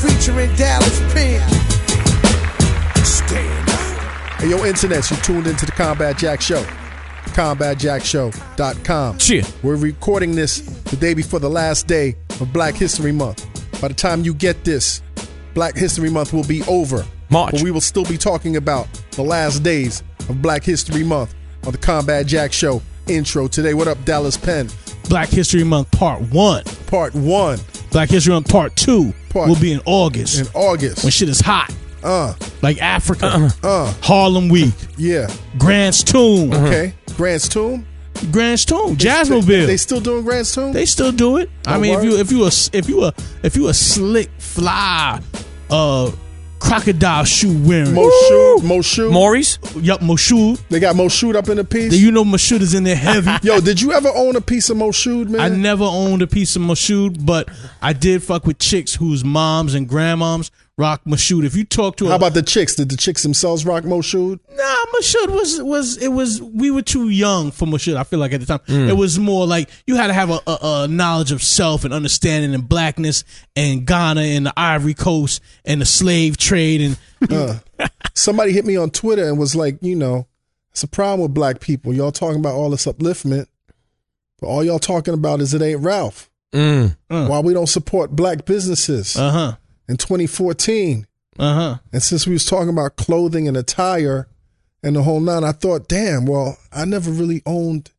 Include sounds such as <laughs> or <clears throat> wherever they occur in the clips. featuring Dallas Pimp. Stand Hey, yo, internets, you tuned into the Combat Jack Show. CombatJackShow.com. Cheer. We're recording this the day before the last day of Black History Month. By the time you get this, Black History Month will be over. March. But we will still be talking about the last days of Black History Month on the Combat Jack Show intro today. What up, Dallas Penn? Black History Month Part One. Part one Black History Month Part Two Part- will be in August in August. when shit is hot, uh, like Africa, uh, Harlem Week, yeah. Grant's Tomb, Okay. Grant's Tomb. Grant's Tomb, They, Jazzmobile. they They, still doing Grant's Tomb? still do it. I Oh, mean, word. if you if you a if you a if you a slick fly, uh, crocodile shoe wearing, Moshood. Moshood. Maurice? yup, Moshood. They got Moshood up in the piece. Then you know Moshood is in there heavy. Yo, did you ever own a piece of Moshood, man? I never owned a piece of Mashoud, but I did fuck with chicks whose moms and grandmoms rock Mashoud. If you talk to a How about the chicks? Did the chicks themselves rock Moshood? Nah, Mashud was was it was we were too young for Mashud. I feel like at the time Mm. it was more like you had to have a, a, a knowledge of self and understanding and blackness and Ghana and the Ivory Coast and the slave trade and Somebody hit me on Twitter and was like, you know, it's a problem with black people. Y'all talking about all this upliftment, but all y'all talking about is it ain't Ralph. Mm. Why we don't support black businesses uh huh in 2014? uh huh. And since we was talking about clothing and attire and the whole nine, I thought, damn, well, I never really owned,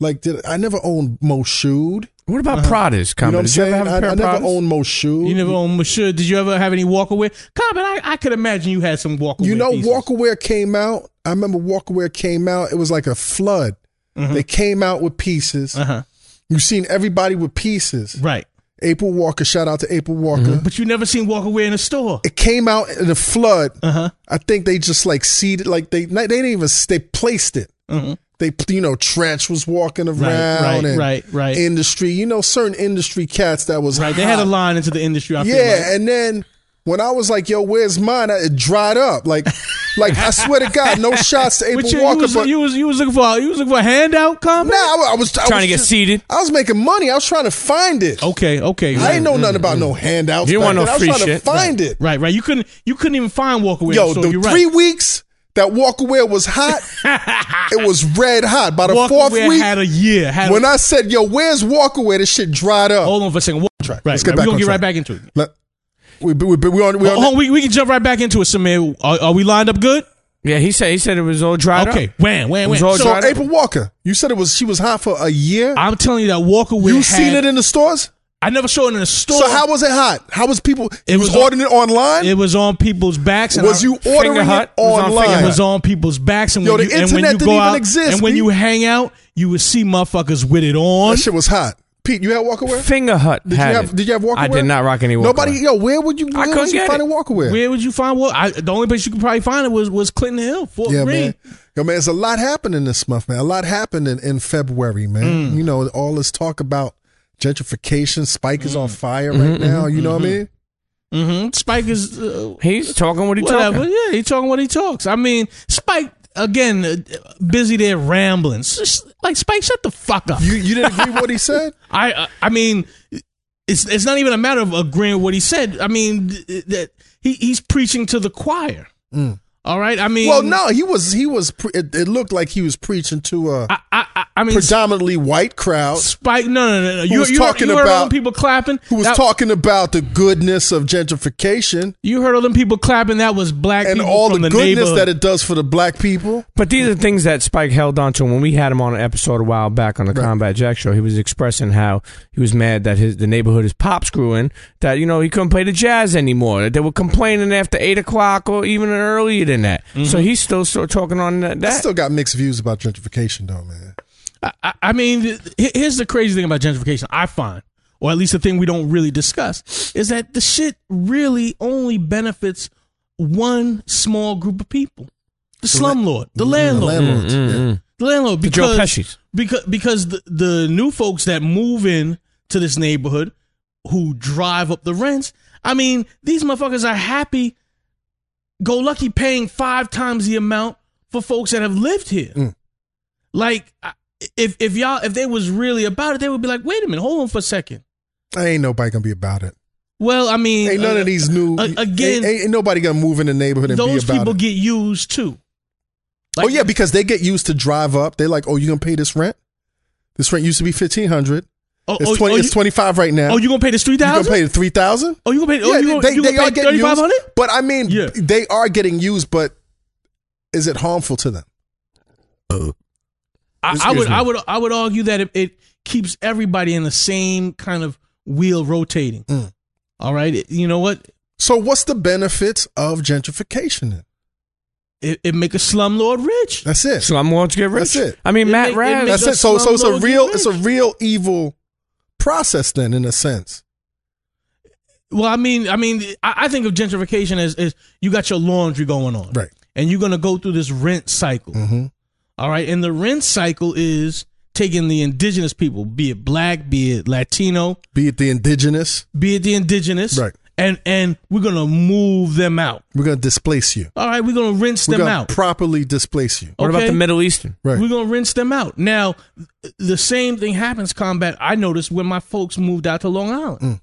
like, did I never owned Moshood? What about Prada's You know comedy? what I'm Did you saying? ever have I, a pair I of never Pradas? owned Moshood. Uh-huh. You never owned Mashud. Did you ever have any walkaway? Common, I, I could imagine you had some walkaway. You know, pieces. Walkerware came out. I remember Walkerware came out. It was like a flood. They came out with pieces. Mm-hmm. Uh-huh. You've seen everybody with pieces. right? Mm-hmm. April Walker, shout out to April Walker. But you never seen walkaway in a store. It came out in a flood. Uh huh. I think they just like seeded, like they they didn't even they placed it. Mhm. They you know Trench was walking around right, and right, right. industry. You know certain industry cats that was Right. They had a hot. line into the industry. I feel Uh-huh. Yeah, like. and then when I was like, "Yo, where's mine?" I, it dried up. <laughs> Like, like I swear to God, no shots to April But you, you, Walker. was, but you was you was looking for you was looking for a handout, Common. nah, I, wa- I was I Trying was to get just- seated. I was making money. I was trying to find it. Okay, Mm-hmm, okay. I Right, ain't know nothing about no handouts. Mm. You back want no then. I free was trying shit. to find it. right, right. You couldn't you couldn't even find walkaway. Yo, so the you're three right. weeks that Walkerware was <laughs> hot, it was red hot. By the fourth Walkaway week, had a year. Had when a, I said, "Yo, where's Walkerware?" This shit dried up. hold on for a second. Walk, right, Let's get right. back We're on gonna get track. right back into it. Let- we we we, we on we Hold on. on, we, we can jump right back into it, Samir. Are, are we lined up good? Yeah, he said he said it was all dried okay. up. Wham, wham, It was wham. all So, so dried up. April Walker, you said it was she was hot for a year. I'm telling you that walkaway. You had, seen it in the stores? I never saw it in a store. So how was it hot? How was people? It you was, was on- ordering it online. it was on people's backs. and was I- you Finger ordering Hut it was on Finger online? It was on people's backs, and Yo, when the you, and when internet you didn't go even out exist, and when B. you hang out, you would see motherfuckers with it on. that shit was hot. Pete, you had Walkerware? Finger Hut. Did you had have it. Did you have Walkerware? I did not rock any Walkerware. Nobody. Yo, where would you? Where couldn't would get you find it. a Walkerware? Where would you find what? I, the only place you could probably find it was was Clinton Hill, Fort yeah, Greene. man. Yo, man, it's a lot happening this month, man. A lot happened in, in February, man. Mm. You know, all this talk about gentrification. Spike is Mm. on fire right Mm-hmm, now. You know what I mean? hmm Spike is uh, He's talking what he whatever. talking. Yeah, he talking what he talks. I mean, Spike again, uh, busy there rambling. It's just like Spike, shut the fuck up. You you didn't agree with what he <laughs> said? I uh, I mean, it's it's not even a matter of agreeing with what he said. I mean th- that he he's preaching to the choir. All right. I mean, Mm. Well, no, he was he was. Pre- it, it looked like he was preaching to a I I, I- I mean. predominantly white crowd. Spike, no, no, no, no. You, was you heard- talking you heard all about- them people clapping. who was That- talking about the goodness of gentrification You heard all them people clapping. That was black and people all the, from the, goodness neighborhood. that it does for the black people. But these are things that Spike held on to when we had him on an episode a while back on the Combat Jack show. He was expressing how he was mad that his the neighborhood is pop screwing, that you know he couldn't play the jazz anymore. That they were complaining after eight o'clock or even earlier than that. So he's still still talking on I that. Eh. that. still got mixed views about gentrification, though, man. I- I, I mean, th- he- here's the crazy thing about gentrification, I find, or at least the thing we don't really discuss, is that the shit really only benefits one small group of people. The slumlord, the landlord, Mm, The landlords, yeah. the landlord, Joe because Pesci's. because because the, the new folks that move in to this neighborhood who drive up the rents. I mean, these motherfuckers are happy go lucky paying five times the amount for folks that have lived here. Mm. Like I- if if y'all if they was really about it, they would be like, wait a minute, hold on for a second. I ain't nobody gonna be about it. Well, I mean, Ain't none uh, of these new a- again, Ain't, ain't nobody gonna move in the neighborhood and those be about people it. get used too. oh yeah, because they get used to drive up. They're like, oh, you gonna pay this rent? This rent used to be fifteen hundred. oh, It's oh, twenty. oh, it's you- twenty five right now. Oh, you gonna pay this three you gonna thousand? pay the three thousand? Oh, you gonna pay? oh, you gonna, you gonna pay thirty five hundred? used, but I mean, Yeah. they are getting used. But is it harmful to them? I, I Excuse would, me. I would, I would argue that it, it keeps everybody in the same kind of wheel rotating. Mm. All right, It- you know what? So what's the benefits of gentrification? Then It, it make a slumlord rich. that's it. Slumlords get rich. That's it. I mean, It Matt make- it Raz. make- That's it. So so it's a slumlord real get it's a real evil process then in a sense. Well, I mean, I mean, I, I think of gentrification as, as you got your laundry going on, Right. And you're gonna go through this rent cycle. Mm-hmm. All right. And the rent cycle is taking the indigenous people, be it black, be it Latino, Be it the indigenous, be it the indigenous. Right. And and we're gonna move them out. we're gonna displace you. All right, we're gonna rinse We're them gonna out. properly displace you. What about Okay? the Middle Eastern? Right. We're gonna rinse them out. Now, th- the same thing happens. Combat. I noticed when my folks moved out to Long Island. Mm.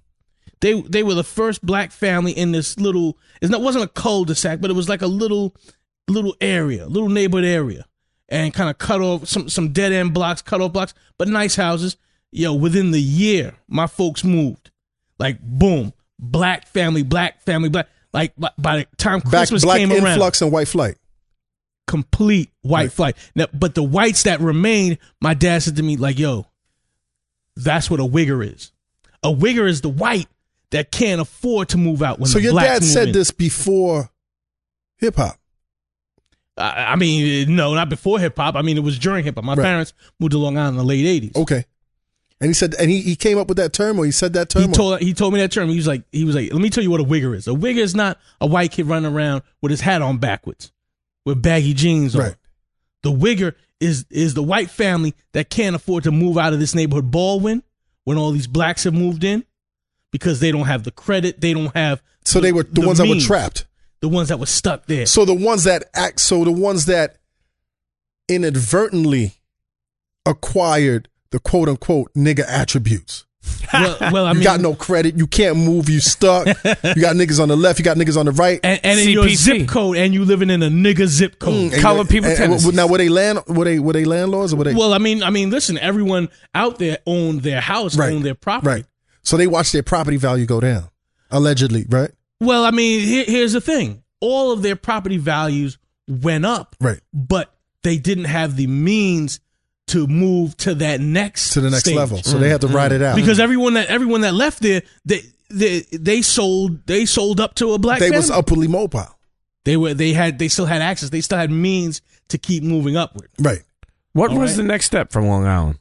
They they were the first black family in this little. It's not wasn't a cul-de-sac, but it was like a little little area, little neighborhood area, and kind of cut off some some dead end blocks, cut off blocks, but nice houses. Yo, within the year, my folks moved. Like boom, black family, black family, black. Like by, by the time Back Christmas black came around, influx and white flight. complete white Right. flight. Now, but the whites that remained, my dad said to me, like, yo, that's what a wigger is. A wigger is the white that can't afford to move out when so the your blacks dad move said in. this before hip hop. I, I mean, eh, no, not before hip hop. I mean, it was during hip hop. My Right. parents moved to Long Island in the late eighties. Okay. And he said and he, he came up with that term or he said that term. He or- told he told me that term. He was like he was like, let me tell you what a wigger is. A wigger is not a white kid running around with his hat on backwards, with baggy jeans on. Right. The wigger is is the white family that can't afford to move out of this neighborhood Baldwin when all these blacks have moved in because they don't have the credit, they don't have so they were the, the ones that means. were trapped. the ones that were stuck <laughs> there. So the ones that act so the ones that inadvertently acquired the quote unquote nigga attributes. well, well, I You mean, got no credit, you can't move, you <laughs> stuck. you got niggas on the left, you got niggas on the right. and, and in your CPC. zip code, and you living in a nigga zip code. And Color your- people and- and tendencies. Now were they land were they were they landlords or were they Well, I mean, I mean, listen, everyone out there owned their house, Right. owned their property. Right. So they watch their property value go down, allegedly, right? Well, I mean, here, here's the thing: all of their property values went up, Right. but they didn't have the means to move to that next To the next stage. level. Mm, Mm. So they had to ride it out. because everyone that everyone that left there, they they they sold they sold up to a black. they family. was upwardly mobile. They were they had they still had access. They still had means to keep moving upward. Right. What All was right. the next step from Long Island?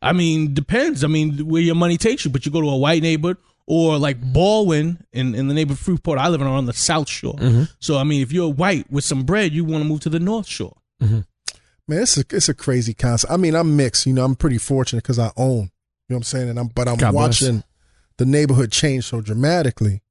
I mean, depends. I mean, where your money takes you, but you go to a white neighborhood or like Baldwin in, in the neighborhood Fruitport I live in are on the South Shore. Mm-hmm. So I mean, if you're white with some bread, you want to move to the North Shore. Man, it's a, it's a crazy concept. I mean, I'm mixed. You know, I'm pretty fortunate because I own. You know what I'm saying? And I'm but I'm God bless. watching the neighborhood change so dramatically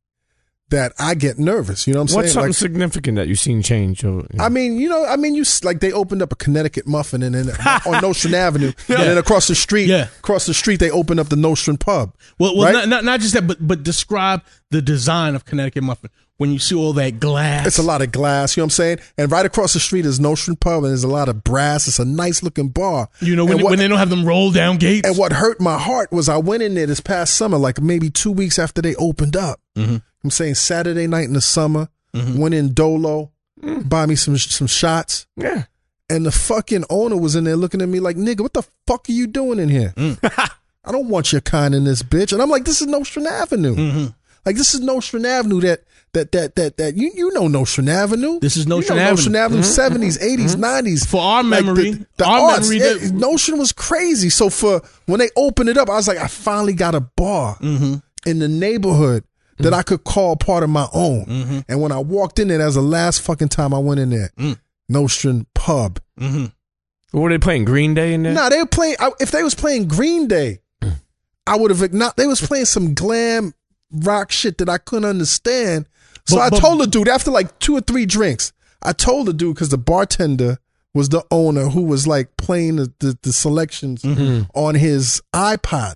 that I get nervous. You know what I'm What's saying? something Like, significant that you've seen change? Over, I mean, you know, I mean, you s- like they opened up a Connecticut muffin and then on <laughs> Notion Avenue, and then across the street, Yeah. across the street, they opened up the Notion Pub. Well, well, Right? not, not not just that, but but describe the design of Connecticut muffin when you see all that glass. It's a lot of glass, you know what I'm saying? And right across the street is Notion Pub, and there's a lot of brass. It's a nice looking bar. You know, when, and what, when they don't have them roll down gates. and what hurt my heart was I went in there this past summer, like maybe two weeks after they opened up. Mm-hmm. I'm saying Saturday night in the summer, went in Dolo, Mm. buy me some some shots, yeah. and the fucking owner was in there looking at me like, "Nigga, what the fuck are you doing in here? Mm. <laughs> I don't want your kind in this bitch." And I'm like, "This is Nostrand Avenue." Mm-hmm. Like this is Nostrand Avenue that that that that that you you know Nostrand Avenue. This is You know Nostrand Avenue. Mm-hmm. Nostrand Avenue, 70s, 80s, 90s. For our Like, memory, the, the our arts, memory it- that- Notion was crazy. So for when they opened it up, I was like, I finally got a bar Mm-hmm. in the neighborhood that I could call part of my own. Mm-hmm. And when I walked in there, that was the last fucking time I went in there. Mm. Nostrand Pub. What were they playing? Green Day in there? Nah, they were playing. I, if they was playing Green Day, I would have not. They was playing some glam rock shit that I couldn't understand. So But- I but- told the dude after like two or three drinks. I told the dude because the bartender was the owner who was like playing the, the, the selections Mm-hmm. on his iPod.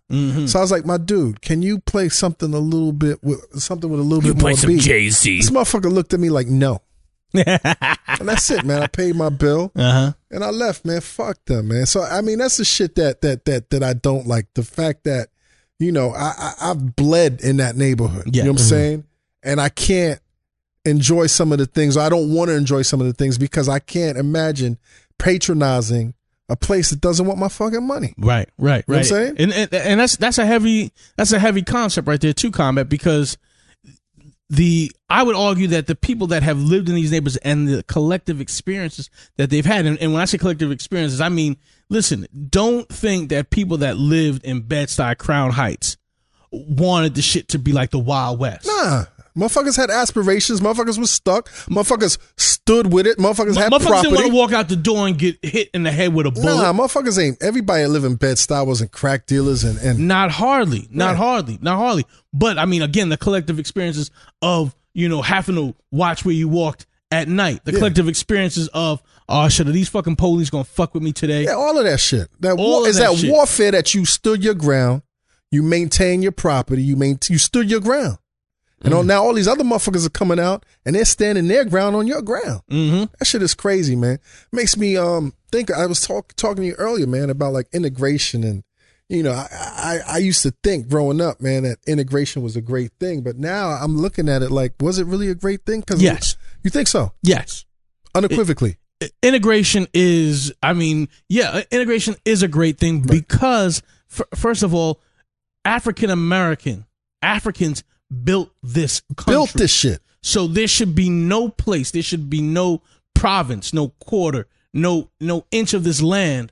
So I was like, my dude, can you play something a little bit with something with a little bit more beat? Jay-Z. This motherfucker looked at me like, no. <laughs> and that's it, man. I paid my bill Uh huh. and I left, man. Fuck them, man. So I mean, that's the shit that that that that I don't like. The fact that you know I, I I've bled in that neighborhood. You Yeah. Mm-hmm. know what I'm saying? And I can't enjoy some of the things. I don't want to enjoy some of the things because I can't imagine patronizing a place that doesn't want my fucking money. Right, right, right. know what I'm saying? And, and and that's that's a heavy that's a heavy concept right there too, combat because the I would argue that the people that have lived in these neighborhoods and the collective experiences that they've had, and, and when I say collective experiences, I mean listen, don't think that people that lived in Bed Stuy Crown Heights wanted the shit to be like the Wild West. Nah. Motherfuckers had aspirations. Motherfuckers was stuck. Motherfuckers stood with it. Motherfuckers had Motherfuckers property. didn't want to walk out the door and get hit in the head with a bullet. Nah, motherfuckers ain't. Everybody that live in Bed Stuy wasn't crack dealers and and Not hardly, not Right. hardly, not hardly. But I mean, again, the collective experiences of you know having to watch where you walked at night. The collective experiences of oh shit, are these fucking police gonna fuck with me today? Yeah, all of that shit. That All war of is that that, shit. warfare that you stood your ground, you maintain your property, you main, you stood your ground. And Mm. all, now all these other motherfuckers are coming out and they're standing their ground on your ground. Mm-hmm. That shit is crazy, man. Makes me um think. I was talk, talking to you earlier, man, about like integration and you know I, I I used to think growing up, man, that integration was a great thing, but now I'm looking at it like, was it really a great thing? Because Yes, you think so yes. unequivocally. integration is i mean yeah uh, integration is a great thing because f- first of all african american africans built this country Built this shit. so there should be no place there should be no province no quarter no no inch of this land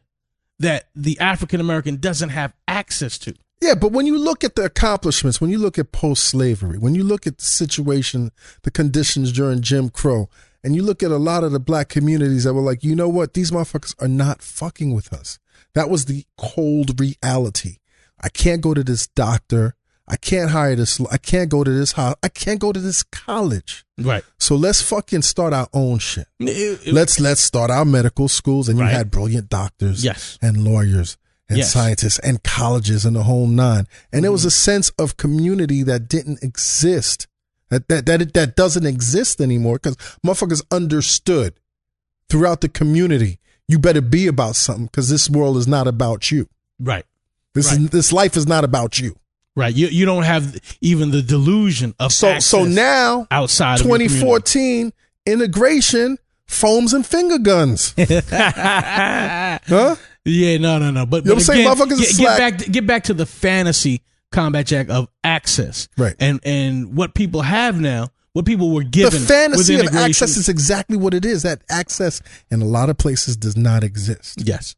that the african american doesn't have access to Yeah, but when you look at the accomplishments, when you look at post slavery, when you look at the situation, the conditions during Jim Crow, and you look at a lot of the black communities that were like, you know what, these motherfuckers are not fucking with us. That was the cold reality. I can't go to this doctor. I can't hire this. I can't go to this house. I can't go to this college. right So let's fucking start our own shit. Let's let's start our medical schools. And Right. you had brilliant doctors yes and lawyers and Yes. Mm. scientists and colleges and the whole nine. And there was a sense of community that didn't exist, that that that, that doesn't exist anymore because motherfuckers understood throughout the community. You better be about something because this world is not about you. right This is, this life is not about you. right you, you don't have even the delusion of So so access now, outside of your community. 2014 integration, foams and finger guns, huh? <laughs> Yeah, no, no, no. But, You know what but I'm saying? again, Motherfuckers get, is get slack. back, to, get back to the fantasy combat jack of access, Right. And and what people have now, what people were The given. fantasy with of integration- access is exactly what it is. That access in a lot of places does not exist. yes,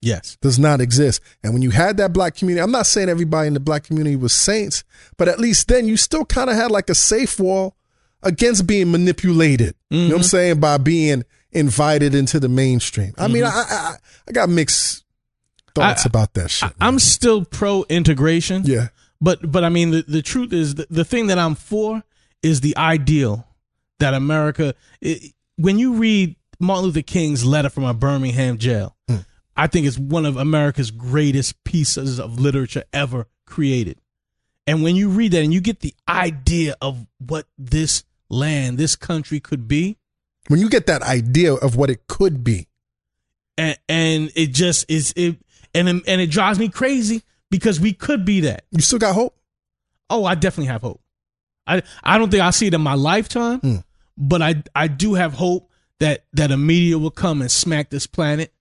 yes, does not exist. And when you had that black community, I'm not saying everybody in the black community was saints, but at least then you still kind of had like a safe wall against being manipulated. You know what I'm Mm-hmm. saying? By being invited into the mainstream. I mean, I, I I- I got mixed thoughts Mm-hmm. I- about that shit. I'm still pro integration. yeah. But but I mean the, the truth is the, the thing that I'm for is the ideal that America it, when you read Martin Luther King's letter from a Birmingham jail I think it's one of America's greatest pieces of literature ever created. And when you read that and you get the idea of what this land, this country could be, When you get that idea of what it could be, and, and it just is it and and it drives me crazy because we could be that. you still got hope. Oh, I definitely have hope. I I don't think I see it in my lifetime, Mm. but I I do have hope that that a meteor will come and smack this planet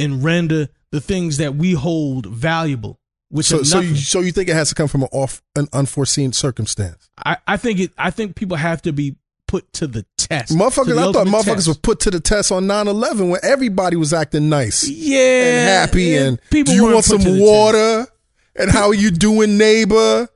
and render the things that we hold valuable, which So, are so, you, nothing. so you think it has to come from an off, an unforeseen circumstance? I, I think it I think people have to be put to the test. to Motherfuckers, the I thought ultimate motherfuckers test. were put to the test on 9/11 when everybody was acting nice. yeah and happy yeah, and people do you weren't want put to some the test. water? And how you doing, neighbor?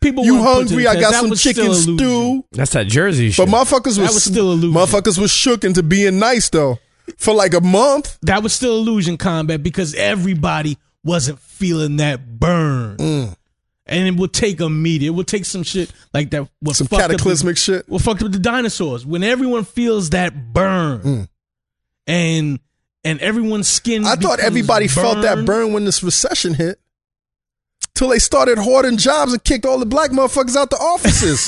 People you weren't put to the hungry? I test. got That some was still chicken illusion. stew. That's that Jersey shit. But motherfuckers was, That was still illusion. motherfuckers was shook into being nice though for like a month. that was still illusion combat because everybody wasn't feeling that burn. Mm. And it would take a media. It would take some shit like that. What Some fucked up- cataclysmic shit. What fucked up the dinosaurs? When everyone feels that burn, and and everyone's skin. Mm. I thought becomes everybody felt that burned. burn when this recession hit. Till they started hoarding jobs and kicked all the black motherfuckers out the <laughs> offices.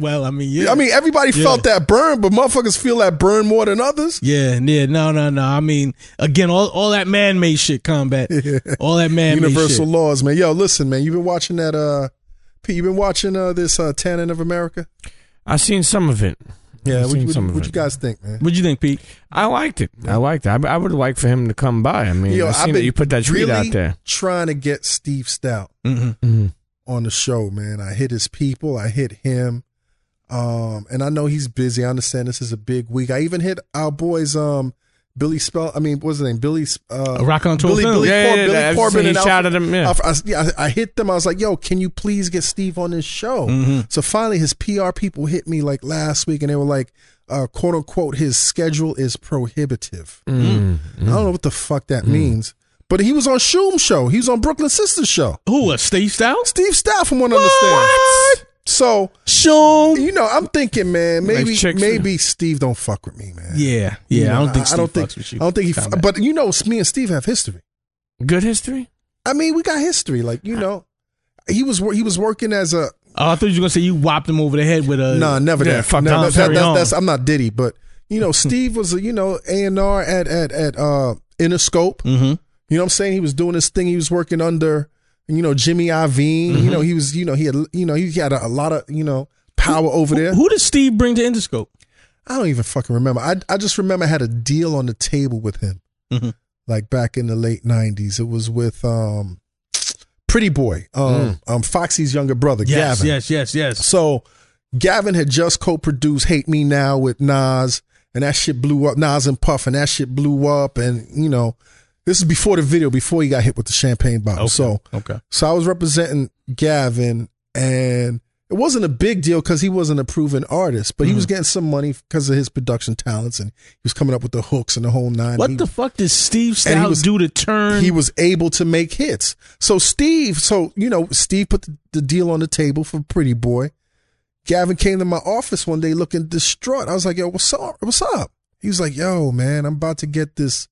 well, I mean, yeah, I mean, everybody Yeah. felt that burn, but motherfuckers feel that burn more than others. yeah, yeah, no, no, no. I mean, again, all all that man made shit, <laughs> combat, all that man made Universal shit. laws, man. Yo, listen, man. You've been watching that. uh Pete, you been watching uh this uh Tannin of America. I seen some of it. Yeah, I've what, seen what, some of what it. you guys think, man? What do you think, Pete? I liked it. I liked it. I, I would like for him to come by. I mean, Yo, I I've seen that been you put that tweet really out there. Trying to get Steve Stout Mm-hmm. on the show, man. I hit his people. I hit him. Um, and I know he's busy. I understand this is a big week. I even hit our boys, um, Billy Spell. I mean, what's his name? Billy. Oh, Uh, Rock on tour. Billy, film. Billy, Yeah, Cor- yeah, Billy yeah, I've Corbin seen- he and Alfred- shouted him, yeah. Alfred- I, yeah, I I hit them. I was like, "Yo, can you please get Steve on this show?" So finally, his PR people hit me like last week, and they were like, uh, "Quote unquote, his schedule is prohibitive." I don't know what the fuck that means, but he was on Shoom Show. He was on Brooklyn Sisters Show. Who was Steve Stout? Steve Stout, from what I understand. So Sean. you know, I'm thinking, man, maybe chicks. maybe Steve don't fuck with me, man. Yeah, yeah. I don't think Steve I don't think fucks with you. I don't think he. F- Combat. but you know, me and Steve have history. Good history. <laughs> I mean, we got history. Like you know, he was wor- he was working as a Oh, I thought you were gonna say you whopped him over the head with a. no, never Uh, yeah, that. fuck no, Don that- that- Perignon. that's, that's I'm not Diddy, but you know, Steve was a, you know A and R at at at uh, Interscope. Mm-hmm. You know what I'm saying? He was doing this thing. He was working under you know Jimmy Iovine. Mm-hmm. You know he was you know he had you know he had a, a lot of you know power over there. Who did Steve bring to Interscope? I don't even fucking remember. I I just remember I had a deal on the table with him, Mhm. like back in the late '90s. It was with um, Pretty Boy, um, um Foxy's younger brother, Mm. Yes, Gavin. yes, yes, yes. So Gavin had just co-produced "Hate Me Now" with Nas, and that shit blew up. Nas and Puff, and that shit blew up. And you know, this is before the video, before he got hit with the champagne bottle. So okay. so I was representing Gavin, and it wasn't a big deal because he wasn't a proven artist, Mm-hmm. but he was getting some money because of his production talents, and he was coming up with the hooks and the whole nine. What He- the fuck did Steve and he Stout was- do to turn? he was able to make hits. So Steve, so you know, Steve put the, the deal on the table for Pretty Boy. Gavin came to my office one day looking distraught. I was like, "Yo, what's up? What's up?" He was like, "Yo, man, I'm about to get this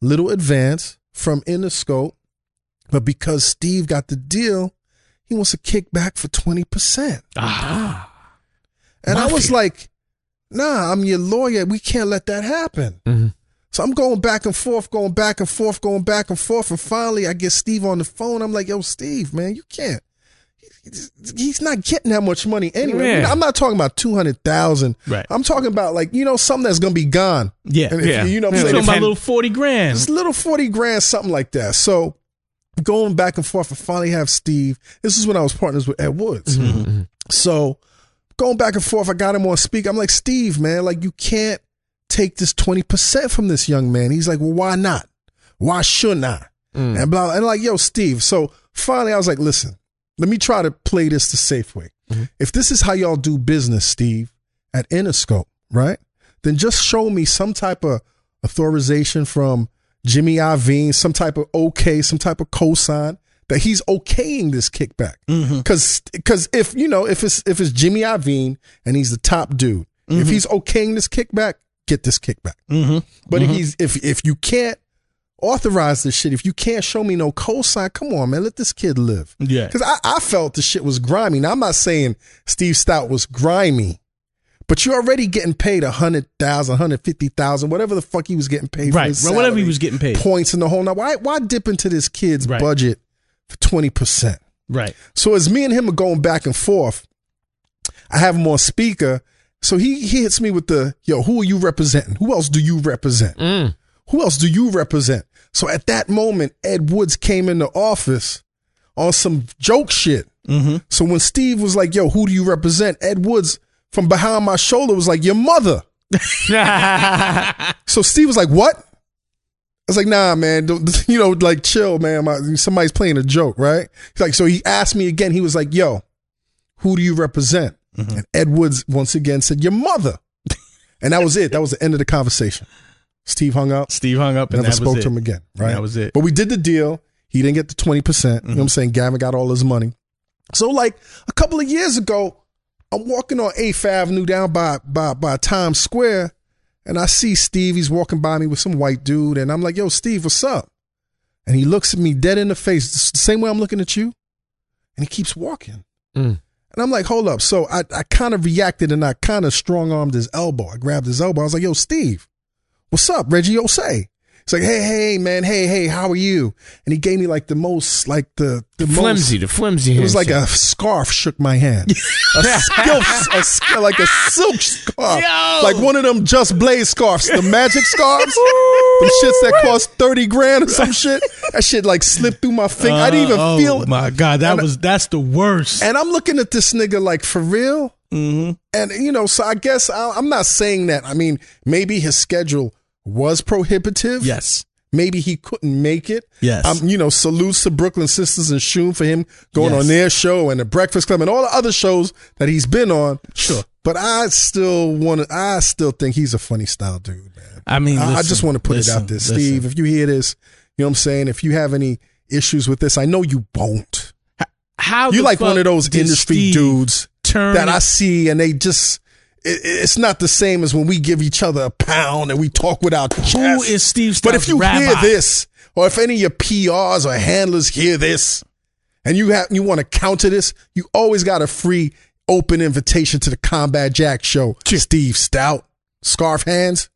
little advance from Interscope, but because Steve got the deal, he wants a kickback for twenty percent." ah, And I was Mafia. like, nah, I'm your lawyer. We can't let that happen. Mm-hmm. Mhm. So I'm going back and forth, going back and forth, going back and forth. And finally, I get Steve on the phone. I'm like, yo, Steve, man, you can't. He's not getting that much money anyway. Yeah. You know, I'm not talking about 200,000. Right. I'm talking about like, you know, something that's going to be gone. yeah. And if- Yeah. You know what I'm Yeah. saying? Talking about a little forty grand. It's a little 40 grand, something like that. So going back and forth, I finally have Steve. This is when I was partners with Ed Woods. So going back and forth, I got him on speak. I'm like, Steve, man, like you can't take this 20% from this young man. He's like, well, why not? Why shouldn't I? And blah, blah. And like, yo, Steve. So finally I was like, listen, let me try to play this the safe way. If this is how y'all do business, Steve, at Interscope, right? Then just show me some type of authorization from Jimmy Iovine, some type of okay, some type of cosign that he's okaying this kickback. Because if you know if it's if it's Jimmy Iovine and he's the top dude, if he's okaying this kickback, get this kickback. But if he's if if you can't authorize this shit, if you can't show me no cosign, come on, man, let this kid live. Yeah. Because I, I felt the shit was grimy. Now, I'm not saying Steve Stout was grimy, but you're already getting paid a hundred thousand, hundred fifty thousand, whatever the fuck he was getting paid. Right, for his right, whatever salary, he was getting paid. Points in the whole. Now, why why dip into this kid's Right. budget for twenty percent? Right. So as me and him are going back and forth, I have him on speaker. So he he hits me with the yo, who are you representing? Who else do you represent? Who else do you represent? So at that moment, Ed Woods came in the office on some joke shit. So when Steve was like, yo, who do you represent? Ed Woods from behind my shoulder was like, your mother. So Steve was like, "What?" I was like, "Nah, man. Don't, <laughs> you know, like, chill, man. My, somebody's playing a joke, right?" He's like, so he asked me again. He was like, "Yo, who do you represent?" And Ed Woods once again said, "Your mother," <laughs> and that was it. That was the end of the conversation. Steve hung up. Steve hung up and Never that spoke was it. to him again. Right. That was it. Mm-hmm. But we did the deal. He didn't get the twenty percent. You know what I'm saying? Gavin got all his money. So like a couple of years ago, I'm walking on 8th Avenue down by by by Times Square, And I see Steve, he's walking by me with some white dude, and I'm like, yo, Steve, what's up? And he looks at me dead in the face, the s- same way I'm looking at you. And he keeps walking. Mm. And I'm like, hold up. So I, I kind of reacted and I kind of strong armed his elbow. I grabbed his elbow. I was like, yo, Steve, what's up? Reggie Osei. He's like, hey, hey, man, hey, hey, how are you? And he gave me like the most, like the, the most flimsy, the flimsy. it was like handshake. a scarf shook my <laughs> hand. A silk, a sk- like a silk scarf. Yo! Like one of them Just Blaze scarves, the magic scarves. them shits that cost 30 grand or some shit. That shit like slipped through my finger. I didn't even Uh, oh feel it. My God, that And- was that's the worst. And I'm looking at this nigga like, for real? Mhm. And, you know, so I guess I, I'm not saying that. I mean, maybe his schedule was prohibitive. Yes. Maybe he couldn't make it. Yes. Um, you know, salutes to Brooklyn Sisters and Shoom for him going Yes. on their show and the Breakfast Club and all the other shows that he's been on. Sure. But I still want to, I still think he's a funny style dude, man. I mean, I- I listen, just want to put listen, it out there. listen. Steve, if you hear this, you know what I'm saying? If you have any issues with this, I know you won't. how You the like one fuck of those did industry Steve dudes turn that I see and they just, it, it's not the same as when we give each other a pound and we talk without Who is Steve Stiles' But if you hear rabbi? this, or if any of your PRs or handlers hear this, and you have you want to counter this, you always got a free open invitation to the Combat Jack show. Steve Stout, scarf hands.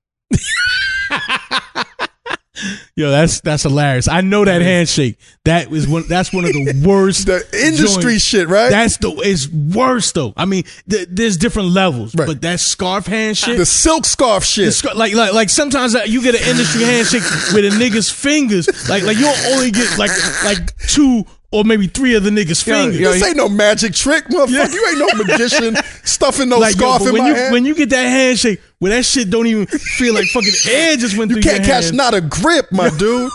Yo, that's that's hilarious. I know that handshake. That is one. That's one <laughs> of the worst. The industry joints. shit, right? That's the. It's worse though. I mean, th- there's different levels, Right. but that scarf handshake. The silk scarf shit. the scar- like, like, like sometimes uh, you get an industry handshake with a nigga's fingers. Like, like you'll only get like, like two or maybe three of the nigga's fingers. yo, this ain't no magic trick, motherfucker. You ain't <laughs> no magician stuffing no like, yo, scarf but in when my you hand. when you get that handshake, where that shit don't even feel like fucking air just went you through can't your catch hand. not a grip, my dude.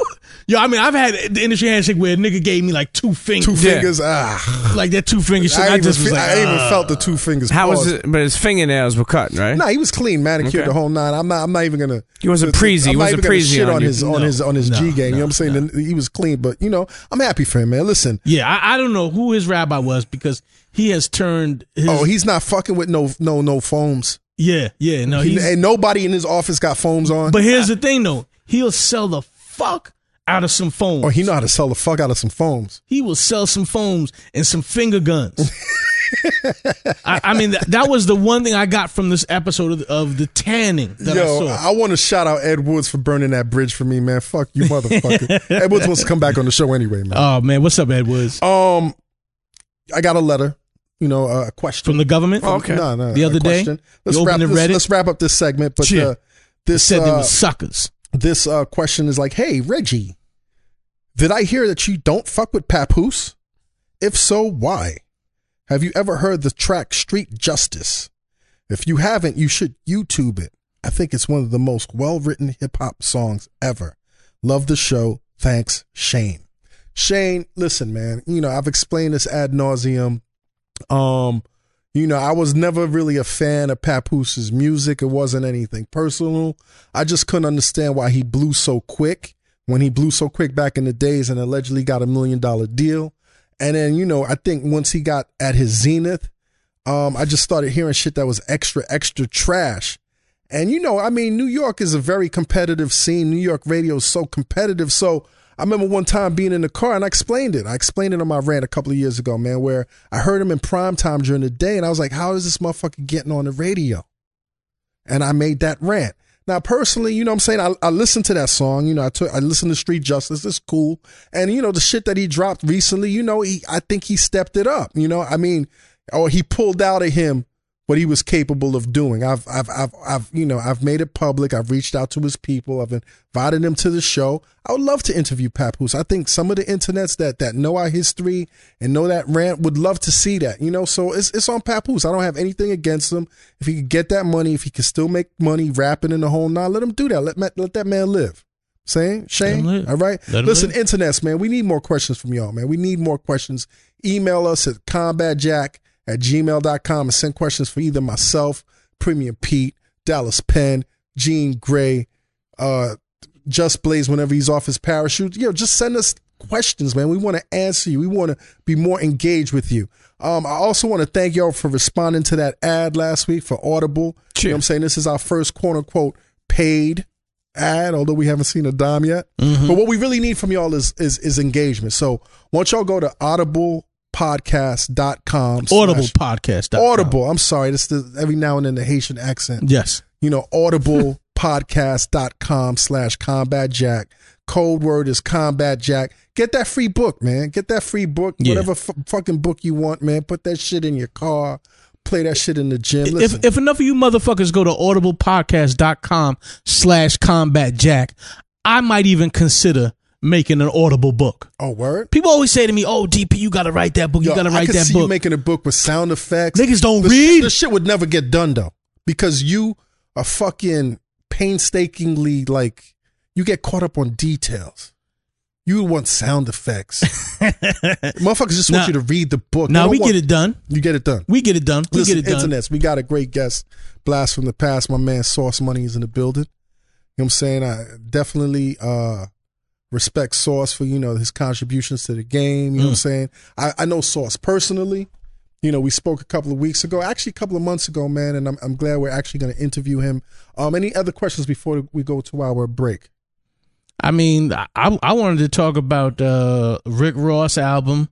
Yo, I mean, I've had the industry handshake where a nigga gave me like two fingers, Two Yeah. fingers. Ah, like that two finger shit. I, I, ain't even, just was fe- like, I ain't "Ah." even felt the two fingers. How was pause. it? But his fingernails were cut, right? No, he was clean, manicured Okay. the whole nine. I'm not. I'm not even gonna. He wasn't preasy. He I'm not wasn't even gonna preasy shit on on you. his on No, his on his no, G game. you know what I'm no, saying? The- He was clean, but you know, I'm happy for him, man. Listen, Yeah, I, I don't know who his rabbi was because he has turned his. oh, he's not fucking with no no no foams. yeah, yeah, no. He, He's, and nobody in his office got foams on. but here's the thing though, he'll sell the fuck out of some foam. oh, he know how to sell the fuck out of some foams. he will sell some foams and some <laughs> finger guns. I, I mean, that, that was the one thing I got from this episode of, of the tanning that I Yo, saw. I, want to shout out Ed Woods for burning that bridge for me, man. Fuck you, <laughs> motherfucker. Ed Woods wants to come back on the show anyway, man. oh man, what's up, Ed Woods Um, I got a letter. You know, uh, a question. from the government? Okay. No, no. The a other day, question. let's you wrap opened this, the Reddit. let's wrap up this segment. But Yeah. uh, this said they uh, were suckers. this uh, question is like, hey Reggie, did I hear that you don't fuck with Papoose? If so, why? Have you ever heard the track Street Justice? If you haven't, you should YouTube it. I think it's one of the most well written hip hop songs ever. Love the show. Thanks, Shane. Shane, listen, man. You know I've explained this ad nauseum. Um, you know, I was never really a fan of Papoose's music. It wasn't anything personal. I just couldn't understand why he blew so quick when he blew so quick back in the days and allegedly got a million dollar deal. And then, you know, I think once he got at his zenith, um, I just started hearing shit that was extra, extra trash. And you know, I mean, New York is a very competitive scene. New York radio is so competitive. So I remember one time being in the car and I explained it. I explained it on my rant a couple of years ago, man, where I heard him in prime time during the day and I was like, how is this motherfucker getting on the radio? And I made that rant. Now, personally, you know what I'm saying? I, I listened to that song. You know, I took I listened to Street Justice. It's cool. And, you know, the shit that he dropped recently, you know, he, I think he stepped it up. You know, I mean, or he pulled out of him what he was capable of doing. I've, I've, I've, I've, you know, I've made it public. I've reached out to his people. I've invited him to the show. I would love to interview Papoose. I think some of the internets that that know our history and know that rant would love to see that. You know, so it's it's on Papoose. I don't have anything against him. If he could get that money, if he could still make money rapping in the whole nine, let him do that. Let ma- let that man live. Saying him Shane, live. all right. Let him Listen, live. internets, man, we need more questions from y'all, man. We need more questions. Email us at combatjack at gmail.com and send questions for either myself, Premium Pete, Dallas Penn, Gene Gray, uh, Just Blaze whenever he's off his parachute. You know, just send us questions, man. We want to answer you. We want to be more engaged with you. Um, I also want to thank y'all for responding to that ad last week for Audible. You know what I'm saying? This is our first quote unquote paid ad, although we haven't seen a dime yet. Mm-hmm. But what we really need from y'all is is is engagement. So once y'all go to audiblepodcast.com Audible slash- podcast. Audible. I'm sorry, this is every now and then the Haitian accent Yes. you know, audiblepodcast.com slash combat jack. Code word is combat jack. Get that free book, man. Get that free book, Yeah. whatever f- fucking book you want, man. Put that shit in your car. Play that shit in the gym. Listen, If, if enough of you motherfuckers go to audiblepodcast.com slash combat jack, I might even consider making an audible book. oh word. People always say to me, oh, DP, you got to write that book. You Yo, got to I write could that see you book. making a book with sound effects. Niggas don't the read. the shit would never get done though, because you are fucking painstakingly like you get caught up on details. You want sound <laughs> effects. Motherfuckers just want Nah. you to read the book. now, we get it. get it done. You get it done. We get it done. We Listen, get it done. internets, we got a great guest, blast from the past. My man Sauce Money is in the building. You know what I'm saying? I definitely uh respect Sauce for, you know, his contributions to the game. You Mm. know what I'm saying? I, I know Sauce personally. You know, we spoke a couple of weeks ago, actually a couple of months ago, man, and I'm, I'm glad we're actually gonna interview him. Um any other questions before we go to our break? I mean, I, I wanted to talk about uh, Rick Ross album,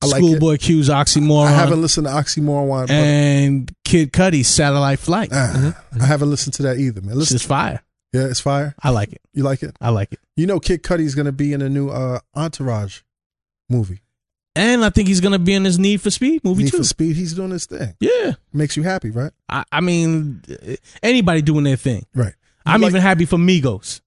I like Schoolboy Q's Oxymoron, I haven't listened to Oxymoron, but Um, and Mm-hmm. Kid Cudi's Satellite Flight. ah, I haven't listened to that either, man. This Listen, is fire. yeah, it's fire. I like it. You like it? I like it. You know, Kid Cudi's gonna be in a new uh, Entourage movie. And I think he's gonna be in this Need for Speed movie Need too. for Speed. He's doing his thing. Yeah. Makes you happy, right? I, I mean, uh, anybody doing their thing. Right. I'm like- even happy for Migos.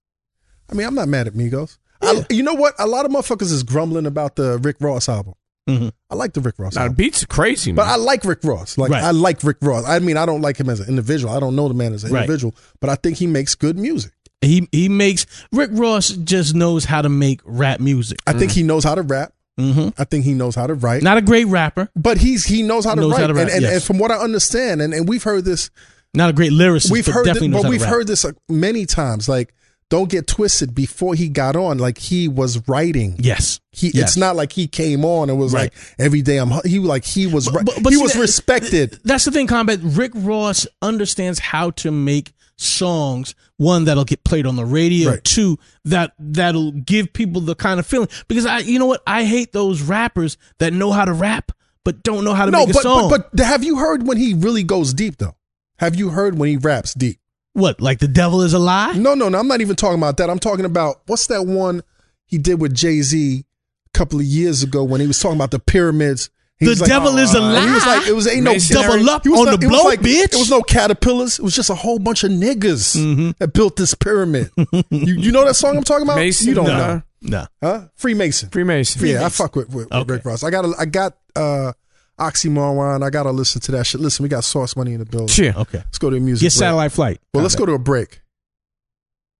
I mean, I'm not mad at Migos. I, you know what? A lot of motherfuckers is grumbling about the Rick Ross album. Mhm. I like the Rick Ross Now, the album, beats are crazy, man. but I like Rick Ross. Like Right. I like Rick Ross. I mean, I don't like him as an individual. I don't know the man as an Right. individual, but I think he makes good music. He he makes Rick Ross just knows how to make rap music. I think he knows how to rap. Mm. Mm-hmm. I think he knows how to write. Not a great rapper, but he's he knows how to Knows write, how to and, rap, and, yes. and from what I understand, and, and we've heard this not a great lyricist. we've but heard this, definitely but knows how to we've rap. heard this like, many times like don't get twisted before he got on like he was writing Yes. he Yes. it's not like he came on and was Right. like every day i'm hu- he like he was but, but- but he see was that- respected That's the thing, combat. Rick Ross understands how to make songs. One that'll get played on the radio. Right. Two that that'll give people the kind of feeling. Because I, you know what, I hate those rappers that know how to rap but don't know how to no make a but, song. but but have you heard when he really goes deep though have you heard when he raps deep what, like the devil is a lie? no no no i'm not even talking about that i'm talking about what's that one he did with jay-z a couple of years ago when he was talking about the pyramids He The was like, devil is a uh, He was lie. like, it was ain't no Masonry. Double up He was on not- the it was blow, like- bitch. Mm-hmm. It was no caterpillars. It was just a whole bunch of niggas that built this <laughs> pyramid. you, you know that song I'm talking about? Mason, you don't no. know, no. huh? Freemason. Freemason. Yeah, I fuck with, with, with Okay. Rick Ross. I got to I got uh, oxymoron. I got to listen to that shit. Listen, we got sauce money in the building. Cheer. Okay. Let's go to a music. Get break. satellite flight. Well, let's go to a break.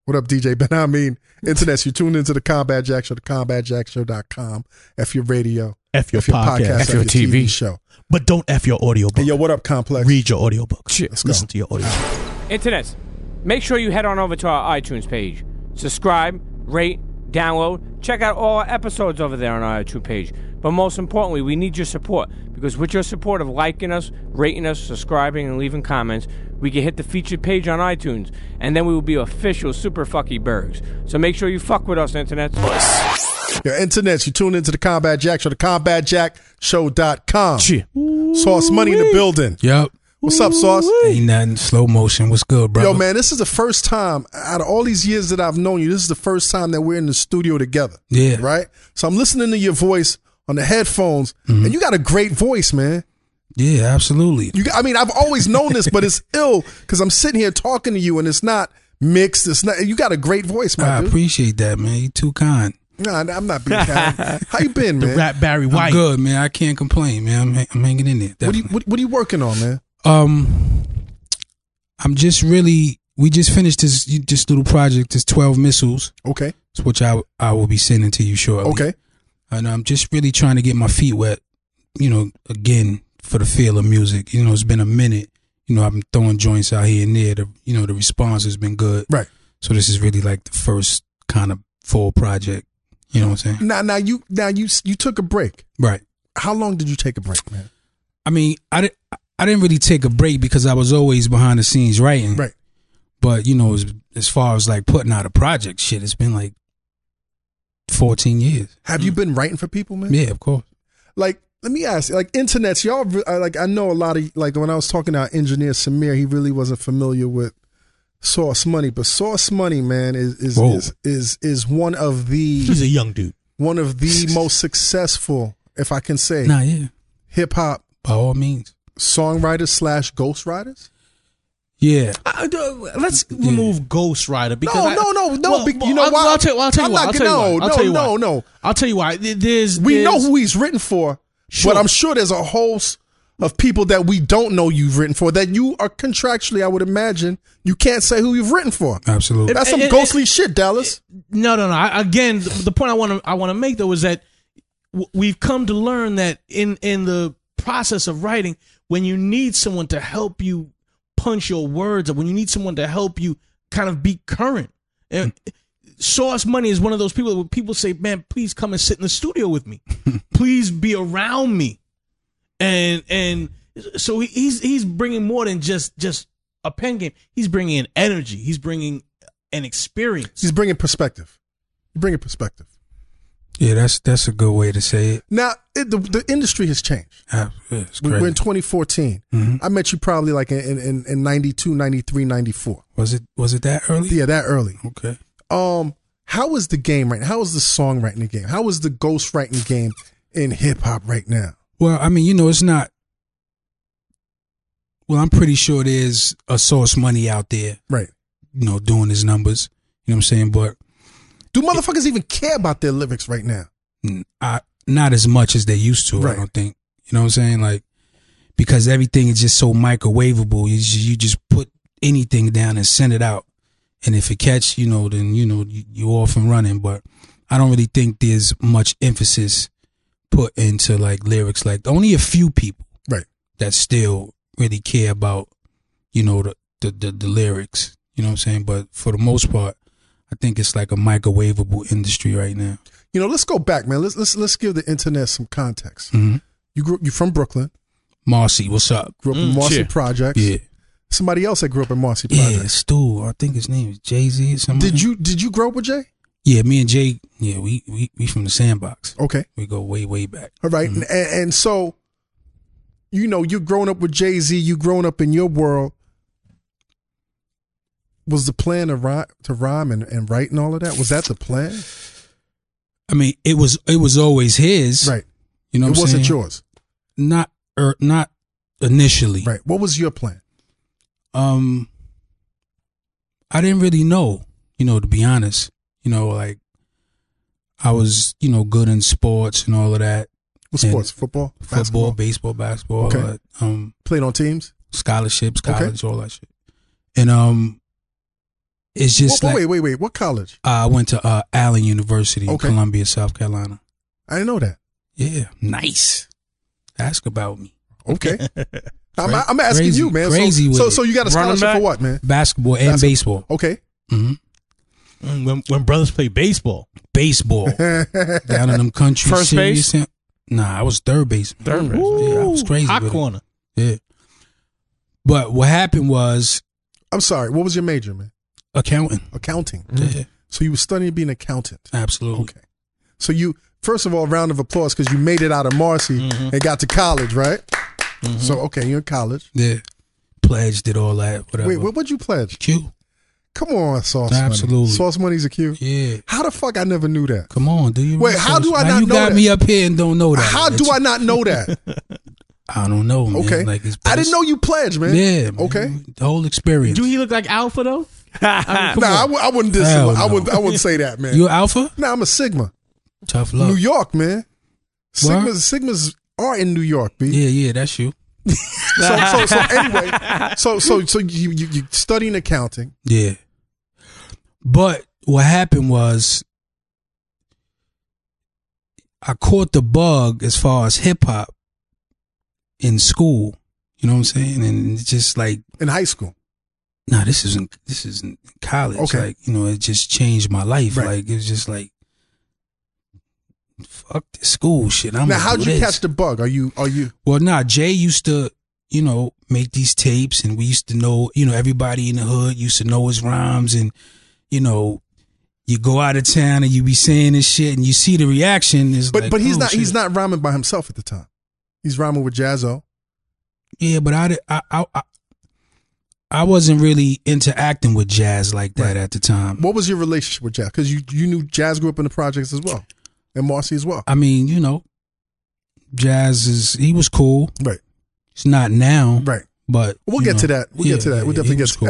What up, DJ Ben? <laughs> I mean, internet, you tuned into the Combat Jack Show, the combatjackshow.com, F your radio, F your, F your podcast, podcast, F your TV show. but don't F your audiobook. Hey, yo, what up, Complex? Read your audiobook. Shit. Let's go. Listen to your audiobook. Internets, make sure you head on over to our iTunes page. Subscribe, rate, download, check out all our episodes over there on our iTunes page. But most importantly, we need your support because with your support of liking us, rating us, subscribing, and leaving comments, we can hit the featured page on iTunes, and then we will be official super fucky bergs. So make sure you fuck with us, Internets. Your internets, you tuned into the Combat Jack Show, the combatjackshow.com. Shit. Sauce Money in the building. Yep. What's up, Sauce? Ain't nothing. Slow motion. What's good, bro? Yo, man, this is the first time out of all these years that I've known you. This is the first time that we're in the studio together. Yeah. Right. So I'm listening to your voice on the headphones, and you got a great voice, man. Yeah, absolutely. You, got- I mean, I've always known this, but <laughs> it's ill because I'm sitting here talking to you, and it's not mixed. It's not. You got a great voice, my I dude. appreciate that, man. You too kind. nah, nah, I'm not being <laughs> kind. How you been, man? Rap Barry I'm White. good, man. I can't complain, man. I'm, ha- I'm hanging in there. What are, you, definitely. what, what are you working on, man? um, I'm just really. We just finished this this little project. This 12 missiles, Okay. which I I will be sending to you shortly. Okay. and I'm just really trying to get my feet wet, you know, again for the feel of music. You know, it's been a minute. You know, I've been throwing joints out here and there. The, you know, the response has been good. Right. So this is really like the first kind of full project. You know what I'm saying? Now, now you, now you, you took a break. Right. How long did you take a break, man? I mean, I didn't. I didn't really take a break because I was always behind the scenes writing. Right. But you know, as, as far as like putting out a project, shit, it's been like fourteen years. Have you been writing for people, man? Yeah, of course. Like, let me ask, you, like, internets, y'all, re- I- like, I know a lot of, like, when I was talking to our engineer Samir, he really wasn't familiar with Source Money, but Source Money, man, is is Whoa. is, is is one of the He's a young dude. one of <laughs> the most successful, if I can say, Nah, yeah, hip hop by all means. songwriters slash ghostwriters. Yeah, I, do- let's remove Ghost Rider because Mm. No, no, I- no, no, be- you know I'll, why? I'll tell, I'll tell I'm you why. not I'll tell you gonna- why. I'll no, tell you no, why. no. I'll tell you why. Th- There's We know there's- who he's written for, Sure. but I'm sure there's a whole s- of people that we don't know you've written for that you are contractually, I would imagine, you can't say who you've written for. absolutely. That's some it- it- ghostly shit, Dallas. No, no, no. I, again, th- the point I want to I want to make though is that w- we've come to learn that in in the process of writing, when you need someone to help you punch your words, or when you need someone to help you kind of be current, and Source Money is one of those people where people say, "Man, please come and sit in the studio with me. please be around me." And and so he, he's he's bringing more than just just a pen game. He's bringing in energy. He's bringing an experience. He's bringing perspective. He's bringing perspective. yeah, that's that's a good way to say it. Now, it, the, the industry has changed. Ah, yeah, It's We- We're in crazy. Mm-hmm. 2014. I met you probably like in, in- in, in 92, 93, 94. Was it was it that early? Yeah, that early. Okay. Um, how is the game right now? How is the songwriting game? How is the ghostwriting game in hip hop right now? Well, I mean, you know, it's not. Well, I'm pretty sure there's a source money out there, Right. you know, doing his numbers. You know what I'm saying? But Do motherfuckers even care about their lyrics right now? n- I, not as much as they used to. Right. I don't think. You know what I'm saying? Like because everything is just so microwavable. You just, you just put anything down and send it out, and if it catch, you know, then you know you, you're off and running. But I don't really think there's much emphasis put into like lyrics. Like only a few people, Right. that still really care about you know the the, the, the lyrics. You know what I'm saying? But for the most part. I think it's like a microwavable industry right now. You know, let's go back, man. Let's let's let's give the internet some context. Mm-hmm. You grew you from Brooklyn, Marcy, what's up? grew up in Marcy yeah. Projects. Mm, Yeah. Somebody else that grew up in Marcy Yeah, Projects. Stu. I think his name is Jay Z. Did you did you grow up with Jay? Yeah, me and Jay. Yeah, we we we from the sandbox. Okay. We go way way back. All right. And, and so, you know, you're growing up with Jay Z, you growing up in your world. Was the plan to rhyme, to rhyme and, and write and all of that? Was that the plan? I mean, it was it was always his. Right. You know, it what I'm wasn't saying? yours. Not er, not initially. Right. What was your plan? Um, I didn't really know. You know, to be honest. You know, like I was you know good in sports and all of that. What And sports? Football? Football, Basketball? baseball, basketball. all Okay. that. Um. Played on teams? scholarships, Okay. college, all that shit. And um, it's just Wha- like wait, wait, wait. What college? I went to uh, Allen University Okay. in Columbia, South Carolina. I didn't know that. Yeah, nice. Ask about me. <laughs> Okay. I'm, I'm asking Crazy- you, man. crazy so, with so, it. so you got a Running scholarship back? for what, man? Basketball and Basketball. baseball. Okay. hmm Mm, when when brothers play baseball. <laughs> Baseball down in them country First series. Nah, I was third baseman. Third base. Yeah, I was Ooh, crazy Hot with it. corner. Yeah. But what happened was <laughs> I'm sorry. What was your major, man? accounting. Accounting. Yeah, So you were studying to be an accountant. absolutely. Okay. So you first of all, round of applause because you made it out of Marcy Mm-hmm. and got to college, right? So okay, you're in college. Yeah, pledged did all that. Whatever. Wait, what would you pledge? Q. Come on, sauce. Money. Absolutely. Sauce money's a Q. Yeah. How the fuck I never knew that? Come on, do you? Wait, how do I Now not you know got that? me up here and don't know that? How do I not know <laughs> that? I don't know, man. Okay. like it's, I didn't know you pledged, man. Yeah, man. Okay. the whole experience. Do he look like Alpha though? Nah, I w- I wouldn't dis- Hell I no. wouldn't I <laughs> wouldn't say that, man. you alpha? nah, I'm a Sigma. Tough love. New York, man. What? Sigmas Sigmas are in New York, B. Yeah, yeah, that's you. So, so so <laughs> anyway, so so so you you you studying accounting. Yeah. But what happened was I caught the bug as far as hip hop in school. You know what I'm saying? And it's just like, In high school, nah, this isn't this isn't college. Okay. Like, you know, it just changed my life. Right. Like it was just like fuck this school shit. I'm now, gonna how'd do you this. catch the bug? Are you are you Well, nah, Jay used to you know, make these tapes and we used to know, you know, everybody in the hood used to know his rhymes and, you know, you go out of town and you be saying this shit and you see the reaction is But like, but he's oh, not shit. he's not rhyming by himself at the time. He's rhyming with Jazzo. Yeah, but I, di- I, I, I, I wasn't really interacting with jazz like that at the time. What was your relationship with Jazz? Because you you knew Jazz grew up in the projects as well, and Marcy as well. I mean, you know, jazz is he was cool. Right, It's not now, right. But We'll you get to know, that. We'll yeah, get to that. We'll yeah, definitely he get was to cool.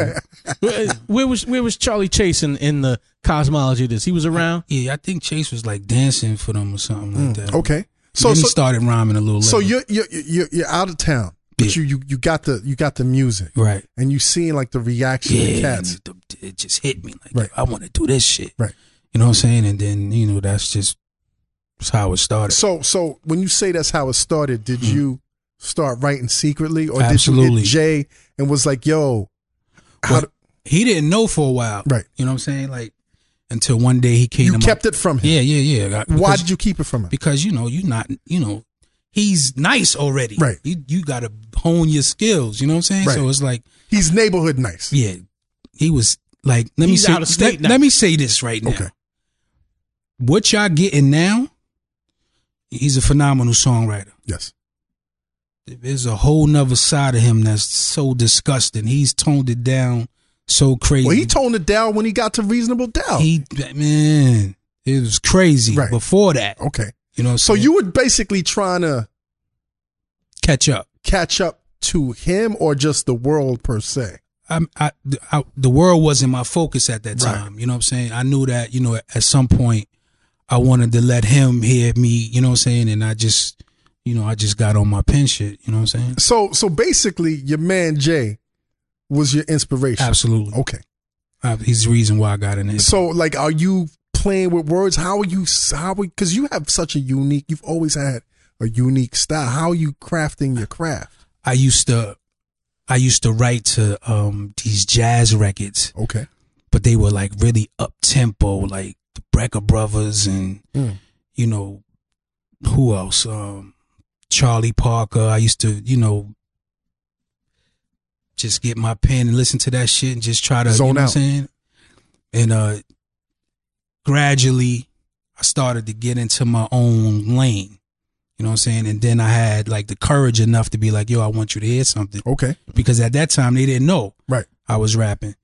that. <laughs> <laughs> Where, where was where was Charlie Chase in, in the cosmology of this? He was around. Yeah, I think Chase was like dancing for them or something Mm. like <laughs> that. Okay. So, So then he so, started rhyming a little. so later. you're, you're you're you're out of town, but Yeah. you you you got the you got the music, right? and you seeing like the reaction of the Yeah, and cats. it, it just hit me like Right. I want to do this shit. Right. You know what I'm saying? And then you know that's just that's how it started. So so when you say that's how it started, did you start writing secretly, or did you Mm-hmm. Absolutely. get Jay and was like, "Yo, how Well, do- he didn't know for a while, Right. You know what I'm saying? Like until one day he came. you to my- kept it from him? Yeah, yeah, yeah. I- Why because- did you keep it from him? because you know you're not you know he's nice already Right. you you gotta hone your skills you know what i'm saying Right. so it's like He's neighborhood nice. yeah he was like let He's me say out of state let, now. let me say this right now Okay. what y'all getting now he's a phenomenal songwriter Yes. there's a whole nother side of him that's so disgusting he's toned it down so crazy Well, he toned it down when he got to reasonable doubt. he man it was crazy Right. before that okay. you know what I'm So saying? you were basically trying to catch up catch up to him or just the world per se. I'm, I, th- I, the world wasn't my focus at that Right. time. You know what I'm saying? I knew that, you know, at some point I wanted to let him hear me, you know what I'm saying? And I just, you know, I just got on my pen shit. You know what I'm saying? So so basically your man Jay was your inspiration. Absolutely. Okay. Uh, he's the reason why I got in it. So like are you playing with words? How are you how are, cuz you have such a unique you've always had a unique style. How are you crafting your craft? I used to, I used to write to, um, these jazz records, Okay. but they were like really up tempo, like the Brecker Brothers and, Mm. you know, who else? Um, Charlie Parker. I used to, you know, just get my pen and listen to that shit and just try to Zone you know out. What I'm saying? And uh, gradually, I started to get into my own lane. You know what I'm saying? And then I had like the courage enough to be like, "Yo, I want you to hear something," Okay. because at that time they didn't know Right. I was rapping.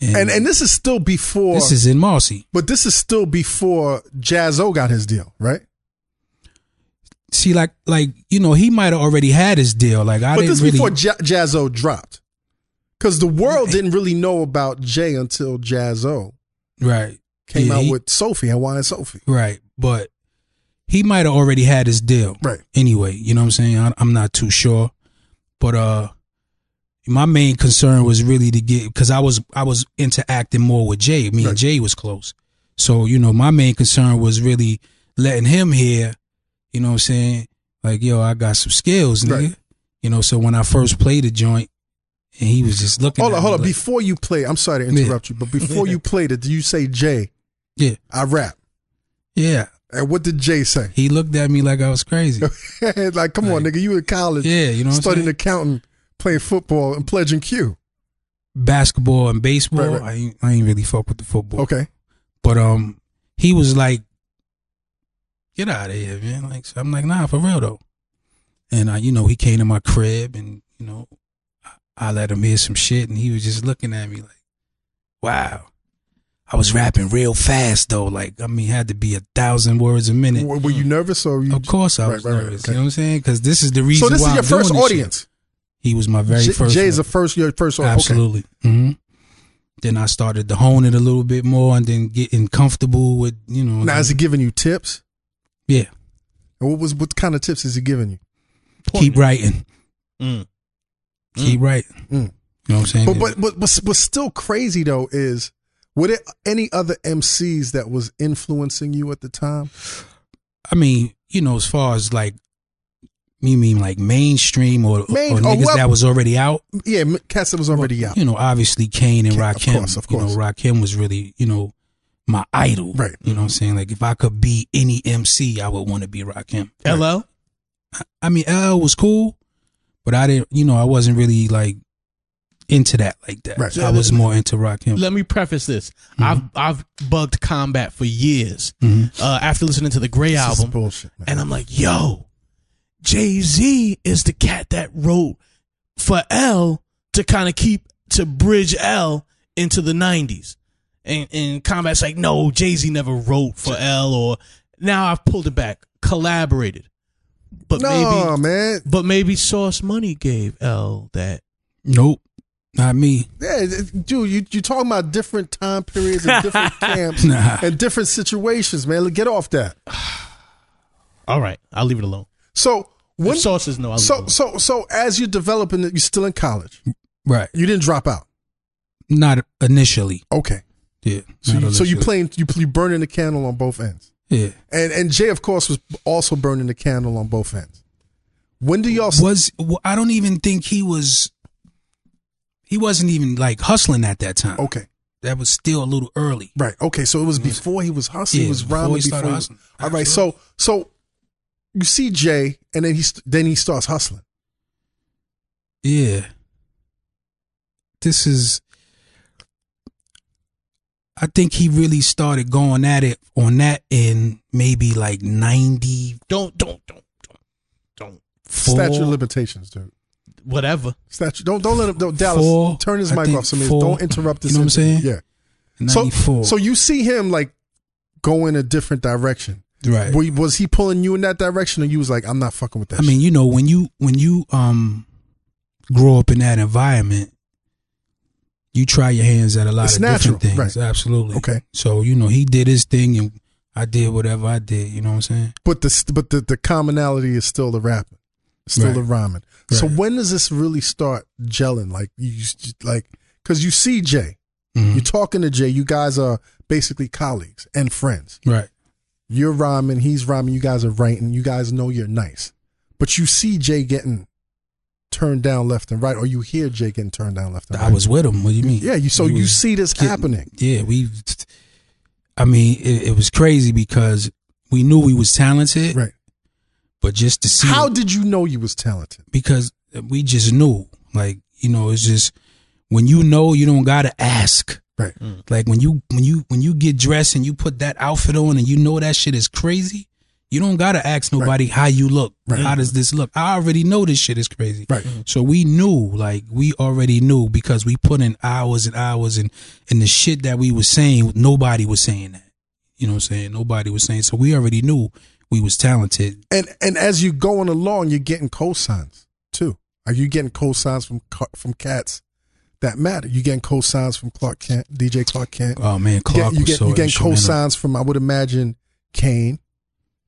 And and this is still before this is in Marcy. but this is still before Jazzo got his deal, right? See, like, like you know, he might have already had his deal. Like, I but didn't this really. before J- Jazzo dropped, because the world didn't really know about Jay until Jazzo Right. came Yeah, out he- with Sophie and Wine Sophie. Right. But he might have already had his deal. Right. Anyway, you know what I'm saying? I, I'm not too sure. But uh my main concern was really to get cuz I was I was interacting more with Jay. Me Right. and Jay was close. So, you know, my main concern was really letting him hear, you know what I'm saying? Like, yo, I got some skills, nigga. Right. You know, so when I first played the joint and he was just looking Hold at on, me hold on. like- Before you play, I'm sorry to interrupt you, but before <laughs> you played it, did you say Jay? Yeah. I rap. Yeah. And what did Jay say? <laughs> He looked at me like I was crazy. like, come on, nigga, you in college, yeah, you know what I'm saying? studying accounting, playing football, and pledging Q. basketball and baseball. Right, right. I ain't, I ain't really fuck with the football. Okay, But um, he was like, "Get out of here, man!" Like so I'm like, "Nah, for real though." And I, you know, he came to my crib, and you know, I, I let him hear some shit, and he was just looking at me like, "Wow." I was rapping real fast though, like I mean, had to be a thousand words a minute. were, were you nervous or were you? Of course, I Right, was right, right, nervous. okay. You know what I'm saying? Because this is the reason. so this why is your I'm doing first this shit. audience. He was my very J- first. Jay's one. the first your first audience. Okay. Absolutely. hmm Then I started to hone it a little bit more, and then getting comfortable with you know. Now is he giving you tips? yeah, And what was what kind of tips is he giving you? keep writing, Mm. keep writing. Mm. You know what I'm saying? But but but what's, what's still crazy though is were there any other MCs that was influencing you at the time? I mean, you know, as far as like, you mean like mainstream or, Main- or or niggas what- that was already out? Yeah, M- cats that was already out. You know, obviously Kane and Kane, of Rakim. course, of course. You know, Rakim was really you know my idol. Right. You know what I'm saying? Like if I could be any MC, I would want to be Rakim. LL. I mean, LL was cool, But I didn't, you know, I wasn't really like into that like that. Right. I was more into rock him. Let me preface this. Mm-hmm. I've I've bugged combat for years uh, after listening to the Gray This is album, bullshit, man. and I'm like, yo, Jay Z is the cat that wrote for L to kind of keep to bridge L into the '90s, and and combat's like, no, Jay Z never wrote for L, or now I've pulled it back, collaborated, but no, maybe. man. But maybe Sauce Money gave L that. Nope, not me. Yeah, it- it- dude, you you talking about different time periods and different <laughs> camps Nah. and different situations, man. Get off that. All right, I'll leave it alone. So when If Sauce is no, I'll leave it so alone. so so as you're developing, it, you're still in college. Right, You didn't drop out. not initially. Okay. Yeah. So not you, so you initially. playing you you burning the candle on both ends. Yeah. And and Jay, of course, was also burning the candle on both ends. When do y'all? was well, I don't even think he was he wasn't even like hustling at that time. okay, That was still a little early. right. Okay, so it was before he was hustling. Yeah, he was before rhyming he before. started he- hustling. All right, so so you see Jay, and then he st- then he starts hustling. Yeah. This is I think he really started going at it on that in maybe like 94. don't don't don't don't don't Statute of limitations, dude. whatever. Statue. Don't don't let him. Don't, Dallas, Four, turn his I mic think off. Some four. don't interrupt this. You know what I'm interview. saying? Yeah. So 94. so you see him like go in a different direction. right. Were you- Was he pulling you in that direction, or you was like, I'm not fucking with that? I mean, you know, when you when you um grow up in that environment, you try your hands at a lot It's of different natural, things. Absolutely. Okay. So you know, he did his thing, and I did whatever I did. You know what I'm saying? but the but the, the commonality is still the rapping, still Right. the rhyming. So Right. when does this really start gelling? Like you s- like because you see Jay, Mhm. you're talking to Jay. You guys are basically colleagues and friends. Right. You're rhyming, he's rhyming. You guys are writing. You guys know you're nice, but you see Jay getting turned down left and right, or you hear Jay getting turned down left and I right. was with him. What do you mean? yeah, you so We you was see this getting- happening. Yeah, we. I mean, it, it was crazy because we knew we was talented, Right. but just to see How did you know you was talented? because we just knew. Like, you know, it's just when you know you don't gotta ask. Right. Like when you when you when you get dressed and you put that outfit on and you know that shit is crazy, you don't gotta ask nobody how you look. Right. How does this look? I already know this shit is crazy. Right. So we knew, like we already knew because we put in hours and hours and and the shit that we was saying, nobody was saying that. You know what I'm saying? Nobody was saying. So we already knew we was talented. and and as you're going along, you're getting cosigns too. Are you getting cosigns from Ca- from cats that matter? You getting cosigns from Clark Kent, DJ Clark Kent. Oh man, You get Clark you was get, so you getting instrumental. cosigns from I would imagine Kane.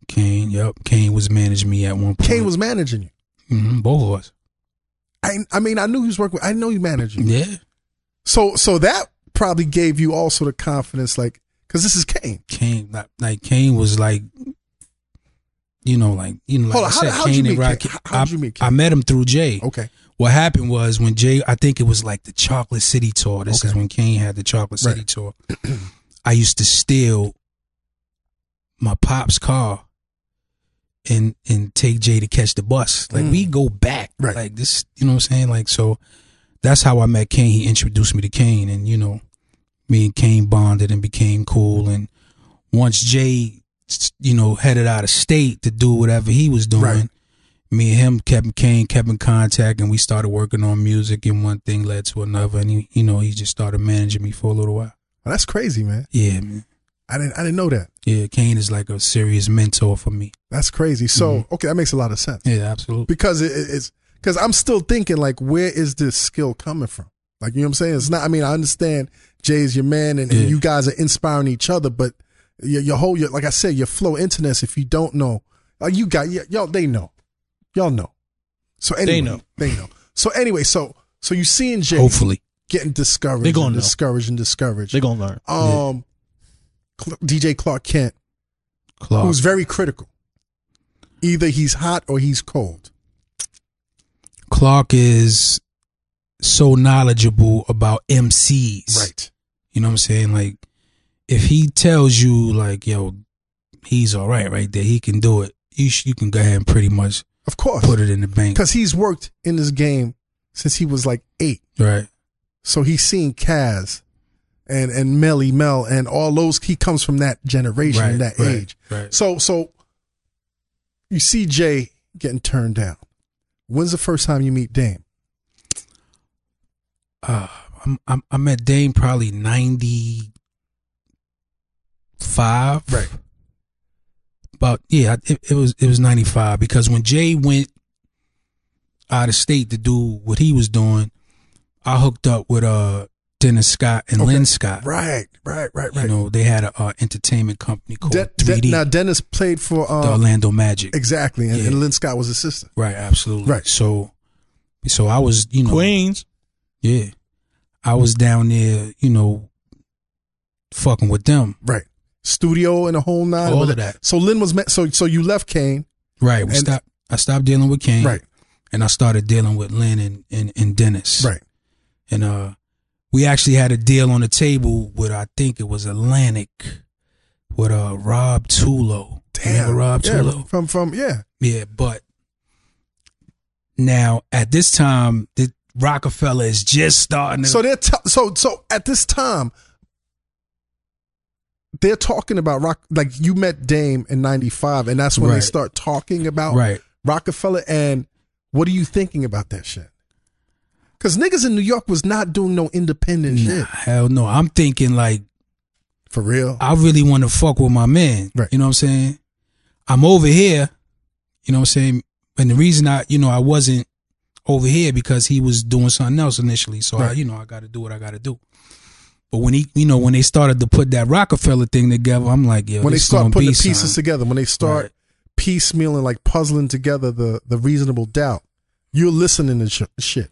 Kane, yep. Kane was managing me at one point. Kane was managing you. hmm both of us. I I mean I knew he was working. With, I know you managed you. Yeah, So so that probably gave you also the confidence, like because this is Kane. Kane, like, like Kane was like, you know, like you know, like Hold I on, how- said, how'd you Kane meet and Kane? Rocky. How- how'd I, you meet Kane? I met him through Jay. Okay, What happened was when Jay, I think it was like the Chocolate City tour. This is Okay. when Kane had the Chocolate City Right. <clears throat> tour. I used to steal my pop's car and and take Jay to catch the bus. Like Mm. we go back. Right. Like this, you know what I'm saying? Like so that's how I met Kane. He introduced me to Kane and you know, me and Kane bonded and became cool and once Jay you know, headed out of state to do whatever he was doing, Right. me and him kept Kane kept in contact and we started working on music and one thing led to another and he you know, he just started managing me for a little while. well, that's crazy, man. Yeah, man. I didn't I didn't know that. Yeah, Kane is like a serious mentor for me. That's crazy. So Mm-hmm. okay, that makes a lot of sense. Yeah, absolutely. because it, it- it's because I'm still thinking like, where is this skill coming from? Like, you know what I'm saying? It's not. I mean, I understand Jay is your man, and, Yeah. and you guys are inspiring each other. But your, your whole, your, like I said, your flow internets. If you don't know, like you got y- y'all, they know, y'all know. So anyway, they know. know. So anyway, so so you seeing Jay Hopefully. getting discouraged, They gonna and know. discouraged and discouraged. They're gonna learn. um, Cl- DJ Clark Kent, Clark. who's very critical. Either he's hot or he's cold. Clark is so knowledgeable about MCs. You know what I'm saying? Like, if he tells you, like, yo, he's all right right there, he can do it, you, sh- you can go ahead and pretty much Of course. put it in the bank. Because he's worked in this game since he was like eight. Right. So he's seen Kaz and and Melly Mel and all those. He comes from that generation, Right. that right, age. Right. So so you see Jay getting turned down. When's the first time you meet Dame? uh, I'm, I'm I met Dame probably ninety five. Right. About yeah, it, it was it was ninety five because when Jay went out of state to do what he was doing, I hooked up with uh Dennis Scott and Lynn Scott. Right, right, right, You know oh, they had a uh, entertainment company called De- De- 3D, now Dennis played for the um, Orlando Magic. exactly, and, Yeah. and Lynn Scott was his sister. right, absolutely. Right. So, so I was you know Queens. Yeah. I was down there, you know, fucking with them. Right, studio and a whole nine. All of that. So Lynn was met. So so you left Kane. Right. We And- stopped I stopped dealing with Kane. Right, And I started dealing with Lynn and, and, and Dennis. right. And uh we actually had a deal on the table with I think it was Atlantic with uh Rob Tulo. Remember Rob yeah, Tulo? from from yeah. Yeah, but now at this time the Rockefeller is just starting to So they're t- so so at this time, they're talking about rock. Like you met Dame in '95, and that's when they Right. start talking about Right. Rockefeller. And what are you thinking about that shit? Because niggas in New York was not doing no independent Nah, shit hell no. I'm thinking like for real. I really want to fuck with my man. Right. You know what I'm saying? I'm over here. You know what I'm saying? And the reason I, you know, I wasn't over here because he was doing something else initially. So I, Right. you know, I got to do what I got to do. But when he, you know, when they started to put that Rockefeller thing together, I'm like, yeah, when they this start gonna putting be the pieces something. together, when they start Right. piecemealing, like puzzling together the the reasonable doubt, you're listening to sh- shit.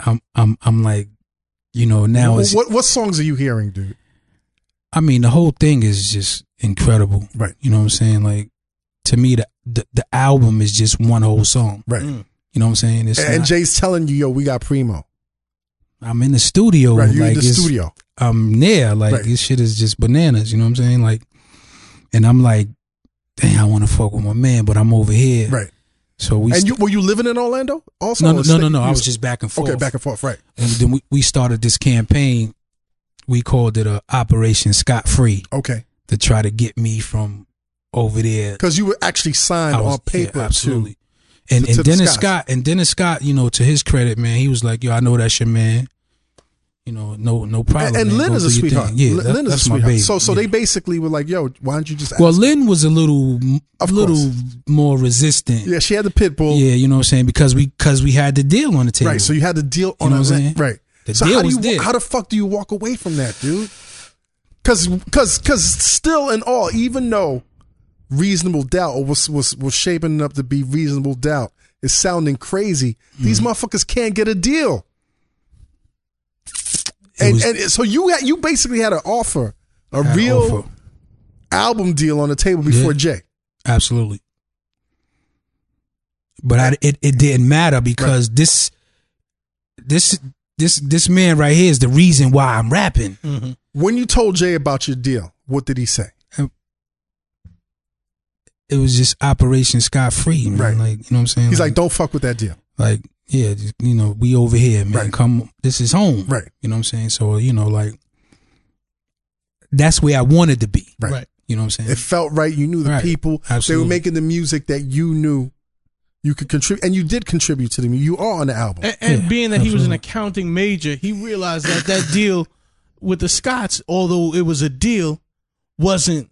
I'm, I'm, I'm like, you know, now what, it's. what what songs are you hearing, dude? I mean, the whole thing is just incredible. Right. You know what I'm saying? Like, to me, the the, the album is just one whole song. Right. Mm. You know what I'm saying? It's and not- Jay's telling you, yo, we got Primo. I'm in the studio. Right, like, you in the it's- studio. I'm there. Like Right. this shit is just bananas. You know what I'm saying? Like, and I'm like, dang, I want to fuck with my man, but I'm over here. Right. So we. And st- you, were you living in Orlando also? no, or no, no, stay- no, no. you I was was- just back and forth. okay, back and forth, right? And then we, we started this campaign. We called it uh, Operation Scot Free Okay, to try to get me from over there. because you were actually signed I was- on paper. yeah, absolutely. absolutely. And, to- to and the Dennis skies. Scott and Dennis Scott, you know, to his credit, man, he was like, "Yo, I know that's your man." You know, no, no problem. And, and man. Lynn Go is a do your thing. sweetheart. Yeah, Lynn- that- Lynn is a that's my sweetheart. baby. So, so Yeah. they basically were like, "Yo, why don't you just?" Ask? Well, Lynn was a little, Of little course. more resistant. yeah, she had the pit bull. Yeah, you know what I'm saying because we because we had the deal on the table. Right. So you had to deal on know what I'm a- saying? right. The so deal how do was you, there. How the fuck do you walk away from that, dude? Because because because still in all, even though reasonable doubt or was was was shaping up to be reasonable doubt is sounding crazy. These Mm-hmm. motherfuckers can't get a deal. It And, was- and so you had, you basically had an offer, a had an real offer. album deal on the table before Yeah. Jay. absolutely. But I, it it didn't matter because this this this this man right here is the reason why I'm rapping. When you told Jay about your deal, what did he say? It was just Operation Scot Free, man. Right. Like you know what I'm saying. He's like, "Don't fuck with that deal." like yeah just, you know we over here man Right. come this is home Right. you know what i'm saying so you know like that's where i wanted to be Right. Right. you know what i'm saying It felt right. You knew the Right. people. They Absolutely. were making the music that you knew you could contribute, and you did contribute to them. You are on the album, And, and Yeah, being that he was an absolutely. accounting major, he realized that that deal with the Scots, although it was a deal, wasn't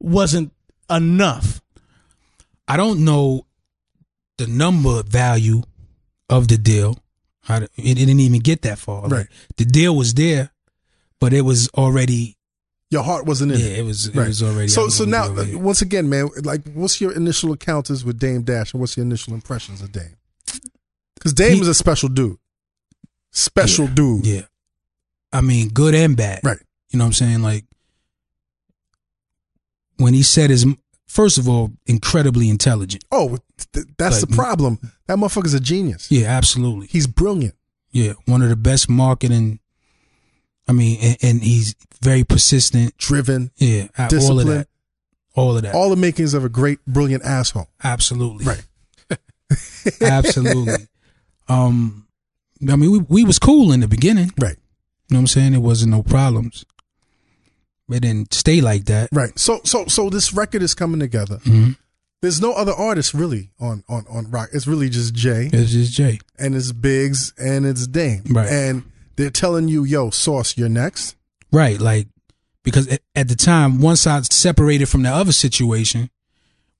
wasn't enough. i don't know the number value of the deal I, it, it didn't even get that far Like, Right. the deal was there but it was already your heart wasn't in yeah it. it was Right. it was already I So, was so gonna now, uh, be over here. once again, man, like, what's your initial encounters with Dame Dash, and what's your initial impressions of Dame? Because Dame He- is a special dude, special dude. Yeah. I mean, good and bad. Right. You know what I'm saying? Like, when he said his, first of all, incredibly intelligent. Oh, th- that's Like- the problem. That motherfucker's a genius. Yeah, absolutely. He's brilliant. Yeah. One of the best marketing. I mean, and, and he's very persistent. driven, Yeah. uh, All of Discipline. that. All of that. all the makings of a great, brilliant asshole. absolutely. Right. <laughs> Absolutely. um, I mean, we we was cool in the beginning. Right. You know what I'm saying? It wasn't no problems. It didn't stay like that. Right. So so so this record is coming together. Mhm. There's no other artist really on on on rock. It's really just Jay It's just Jay. and it's Biggs and it's Dame. Right. And they're telling you, yo, Sauce, you're next. Right, like because at, at the time, once I separated from the other situation,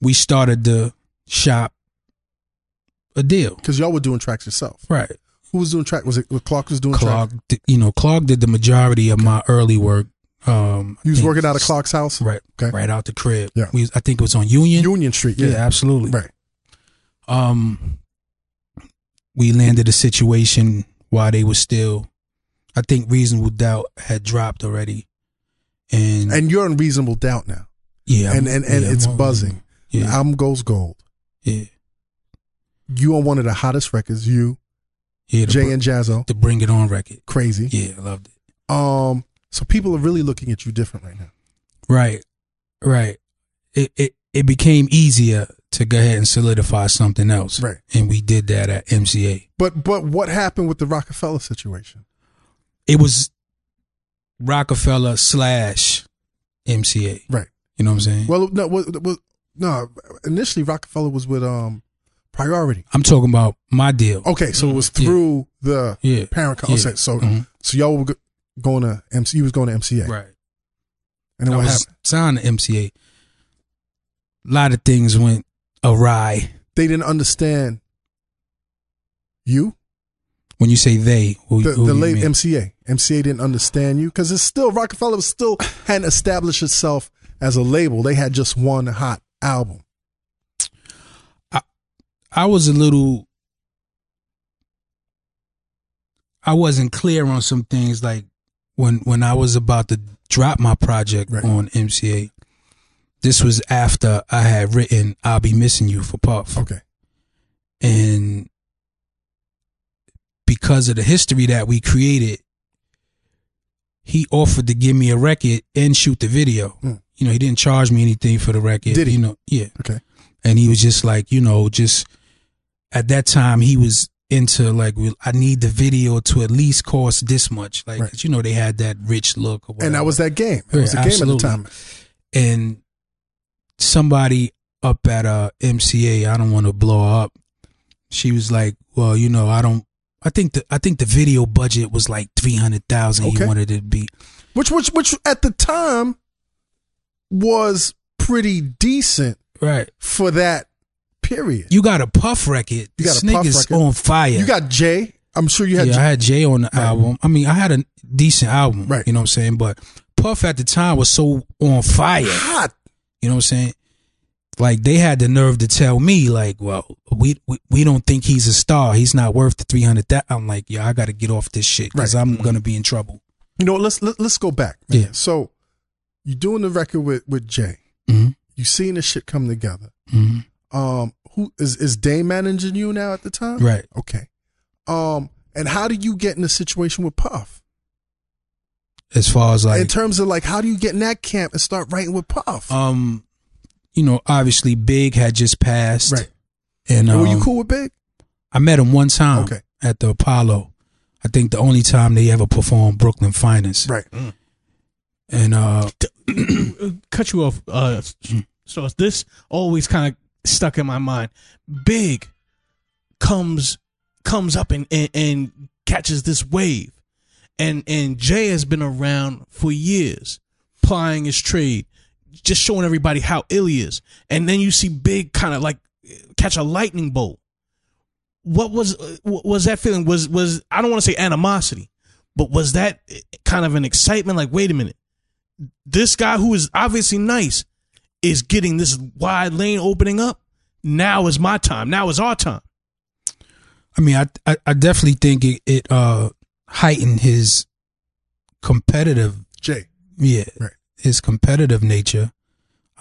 we started the shop a deal. Because y'all were doing tracks yourself. Right, Who was doing track? Was it was Clark was doing track? Clark. di- You know, Clark did the majority of my early work. Um, I You was think- working out of Clark's house? Right, Okay. right out the crib. Yeah. we, was- I think it was on Union. Union Street. yeah, Yeah. absolutely. Right. Um, we landed a situation while they were still, I think, reasonable doubt had dropped already, and, And you're in reasonable doubt now. yeah, and- and- and yeah, it's I'm- buzzing. Yeah, The album goes gold. yeah, You are one of the hottest records. You, yeah. The, Jay br- and Jazzo. the Bring It On record. Crazy. Yeah, I loved it. Um, so people are really looking at you different right now. Right, right. It it it became easier to go ahead and solidify something else. Right. and we did that at MCA. But but what happened with the Rockefeller situation? It was Rockefeller slash MCA. Right. You know what I'm saying? Well, no, was, was, no. Initially, Rockefeller was with um Priority. I'm talking about my deal. Okay, so it was Yeah. through the Yeah. parent company. Yeah. So Mhm. so y'all were go- going to MC. You was going to MCA, Right. and then I what was happened? signed to MCA. A lot of things went awry. They didn't understand you, When you say they, who, the, who the you late mean? MCA. MCA didn't understand you because it's still Rockefeller was still hadn't established itself as a label. They had just one hot album. I was a little I wasn't clear on some things like when when I was about to drop my project Right. on MCA. This was after I had written I'll be missing you for Puff. Okay, And because of the history that we created, he offered to give me a record and shoot the video. Mm. You know, he didn't charge me anything for the record. Did he? You know, yeah okay, and he was just like you know just at that time he was into like well, I need the video to at least cost this much like Right. you know they had that rich look or whatever. and that was that game. It Yeah, was the absolutely. game at the time. and somebody up at uh MCA I don't want to blow her up she was like well you know I don't I think the I think the video budget was like 300,000 Okay. he wanted it to be which which which at the time was pretty decent right for that period. you got a puff record You got this a Puff nigga's record. on fire You got Jay. I'm sure you had. yeah, I Jay. had Jay on the album. I mean, I had a decent album. Right. You know what I'm saying? But Puff at the time was so on fire. hot. You know what I'm saying? Like they had the nerve to tell me, like, well, we we, we don't think he's a star. He's not worth the three hundred. That I'm like, yeah, I got to get off this shit because Right. Mm-hmm. I'm gonna be in trouble. You know, let's let, let's go back. man. Yeah. So you're doing the record with with Jay. Mhm. You seeing this shit come together. Mhm. Um, who is is Day managing you now at the time? Right. Okay. Um, and how do you get in a situation with Puff? As far as in like, terms of like, how do you get in that camp and start writing with Puff? um, you know, obviously Big had just passed. Right. And um, Were you cool with Big? I met him one time Okay. at the Apollo. I think the only time they ever performed Brooklyn Finest. Right. And uh, cut you off. Uh, so this always kind of stuck in my mind. Big comes comes up and, and and catches this wave, and and Jay has been around for years, plying his trade, just showing everybody how ill he is. And then you see Big kind of like catch a lightning bolt. What was uh, what was that feeling? Was was I don't want to say animosity, but was that uh, kind of an excitement? Like, wait a minute this guy who is obviously nice is getting this wide lane opening up. Now is my time. Now is our time. I mean, I, I I definitely think it, it uh heightened his competitive, Jay. yeah, Right. his competitive nature.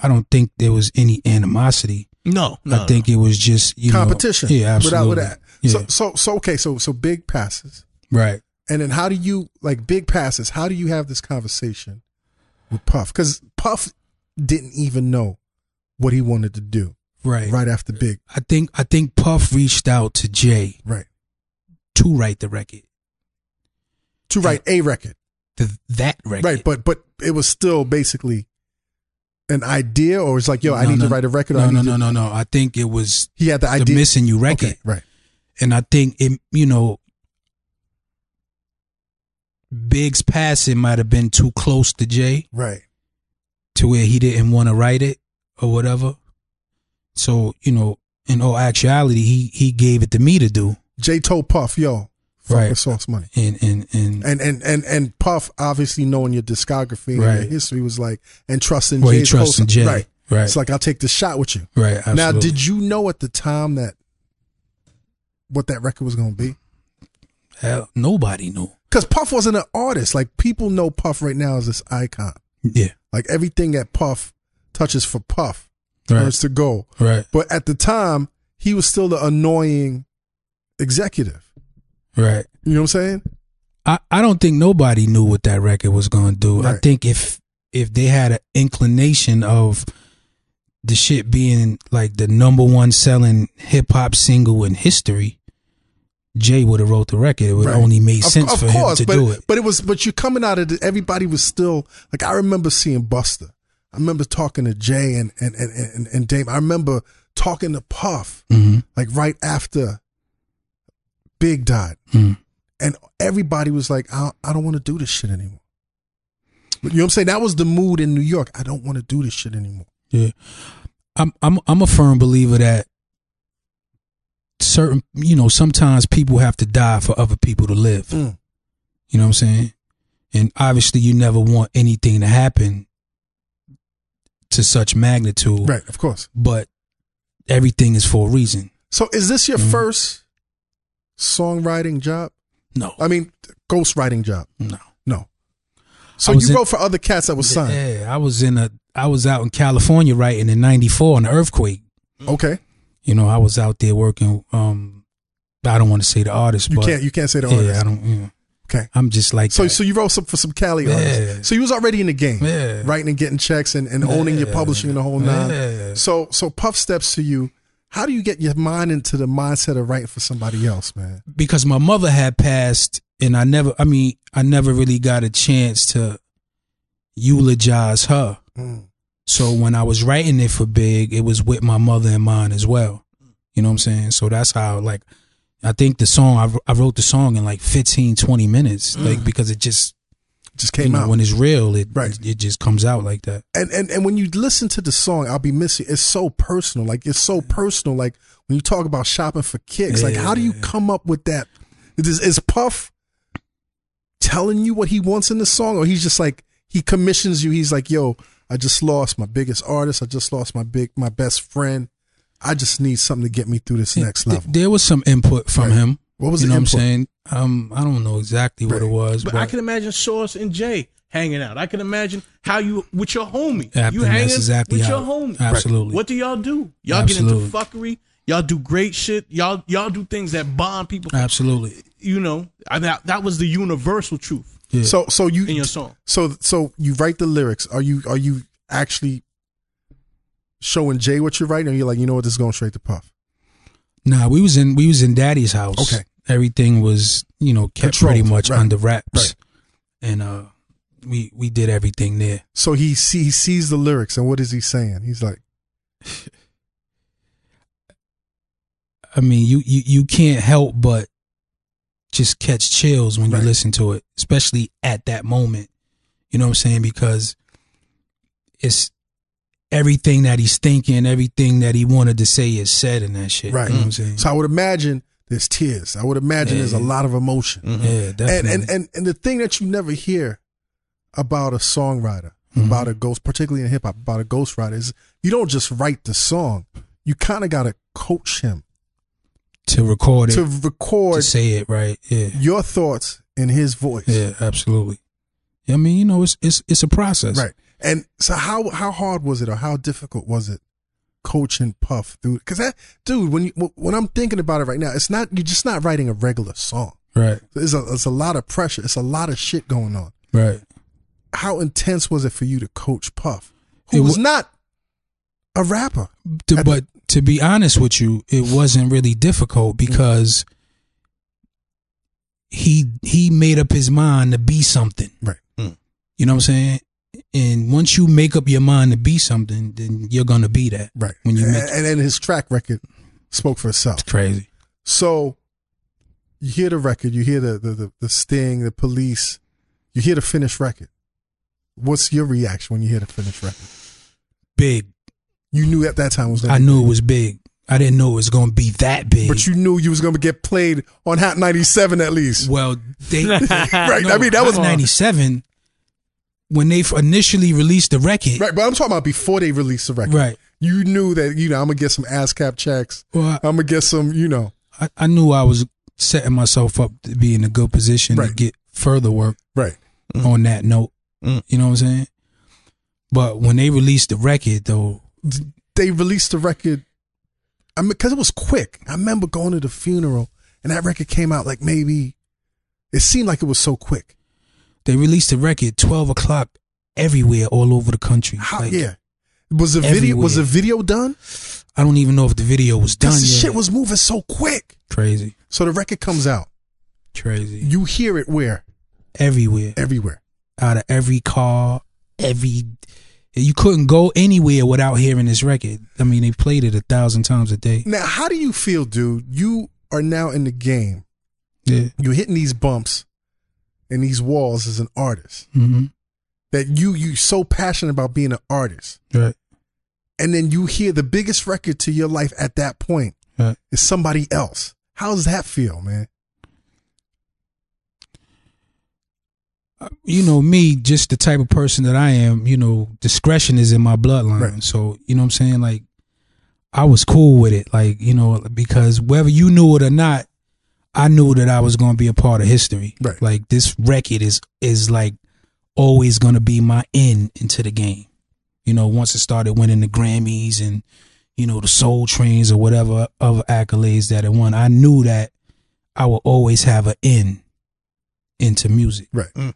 I don't think there was any animosity. No, no. I think it was just you know- competition. yeah, absolutely. Without, yeah, without. So, so, so, okay. So, so big passes, right. and then how do you like big passes? How do you have this conversation with Puff? Because Puff didn't even know what he wanted to do. Right. right after Big. I think I think Puff reached out to Jay Right. to write the record, To write a record. the that record. Right, but but it was still basically an idea or it's like, yo, I No, need no, to write a record. or I No, need no, to- no, no, no. I think it was He had the the idea. missing you record, Okay, right. and I think it. You know, Big's passing might have been too close to Jay Right. to where he didn't want to write it or whatever. So you know, in all actuality, he he gave it to me to do, Jay told Puff, yo, fuck Right. with Sauce Money. and and and, And and and and Puff obviously knowing your discography and Right. your history was like and trusting well, he Jay's trusts in co-sign. Jay, Right. right? Right. It's like I'll take the shot with you. right absolutely. Now, did you know at the time that what that record was going to be? Hell, nobody knew? Because Puff wasn't an artist. Like people know Puff right now as this icon. Yeah. Like everything that Puff touches for Puff Right. turns to gold. Right. But at the time, he was still the annoying executive. Right. You know what I'm saying? I, I don't think nobody knew what that record was going to do. I Right. think if if they had an inclination of the shit being like the number one selling hip hop single in history, Jay would have wrote the record. It would Right. only made sense for him to but, do it. But it was but you're coming out of it. Everybody was still like I remember seeing Buster. I remember talking to Jay and and and and, and Dame. I remember talking to Puff hmm like right after Big died, Mm. and everybody was like, I, I don't want to do this shit anymore. But you know what I'm saying? That was the mood in New York. I don't want to do this shit anymore. Yeah, I'm I'm I'm a firm believer that certain you know sometimes people have to die for other people to live. Mm. You know what I'm saying? And obviously, you never want anything to happen to such magnitude. Right, of course. But everything is for a reason. So is this your Mhm. first songwriting job? No, I mean, ghostwriting job. no. No. So I was you in- wrote for other cats that was signed. Yeah, I was in a I was out in California writing in '94 on the earthquake. Okay. You know, I was out there working. Um, I don't want to say the artist, You but can't you can't say the yeah, artist. I don't. Yeah. Okay. I'm just like So that. so you wrote some for some Cali Yeah. artists. So you was already in the game. Yeah. Writing and getting checks and, and owning your Yeah. publishing and the whole nine. Yeah. So so Puff steps to you. How do you get your mind into the mindset of writing for somebody else, man? because my mother had passed and I never I mean I never really got a chance to eulogize her. Mm. So when I was writing it for Big, it was with my mother in mind as well. You know what I'm saying? So that's how like I think the song I, wr- I wrote the song in like 15 20 minutes like because it just Just you came know, out. when it's real it, Right. it it just comes out like that. and, and and when you listen to the song, I'll be missing. It's so personal. Like it's so personal. Like when you talk about shopping for kicks, like how do you come up with that? Is, is Puff telling you what he wants in the song, or he's just like he commissions you? He's like, yo, I just lost my biggest artist. I just lost my big my best friend. I just need something to get me through this next Th- level. there was some input from Right. him. What was you the know input? what I'm saying? Um I don't know exactly what it Right. was But but, I can imagine Sauce and Jay hanging out. I can imagine how you with your homie. Yeah, I you think hanging that's exactly with how- your homie. absolutely. What do y'all do? Y'all Absolutely. get into fuckery. Y'all do great shit. Y'all y'all do things that bond people. absolutely. You know, I, that that was the universal truth Yeah. So so you in your song. So so you write the lyrics. Are you are you actually showing Jay what you're writing? Or you're like, you know what, this is going straight to Puff. Nah, we was in we was in Daddy's house. Okay. everything was you know kept Controlled, pretty much right, under wraps, right. and uh, we we did everything there. So he see he sees the lyrics and what is he saying? He's like, I mean, you you you can't help but just catch chills when Right. you listen to it, especially at that moment. You know what I'm saying? Because it's everything that he's thinking, everything that he wanted to say is said in that shit. right. You know what I'm saying? So I would imagine there's tears. I would imagine Yeah, there's a yeah. lot of emotion. yeah, And, definitely. and and and the thing that you never hear about a songwriter, Mm-hmm. about a ghost, particularly in hip hop, about a ghostwriter is you don't just write the song. You kind of got to coach him to record it, to to, record say it right. Yeah. your thoughts in his voice. Yeah, absolutely. I mean, you know, it's it's it's a process. Right. And so how how hard was it or how difficult was it coaching Puff through cuz that dude when you when I'm thinking about it right now it's not you're just not writing a regular song. Right. There's a it's a lot of pressure. It's a lot of shit going on. Right. How intense was it for you to coach Puff It who was wa- not a rapper. To, but to be honest with you, it wasn't really difficult because he he made up his mind to be something. Right. You know what I'm saying? And once you make up your mind to be something, then you're gonna be that. Right. Eh. When you and, make and then his track record spoke for itself. it's crazy. So you hear the record, you hear the the, the, the sting, the police, you hear the finished record. What's your reaction when you hear the finished record? Big. You knew at that time it was I gonna knew it was big. I didn't know it was gonna be that big. but you knew you was gonna get played on Hot 97 at least. well, they Right. I mean that was '97 when they f- initially released the record. Right, but I'm talking about before they released the record. Right. You knew that, you know, I'm gonna get some ASCAP checks. Well, I'm gonna get some, you know. I, I knew I was setting myself up to be in a good position to Right. get further work Right. on that note. Mm. You know what I'm saying? But when they released the record, though, They released the record I mean, cause it was quick. I remember going to the funeral and that record came out like maybe it seemed like it was so quick. they released the record 12 o'clock everywhere all over the country. How, Like, yeah. Was the video was the everywhere. video done? I don't even know if the video was done Because the yet. shit was moving so quick. crazy, So the record comes out. crazy. You hear it where? Everywhere. Everywhere. Out of every car, every. You couldn't go anywhere without hearing this record. I mean, they played it a thousand times a day. Now, how do you feel, dude? You are now in the game. Yeah. You're hitting these bumps and these walls as an artist. hmm That you you so passionate about being an artist. Right. And then you hear the biggest record to your life at that point Right. is somebody else. How does that feel, man? you know me just the type of person that i am you know discretion is in my bloodline Right. so you know what i'm saying like i was cool with it like you know because whether you knew it or not i knew that i was going to be a part of history Right. like this record is is like always going to be my end into the game you know once it started winning the grammys and you know the soul trains or whatever other accolades that it won i knew that i would always have an end into music Right. Mm.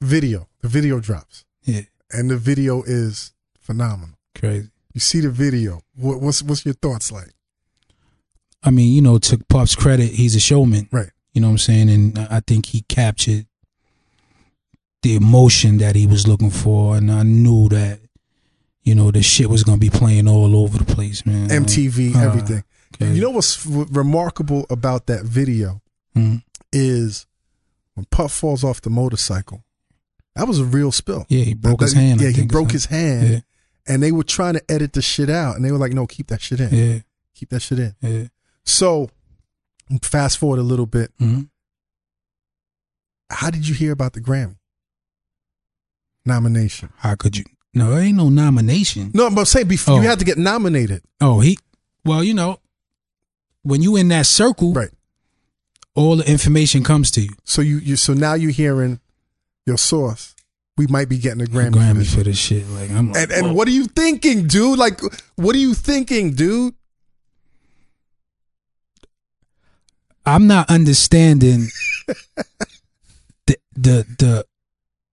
Video. The video drops. yeah And the video is phenomenal. crazy You see the video. What, what's what's your thoughts like? I mean, you know, to Pop's credit, he's a showman. Right. You know what I'm saying? And I I think he captured the emotion that he was looking for. And I knew that, you know, the shit was going to be playing all over the place, man. MTV, Uh, everything. okay. You know what's f- remarkable about that video Mhm. is when Puff falls off the motorcycle. That was a real spill. Yeah, he broke That- his hand. I Yeah, he think, or broke something. his hand, and they were trying to edit the shit out, and they were like, "No, keep that shit in. Yeah, Keep that shit in." yeah, yeah. So, fast forward a little bit. Mhm. How did you hear about the Grammy nomination? How could you? No, there ain't no nomination. No, but say before Oh. you had to get nominated, Oh, he, well, you know, when you in that circle, right? all the information comes to you. So you you so now you're hearing your source. We might be getting a Grammy. for Grammy this for this shit. Like, I'm like, And and what are you thinking, dude? Like, what are you thinking, dude? I'm <laughs> not understanding the the the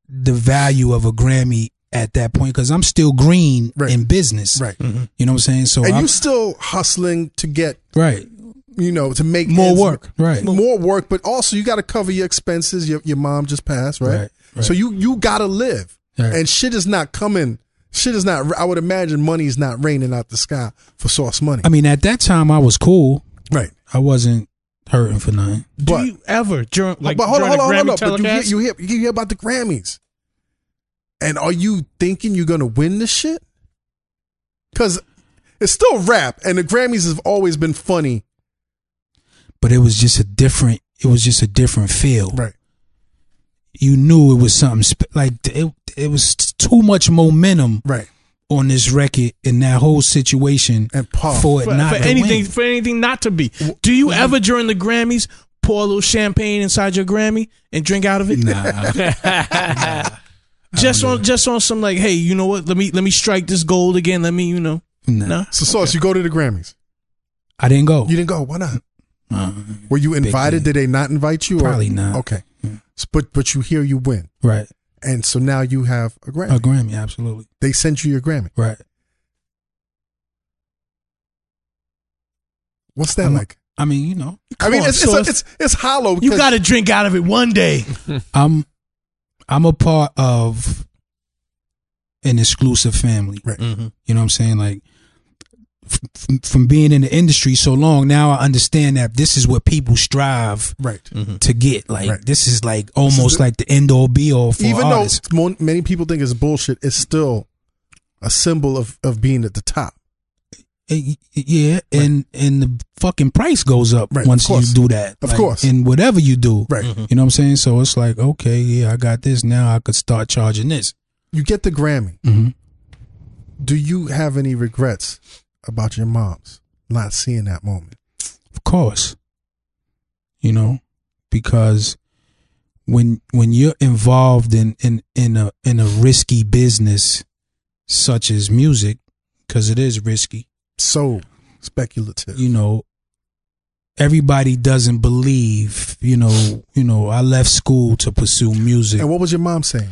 the value of a Grammy at that point because I'm still green Right. in business. Right. You know what I'm saying? So And Mm. I'm, you still hustling to get, right. you know, to make More ends- work. Right. more work. But also, you got to cover your expenses. Your your mom just passed, right? Right, right. So you you got to live, Right. and shit is not coming. Shit is not. I would imagine money's not raining out the sky for source money, I mean, at that time I was cool. right? I wasn't hurting for nothing. Do But you ever during like but hold on, hold during on, a hold Grammy on. But you hear, telecast? you hear you hear about the Grammys, and are you thinking you're gonna win this shit? Because it's still rap, and the Grammys have always been funny, But it was just a different. It was just a different feel. right? You knew it was something sp- like it. It was t- too much momentum Right. on this record in that whole situation And Puff. for it for, not for to anything win. for anything not to be. Do you ever during the Grammys pour a little champagne inside your Grammy and drink out of it? <laughs> Nah. just on just on some like, hey, you know what? Let me let me strike this gold again. Let me, you know. Nah. No. So, Sauce, you go to the Grammys. I didn't go. You didn't go. Why not? Uh, Were you invited? Did they not invite you? or- Probably not. Okay. S- But but you hear you win, right. and so now you have a Grammy. A Grammy, absolutely. they sent you your Grammy. Right. What's that like? I mean, you know, I mean, on, it's, so it's, it's, it's hollow. You 'cause- got to drink out of it one day. I'm I'm a part of an exclusive family. Right. You know what I'm saying? Like f- f- from being in the industry so long, now I understand that this is what people strive right. to get. Like Right. this is like almost the- like the end all be all for Even though artists. mo- many people think it's bullshit, it's still a symbol of, of being at the top. Eh, yeah, and and the fucking price goes up Right, once of you course. do that. Of Like, course. in whatever you do. Right. You know what I'm saying? So it's like, okay, yeah, I got this. Now I could start charging this. You get the Grammy. Mhm. Do you have any regrets about your mom's not seeing that moment? Of course. You know, because when when you're involved in in in a in a risky business such as music, because it is risky, So speculative. you know, everybody doesn't believe. You know, you know, I left school to pursue music. And what was your mom saying?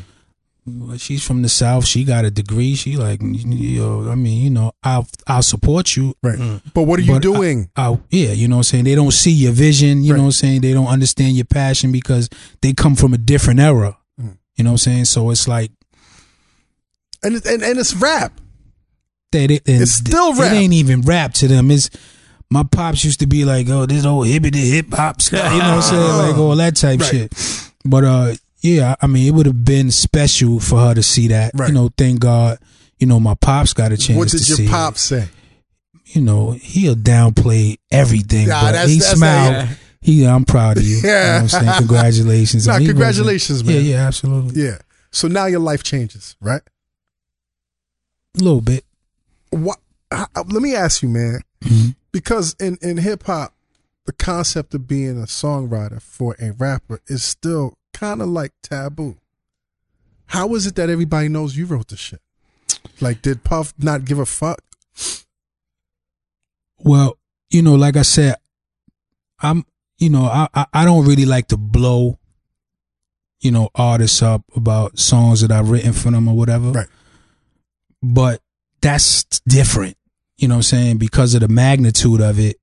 Well, she's from the south. She got a degree. She like, yo, I mean, you know, I'll I'll support you. Right. But what are you But I- doing? I, yeah, you know what I'm saying? They don't see your vision, you Right. know what I'm saying? They don't understand your passion because they come from a different era. Mm. You know what I'm saying? So it's like and, it, and and it's rap. that it, and It's still it rap. ain't even rap to them. It's my pops used to be like, "Oh, this old hibbity <laughs> hip hop stuff," you know what I'm saying? Like all that type Oh. Right. shit. But uh, yeah, I mean, it would have been special for her to see that. Right. You know, thank God. You know, my pops got a chance What to did see your it. pop say? you know, he'll downplay everything, Nah, but that's- he that's smiled. not- He, I'm proud of you. <laughs> Yeah. You know what I'm saying? Congratulations. Nah, I mean, he wasn't- congratulations, man. Yeah, yeah, absolutely. Yeah. So now your life changes, right? A little bit. What? I, I- let me ask you, man. Mhm. Because in in hip hop, the concept of being a songwriter for a rapper is still kind of like taboo. How is it that everybody knows you wrote the shit? Like, did Puff not give a fuck? Well, you know, like I said, I'm, you know, I, I, I don't really like to blow, you know, artists up about songs that I've written for them or whatever. Right. But that's different, you know what I'm saying? Because of the magnitude of it,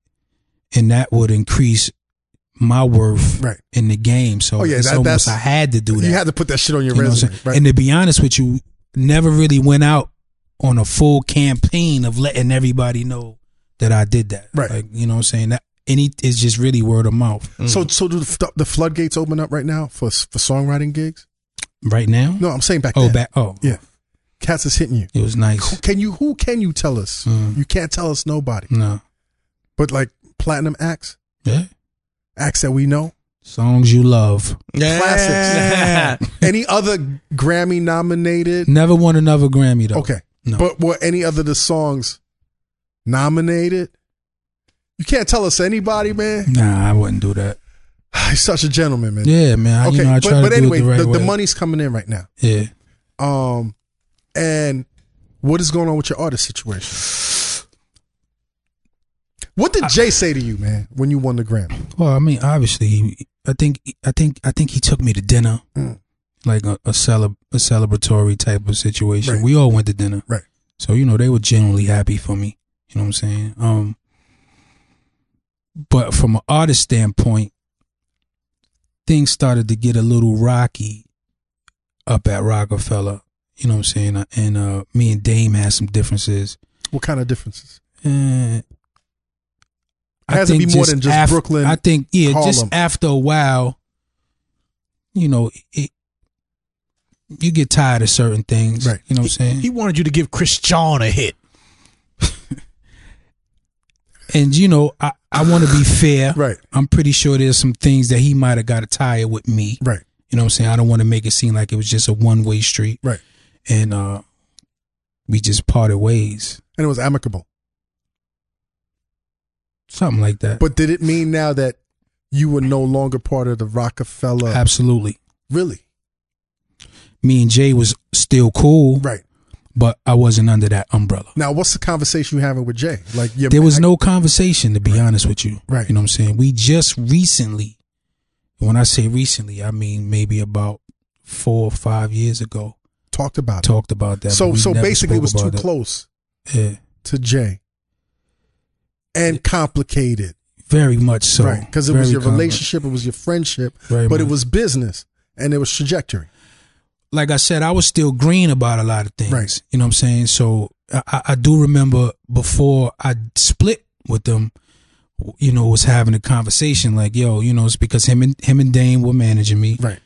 and that would increase my worth Right. in the game. So Oh, yeah, it's that- almost that's- I had to do that. You had to put that shit on your You know what I'm resume. saying? Right? And to be honest with you, never really went out on a full campaign of letting everybody know that I did that. Right. Like, you know what I'm saying? That any it's just really word of mouth. So, so do the, f- the floodgates open up right now for for songwriting gigs? Right now? No, I'm saying back oh then. back oh. Yeah. Cats is hitting you. It was Who nice. can you? Who can you tell us? Mm. You can't tell us nobody. No. But like platinum acts, Yeah. acts that we know. Songs you love. Classics. any other Grammy nominated? Never won another Grammy though. Okay. No. But were any other the songs nominated? You can't tell us anybody, man. <sighs> Nah, I wouldn't do that. He's such a gentleman, man. Yeah, man. I, okay, you know, I try but, to but do anyway, it the right the, way. the money's coming in right now. yeah. Um, and what is going on with your artist situation? What did Jay say to you, man, when you won the Grammy? Well, I mean, obviously, he- I think, I think, I think he took me to dinner, Mm. like a a, celeb, a celebratory type of situation. Right. We all went to dinner, Right. So you know, they were genuinely happy for me. You know what I'm saying? Um, but from an artist standpoint, things started to get a little rocky up at Rockefeller. You know what I'm saying? And uh, me and Dame had some differences. What kind of differences? Eh, I has to think be more than just af- Brooklyn. I think yeah, just Harlem. after a while, you know, it, you get tired of certain things. Right. You know what I'm saying? He wanted you to give Christian a hit. and you know, I, I want to be fair. <laughs> Right. I'm pretty sure there's some things that he might have got tired with me. Right, You know what I'm saying? I don't want to make it seem like it was just a one way street. right. And uh we just parted ways. And it was amicable. Something like that. But did it mean now that you were no longer part of the Rockefeller? Absolutely. really? Me and Jay was still cool, Right. but I wasn't under that umbrella. Now, what's the conversation you're having with Jay? Like, your there was no conversation to be honest with you Right. you know what i'm saying we just recently when i say recently i mean maybe about four or five years ago talked about it. talked about that so, but we so never basically, it spoke was too about that. close yeah to Jay. and complicated. Very much so. Right. Because it was Very your complex. relationship, it was your friendship, Very but it much. was business and it was trajectory. like I said, I was still green about a lot of things. Right. You know what I'm saying? So I- I, I do remember before I split with them, you know, was having a conversation like, "Yo, you know, it's because him and him and Dame were managing me, Right.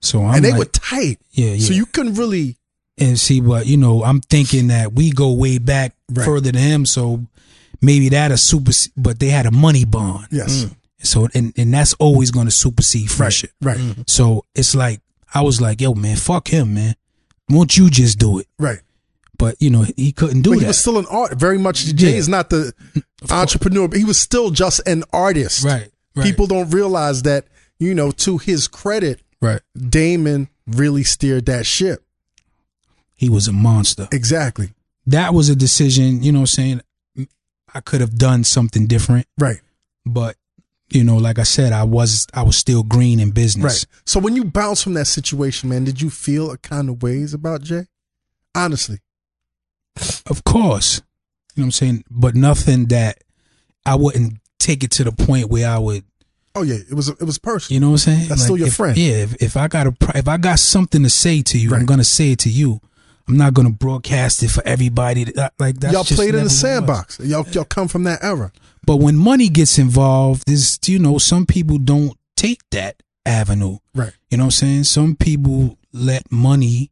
so I'm and they like, were tight. yeah, yeah." So you couldn't really and see, but you know, I'm thinking that we go way back Right. further than him, so maybe that a super, but they had a money bond, Yes. so and and that's always going to supersede Right. friendship. Right. So it's like I was like, "Yo, man, fuck him, man. Won't you just do it?" Right. but you know he couldn't do But he that. was still an art very much Jay Yeah. is not the entrepreneur, but he was still just an artist. right, right, People don't realize that, you know, to his credit, right. Damon really steered that ship. He was a monster. Exactly. That was a decision. You know, what I'm saying I could have done something different, Right. but you know, like I said, I was I was still green in business. Right. So when you bounced from that situation, man, did you feel a kind of ways about Jay? Honestly. Of course, you know what I'm saying, but nothing that I wouldn't take it to the point where I would. Oh yeah, it was it was personal. You know what I'm saying? That's still your if- friend. Yeah. If, if I got a pri- if I got something to say to you, I'm Right. gonna say it to you. I'm not gonna broadcast it for everybody. That, like that's y'all just played in never the what it was. sandbox. Y'all y'all come from that era. But when money gets involved, is you know, some people don't take that avenue. Right. You know what I'm saying? Some people let money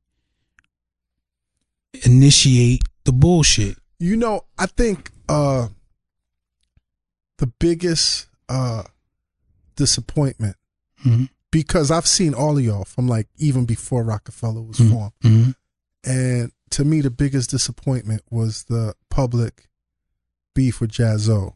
initiate the bullshit. You know, I think uh the biggest uh disappointment Mhm. because I've seen all of y'all from like even before Rockefeller was Mhm. formed. Mhm. And to me the biggest disappointment was the public beef with Jazzo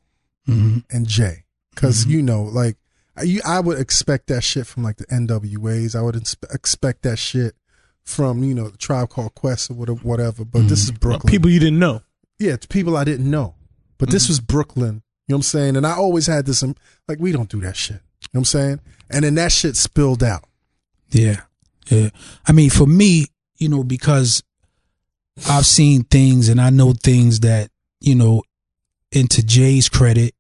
Mhm. and Jay. because you know, like I- you, I would expect that shit from like the NWAs. I would inspe- expect that shit from you know the Tribe Called Quest or whatever. whatever. But this is Brooklyn. People you didn't know. yeah, it's people I didn't know. But Mm-hmm. this was Brooklyn. You know what I'm saying? And I always had this um, like we don't do that shit. You know what I'm saying? And then that shit spilled out. Yeah. Yeah. I mean, for me, you know, because I've seen things and I know things that, you know, into Jay's credit,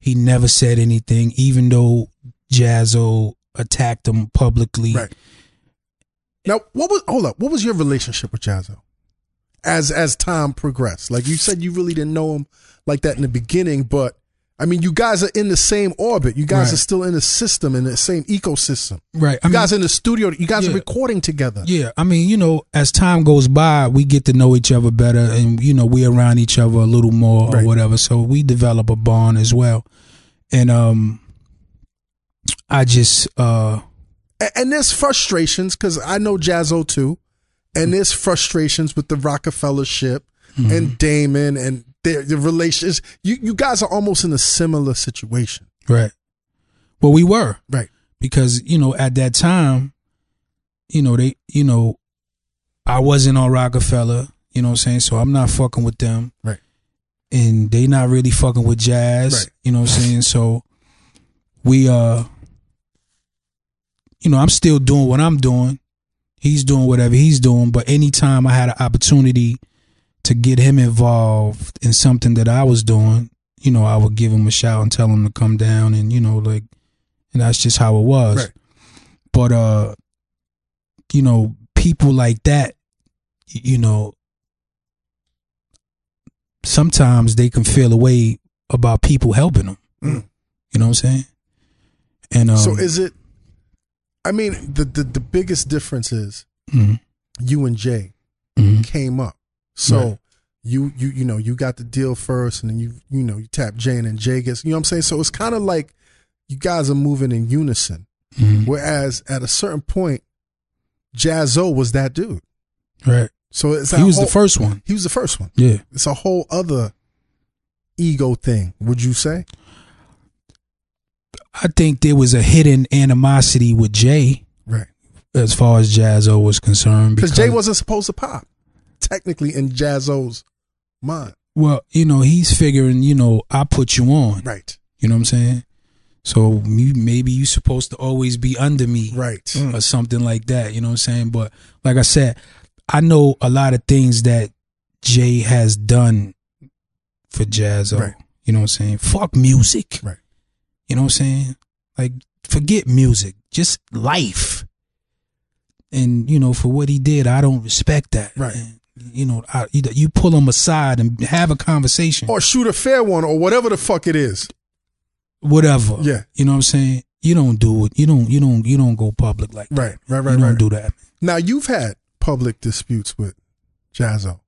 he never said anything, even though Jazzo attacked him publicly. Right. Now, what was hold up? What was your relationship with Jazzo? As as time progressed, like you said, you really didn't know him like that in the beginning, but I mean, you guys are in the same orbit. You guys Right. are still in the system, in the same ecosystem. Right. I You mean- guys are in the studio. You guys are Yeah. recording together. Yeah, I mean, you know, as time goes by, we get to know each other better, and you know, we around each other a little more Right. or whatever. So we develop a bond as well. And um, I just uh, A- and there's frustrations because I know Jazzo too, and there's frustrations with the Rockefellership and Damon and their the relations. You you guys are almost in a similar situation, right. Well, we were right? because you know at that time, you know they, you know, I wasn't on Rockefeller. You know what I'm saying? So I'm not fucking with them. Right. and they not really fucking with jazz. Right. You know what I'm saying? So we uh you know, I'm still doing what I'm doing. He's doing whatever he's doing, but anytime I had an opportunity to get him involved in something that I was doing, you know, I would give him a shout and tell him to come down and you know like and that's just how it was. Right. But uh you know, people like that y- you know sometimes they can feel a way about people helping them. You know what I'm saying? And um, Mm. so is it? I mean, the, the the biggest difference is mhm, you and Jay mhm, came up, so. Right. You, you you know you got the deal first and then you you know you tap Jay and then Jay gets you know what I'm saying so it's kind of like you guys are moving in unison mhm, Whereas at a certain point, Jazzo was that dude. right? So it's he a was the whole- first one. He was the first one. Yeah, It's a whole other ego thing. Would you say? I think there was a hidden animosity with Jay Right. as far as Jazzo was concerned Because Jay wasn't supposed to pop, technically in Jazzo's mind. well, you know, he's figuring, you know, I put you on. Right. You know what I'm saying? So you, maybe you supposed to always be under me, Right. Mm. or something like that. You know what I'm saying? But like I said, I know a lot of things that Jay has done for Jazzo. Right. You know what I'm saying? Fuck music. Right. You know what I'm saying? Like, forget music, just life. And you know, for what he did, I don't respect that. Right. And, you know, I, you, you pull him aside and have a conversation, Or shoot a fair one or whatever the fuck it is. whatever. Yeah. You know what I'm saying? You don't do it. You don't. You don't. You don't go public like that. Right, right, right, you don't right. do that. Now you've had public disputes with Jazzo.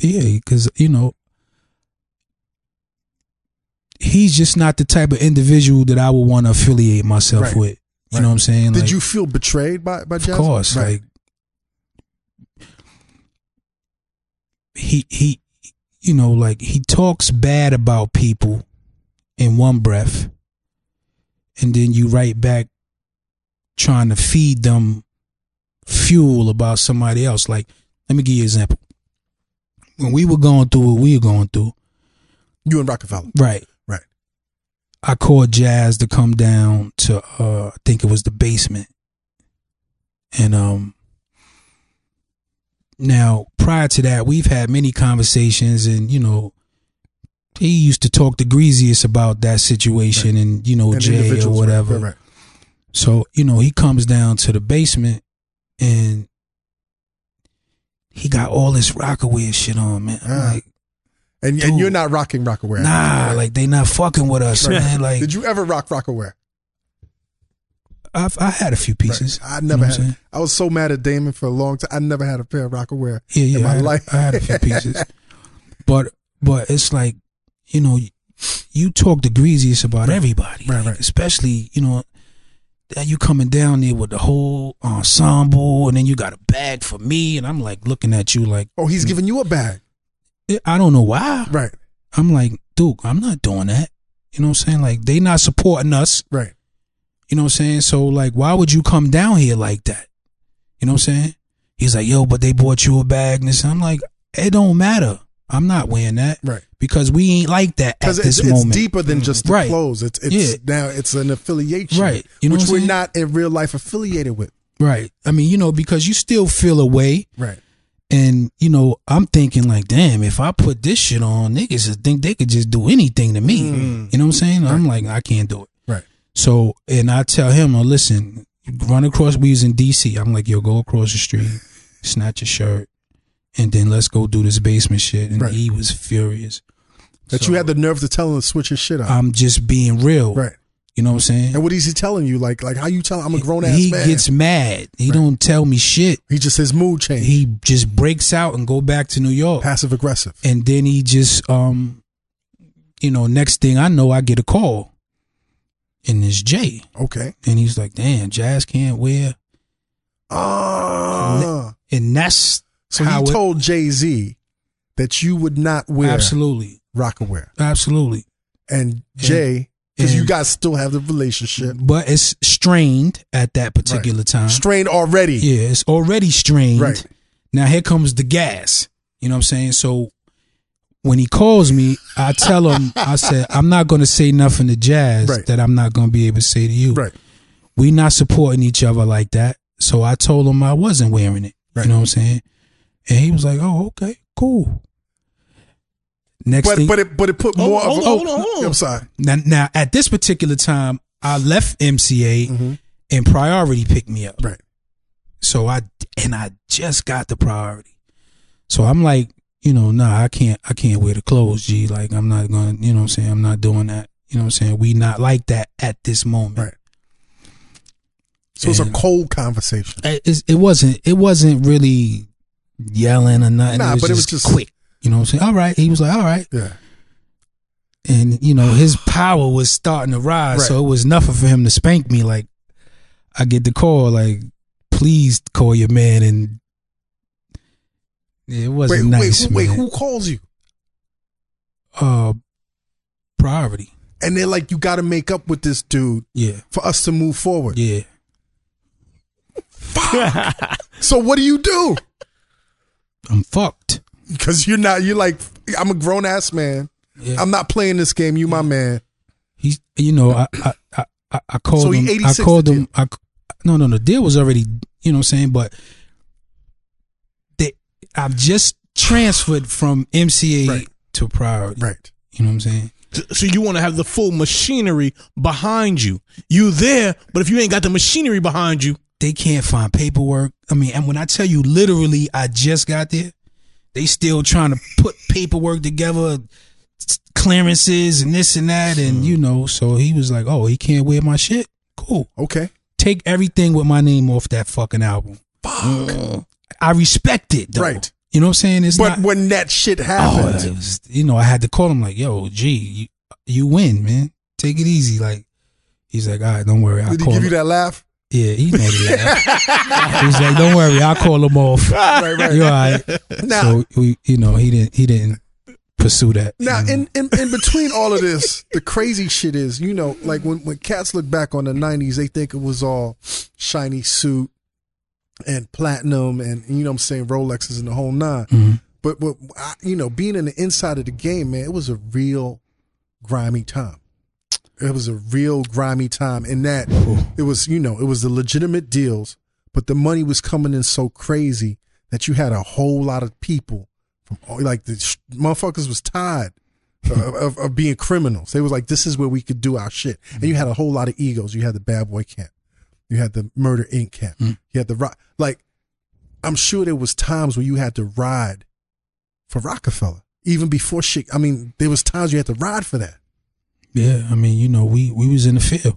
Yeah, because you know he's just not the type of individual that I would want to affiliate myself Right. with. You Right. know what I'm saying? Did Like, you feel betrayed by by Jazzo? Of course, Right. like he he, you know, like he talks bad about people in one breath, and then you right back trying to feed them fuel about somebody else. Like, let me give you an example. When we were going through what we were going through, you and Rockefeller. Right. Right. I called Jazz to come down to uh I think it was the basement. And um now prior to that we've had many conversations and you know he used to talk to Greasiest about that situation and you know And Jay or individuals, right, whatever. Right, right. So, you know, he comes down to the basement and he got all this rockaway shit on, man. I'm Ah. like, And and Dude. you're not rocking Rockaware. nah, like they not fucking with us, Right. man. Like Did you ever rock Rockaware? I've I had a few pieces. Right. I You know never what I'm had. I was so mad at Damon for a long time. I never had a pair of Rockaware. saying? yeah, yeah, in my I had, life. I had a few pieces, but but it's like you know, you talk the greasiest about everybody, Right, like, right. Especially you know, that you coming down there with the whole ensemble, and then you got a bag for me, and I'm like looking at you like <laughs> Oh, he's giving you a bag. eh, I don't know why. Right, I'm like, Duke, I'm not doing that. You know what I'm saying? Like they not supporting us. right. You know what I'm saying? So like, why would you come down here like that? You know what I'm saying? He's like, yo, but they bought you a bag and this. I'm like, it don't matter. I'm not wearing that. Right. Because we ain't like that at Because this it's, it's moment. deeper than just the Right. clothes. It's it's Yeah. now it's an affiliation. Right. You know which what I'm we're saying? not in real life affiliated with. Right. I mean, you know, because you still feel a way. Right. And, you know, I'm thinking like, damn, if I put this shit on, niggas would think they could just do anything to me. Mm-hmm. You know what I'm saying? I'm like, I can't do it. Right. So, and I tell him, oh, listen, run across. We was in DC. I'm like, yo, go across the street, snatch a shirt, and then let's go do this basement shit. And Right. he was furious. That you had the nerve to tell him to switch his shit up. I'm just being real. right. You know what I'm saying? And what is he telling you? Like like how you tell? I'm a grown ass he man. gets mad. He don't tell me shit. he just his mood change. He just breaks out and go back to New York. passive aggressive. and then he just um you know next thing i know i get a call and it's jay Okay. and he's like damn jazz can't wear Ah. and that's So how he it- told Jay Z that you would not wear absolutely Rockaware, absolutely and Jay because and- Mm-hmm. you guys still have the relationship but it's strained at that particular time strained already. yeah it's already strained Right. now here comes the gas you know what i'm saying so when he calls me i tell him i said i'm not going to say nothing to jazz Right. that i'm not going to be able to say to you Right. we not supporting each other like that. So I told him I wasn't wearing it. Right. You know what I'm saying? And he was like, "Oh, okay, cool." Next But thing, but it but it put Oh, more hold of on, a, hold on, hold on. I'm sorry. now, now at this particular time, I left MCA and Priority picked me up. Mm-hmm. Right. So I and I just got the Priority. So I'm like, you know, nah, I can't, I can't wear the clothes, G. Like I'm not gonna, you know, what I'm saying I'm not doing that. You know, what I'm saying we not like that at this moment. Right. So it's a And- cold conversation. it, it's- it wasn't it wasn't really yelling or nothing. Nah, it was but it just was just- quick. You know what I'm saying? All right. He was like, all right. Yeah. And you <sighs> know, his power was starting to rise, Right. so it was nothing for him to spank me. Like I get the call, like, please call your man and it Wait, wasn't nice. wait, who- wait, man. who calls you? uh priority. And they're like, you got to make up with this dude Yeah. for us to move forward. Yeah. So what do you do? I'm fucked. Because you're not. You're like, I'm a grown ass man. Yeah. I'm not playing this game. You my man. He's, you know, I, I, I, I- I called So he him. I 86 called the him. I, no, no, the deal was already, you know what I'm saying? But they, I've just transferred from MCA Right. to priority. Right. You You know what I'm saying? So you want to have the full machinery behind you. You there, but if you ain't got the machinery behind you, They can't find paperwork. I mean, and when I tell you literally I just got there, they still trying to put paperwork together, s- clearances and this and that and you know, so he was like, "Oh, he can't wear my shit." Cool. Okay. Take everything with my name off that fucking album. I respect it though. Right. You know what I'm saying? It's But not when that shit Oh, happened, it was- you know, I had to call him like, "Yo, G, you, you win, man. Take it easy." Like, he's like, "All right, don't worry, I'll did he call." give you him." that <laughs> laugh? Yeah, he made it laugh. he's like, "Don't worry, I'll call him off." Right, right. You all right? Now, So we, you know, he didn't, he didn't pursue that. Now, you know? in, in, in between all of this, the crazy shit is, you know, like when, when cats look back on the 90s, they think it was all shiny suit and platinum and, you know what I'm saying, Rolexes and the whole 9 But, but I, you know, being in the inside of the game, man, it was a real grimy time. It was a real grimy time in that it was, you know, it was the legitimate deals, but the money was coming in so crazy that you had a whole lot of people from all- like the sh- motherfuckers was tired of, of, of being criminals. They was like, this is where we could do our shit. And you had a whole lot of egos. You had the bad boy camp. You had the murder inc camp. You had the rock. Like, I'm sure there was times where you had to ride for Rockefeller. Even before shit, I mean, there was times you had to ride for that. yeah, I mean, you know, we we was in the field. You know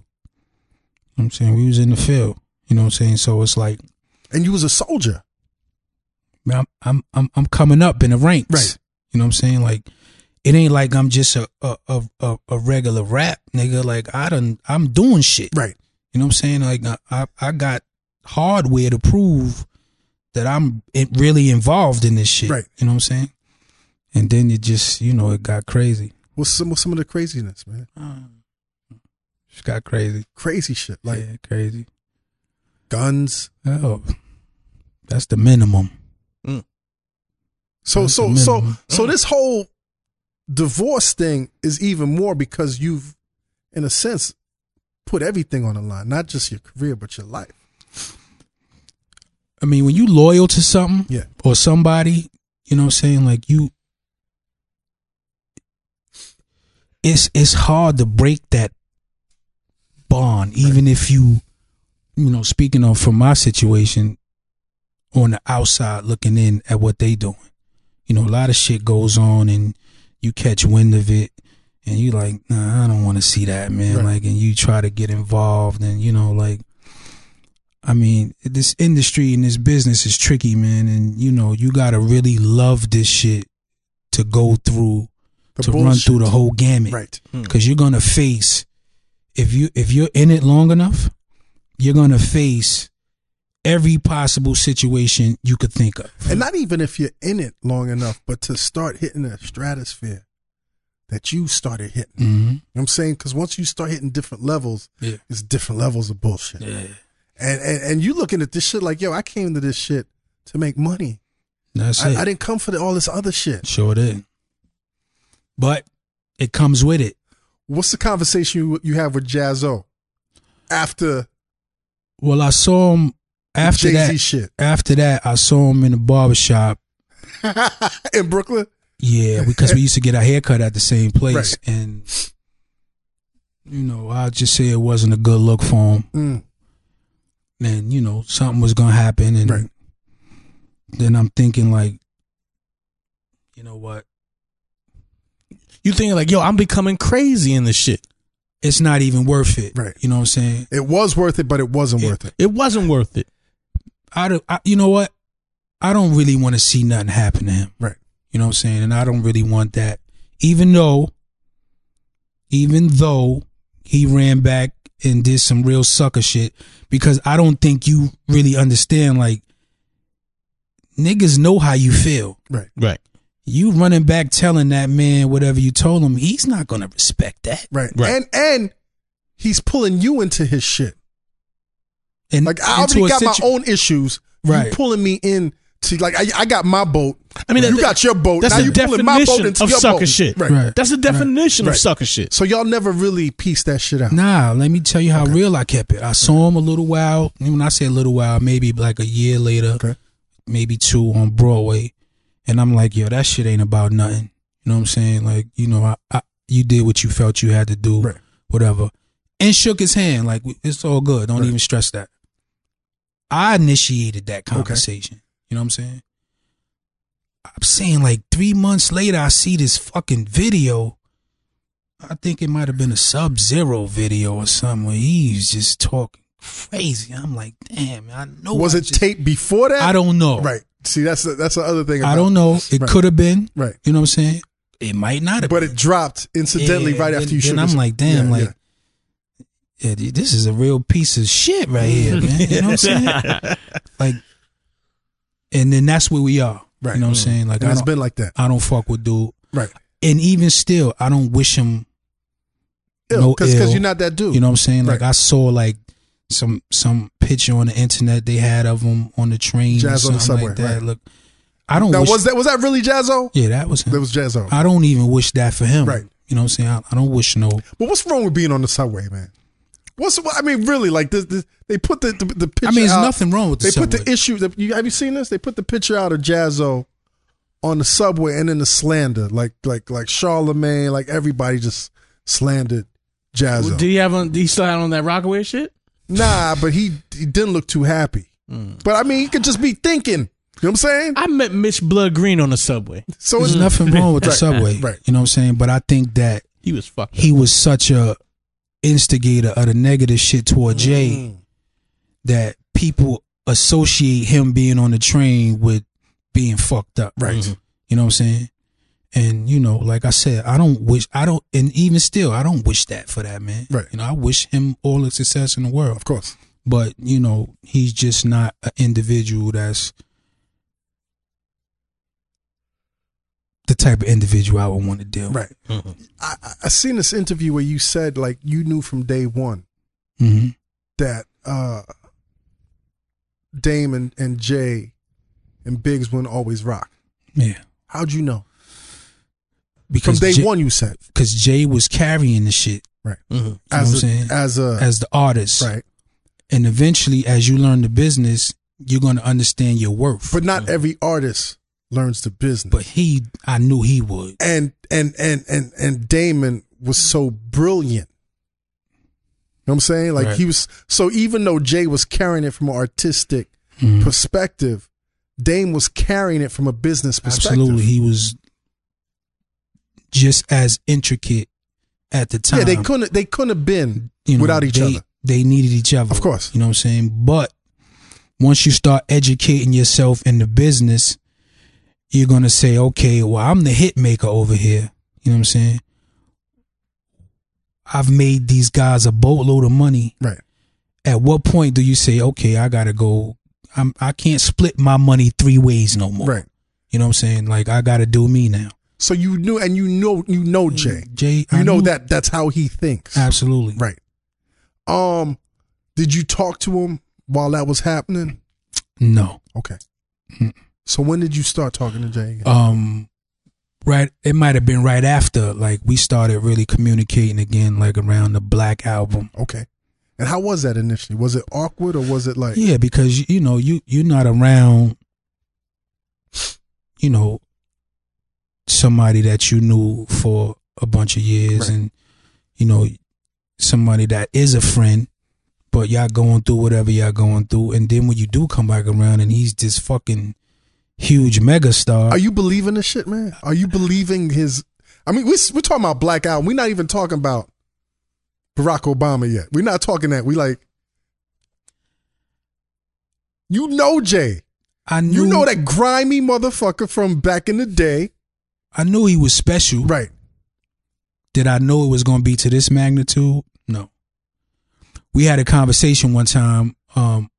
what I'm saying we was in the field. You know what I'm saying? So it's like, And you was a soldier. man, I'm I'm I'm, I'm coming up in the ranks. Right. You know what I'm saying? Like it ain't like I'm just a a a, a, a regular rap nigga. Like I done I'm doing shit. Right. You know what I'm saying? Like I I, I got hardware to prove that I'm in- really involved in this shit. Right. You know what I'm saying? And then it just you know it got crazy. What's some what's some of the craziness, man? It got crazy. Crazy shit. Like yeah, crazy. guns. Oh, that's the minimum. So That's so the so minimum. so this whole divorce thing is even more because you've, in a sense, put everything on the line. Not just your career, but your life. I mean, when you loyal to something Yeah. or somebody, you know what I'm saying? Like you it's it's hard to break that bond, even if you you know, speaking of from my situation, on the outside looking in at what they doing. You know, a lot of shit goes on and you catch wind of it and you like, nah, I don't wanna see that, man. Right. Like and you try to get involved and you know, like I mean, this industry and this business is tricky, man. And you know, you gotta really love this shit to go through, The to run through the whole gamut, Right. Because you're gonna face, if you if you're in it long enough, you're gonna face every possible situation you could think of. And not even if you're in it long enough, but to start hitting a stratosphere that you started hitting. You know Mm-hmm. what I'm saying? Because once you start hitting different levels, Yeah. it's different levels of bullshit. Yeah. And, and and you looking at this shit like, yo, I came to this shit to make money. That's I, it. I didn't come for the, all this other shit. sure did. But it comes with it. What's the conversation you, you have with Jazzo after Well, I saw him after Jay Z that. shit After that, I saw him in the barbershop <laughs> in Brooklyn? Yeah, because we used to get our hair cut at the same place, Right. and you know, I just say it wasn't a good look for him, Mm. and you know, something was gonna happen, and Right. then I'm thinking like, you know what? you thinking like, yo, I'm becoming crazy in this shit. It's not even worth it, Right. You know what I'm saying? It was worth it, but it wasn't worth it. It wasn't worth it. I, do, I you know what? I don't really want to see nothing happen to him, Right. You know what I'm saying? And I don't really want that, even though, even though he ran back and did some real sucker shit, because I don't think you really understand. Like niggas know how you feel. Right. You running back telling that man whatever you told him, he's not gonna respect that. Right. Right. And and he's pulling you into his shit. And Like I Mm, into already a got my situ- own issues. Right. You pulling me in to like I, I got my boat. I mean, you that- got your boat. that's now the you pulling my boat definition into of your sucker boat. shit. Right. Right. That's the definition Right. of sucker shit. So y'all never really pieced that shit out. Nah, let me tell you how real I kept it. I saw him a little while. and When I say a little while, maybe like a year later, Okay. maybe two on Broadway, and I'm like, yo, that shit ain't about nothing. You know what I'm saying? Like, you know, I I, you did what you felt you had to do, Right. whatever, and shook his hand like it's all good. Don't Right. even stress that. I initiated that conversation. You know what I'm saying? I'm saying like three months later, I see this fucking video. I think it might have been a Sub Zero video or something. Where he's just talking crazy. I'm like, damn, I know. Was I it just- taped before that? I don't know. Right. See, that's the, that's the other thing. About, I don't know. It Right. could have been. Right. You know what I'm saying? It might not <laughs> have. But been. it dropped incidentally Yeah, right then- after you shook. Then I'm his- like, damn, Yeah, like, yeah. dude, this is a real piece of shit right here, man. You know what <laughs> I'm saying? like, and then that's where we are. Right. Mm. You know what I'm saying? Like, and I it's don't, been like that. I don't fuck with dude. Right. And even still, I don't wish him. no Because ill. you're not that dude. You know what I'm saying? Like Right. I saw like some some picture on the internet they had of him on the train, or Jazz on the something like subway, that. right. Look, I don't. now wish, was that was that really Jazzo? Yeah, that was him. That was Jazzo. I don't even wish that for him. Right. You know what I'm saying? I, I don't wish no. but what's wrong with being on the subway, man? What's what- I mean, really? Like this, this they put the the, the picture. I mean, there's out. nothing wrong with the They put the subway. issue. The, you, have you seen this? They put the picture out of Jazzo on the subway and then the slander, like like like Charlemagne, like everybody just slandered Jazzo. Did he have on? Did he still have on that Rockaway shit? Nah, but he he didn't look too happy. Mm. But I mean, he could just be thinking. You know what I'm saying? I met Mitch Blood Green on the subway. So There's nothing wrong with the <laughs> Right, subway. right. You know what I'm saying? But I think that He was fucked. he was such a instigator of the negative shit toward Jay Mm. that people associate him being on the train with being fucked up. Right. You know what I'm saying? And you know, like I said, I don't wish I don't and even still I don't wish that for that man. Right. You know, I wish him all the success in the world. Of course. but you know he's just not an individual that's the type of individual I would want to deal with. Right. I, I- I seen this interview where you said like you knew from day one hmm that uh Dame and, and Jay and Biggs wouldn't always rock. Yeah, How'd you know? From because day Jay, one, you said because Jay was carrying the shit Mhm. You know as what I'm a, saying? as a as the artist, right, and eventually, as you learn the business, you're going to understand your worth. but not every artist learns the business. But he, I knew he would. and and and and and Damon was so brilliant. You know what I'm saying? Like Right. he was so even though Jay was carrying it from an artistic Mhm. perspective, Dame was carrying it from a business perspective. Absolutely, he was just as intricate at the time. Yeah, they couldn't they couldn't have been you know, without each they, other. They needed each other. Of course. You know what I'm saying? But once you start educating yourself in the business, you're going to say, okay, well, I'm the hit maker over here. You know what I'm saying? I've made these guys a boatload of money. Right. At what point do you say, okay, I got to go? I'm, I can't split my money three ways no more. Right. You know what I'm saying? Like, I got to do me now. So you knew and you know you know Jay. Jay, You I know knew- that that's how he thinks. Absolutely. Right. Um did you talk to him while that was happening? No. Okay. Hmm. So when did you start talking to Jay again? um right it might have been right after like we started really communicating again like around the black album Okay. And how was that initially? Was it awkward or was it like yeah because you- you know you you're not around you know somebody that you knew for a bunch of years Right. and you know somebody that is a friend but y'all going through whatever y'all going through and then when you do come back around and he's this fucking huge mega star Are you believing this shit, man? Are you believing his? I mean, we, we're talking about Black Album. We're not even talking about Barack Obama yet. We're not talking that. We like, you know, Jay. I knew You know that grimy motherfucker from back in the day, I knew he was special right? Did I know it was going to be to this magnitude? No. We had a conversation one time. Um,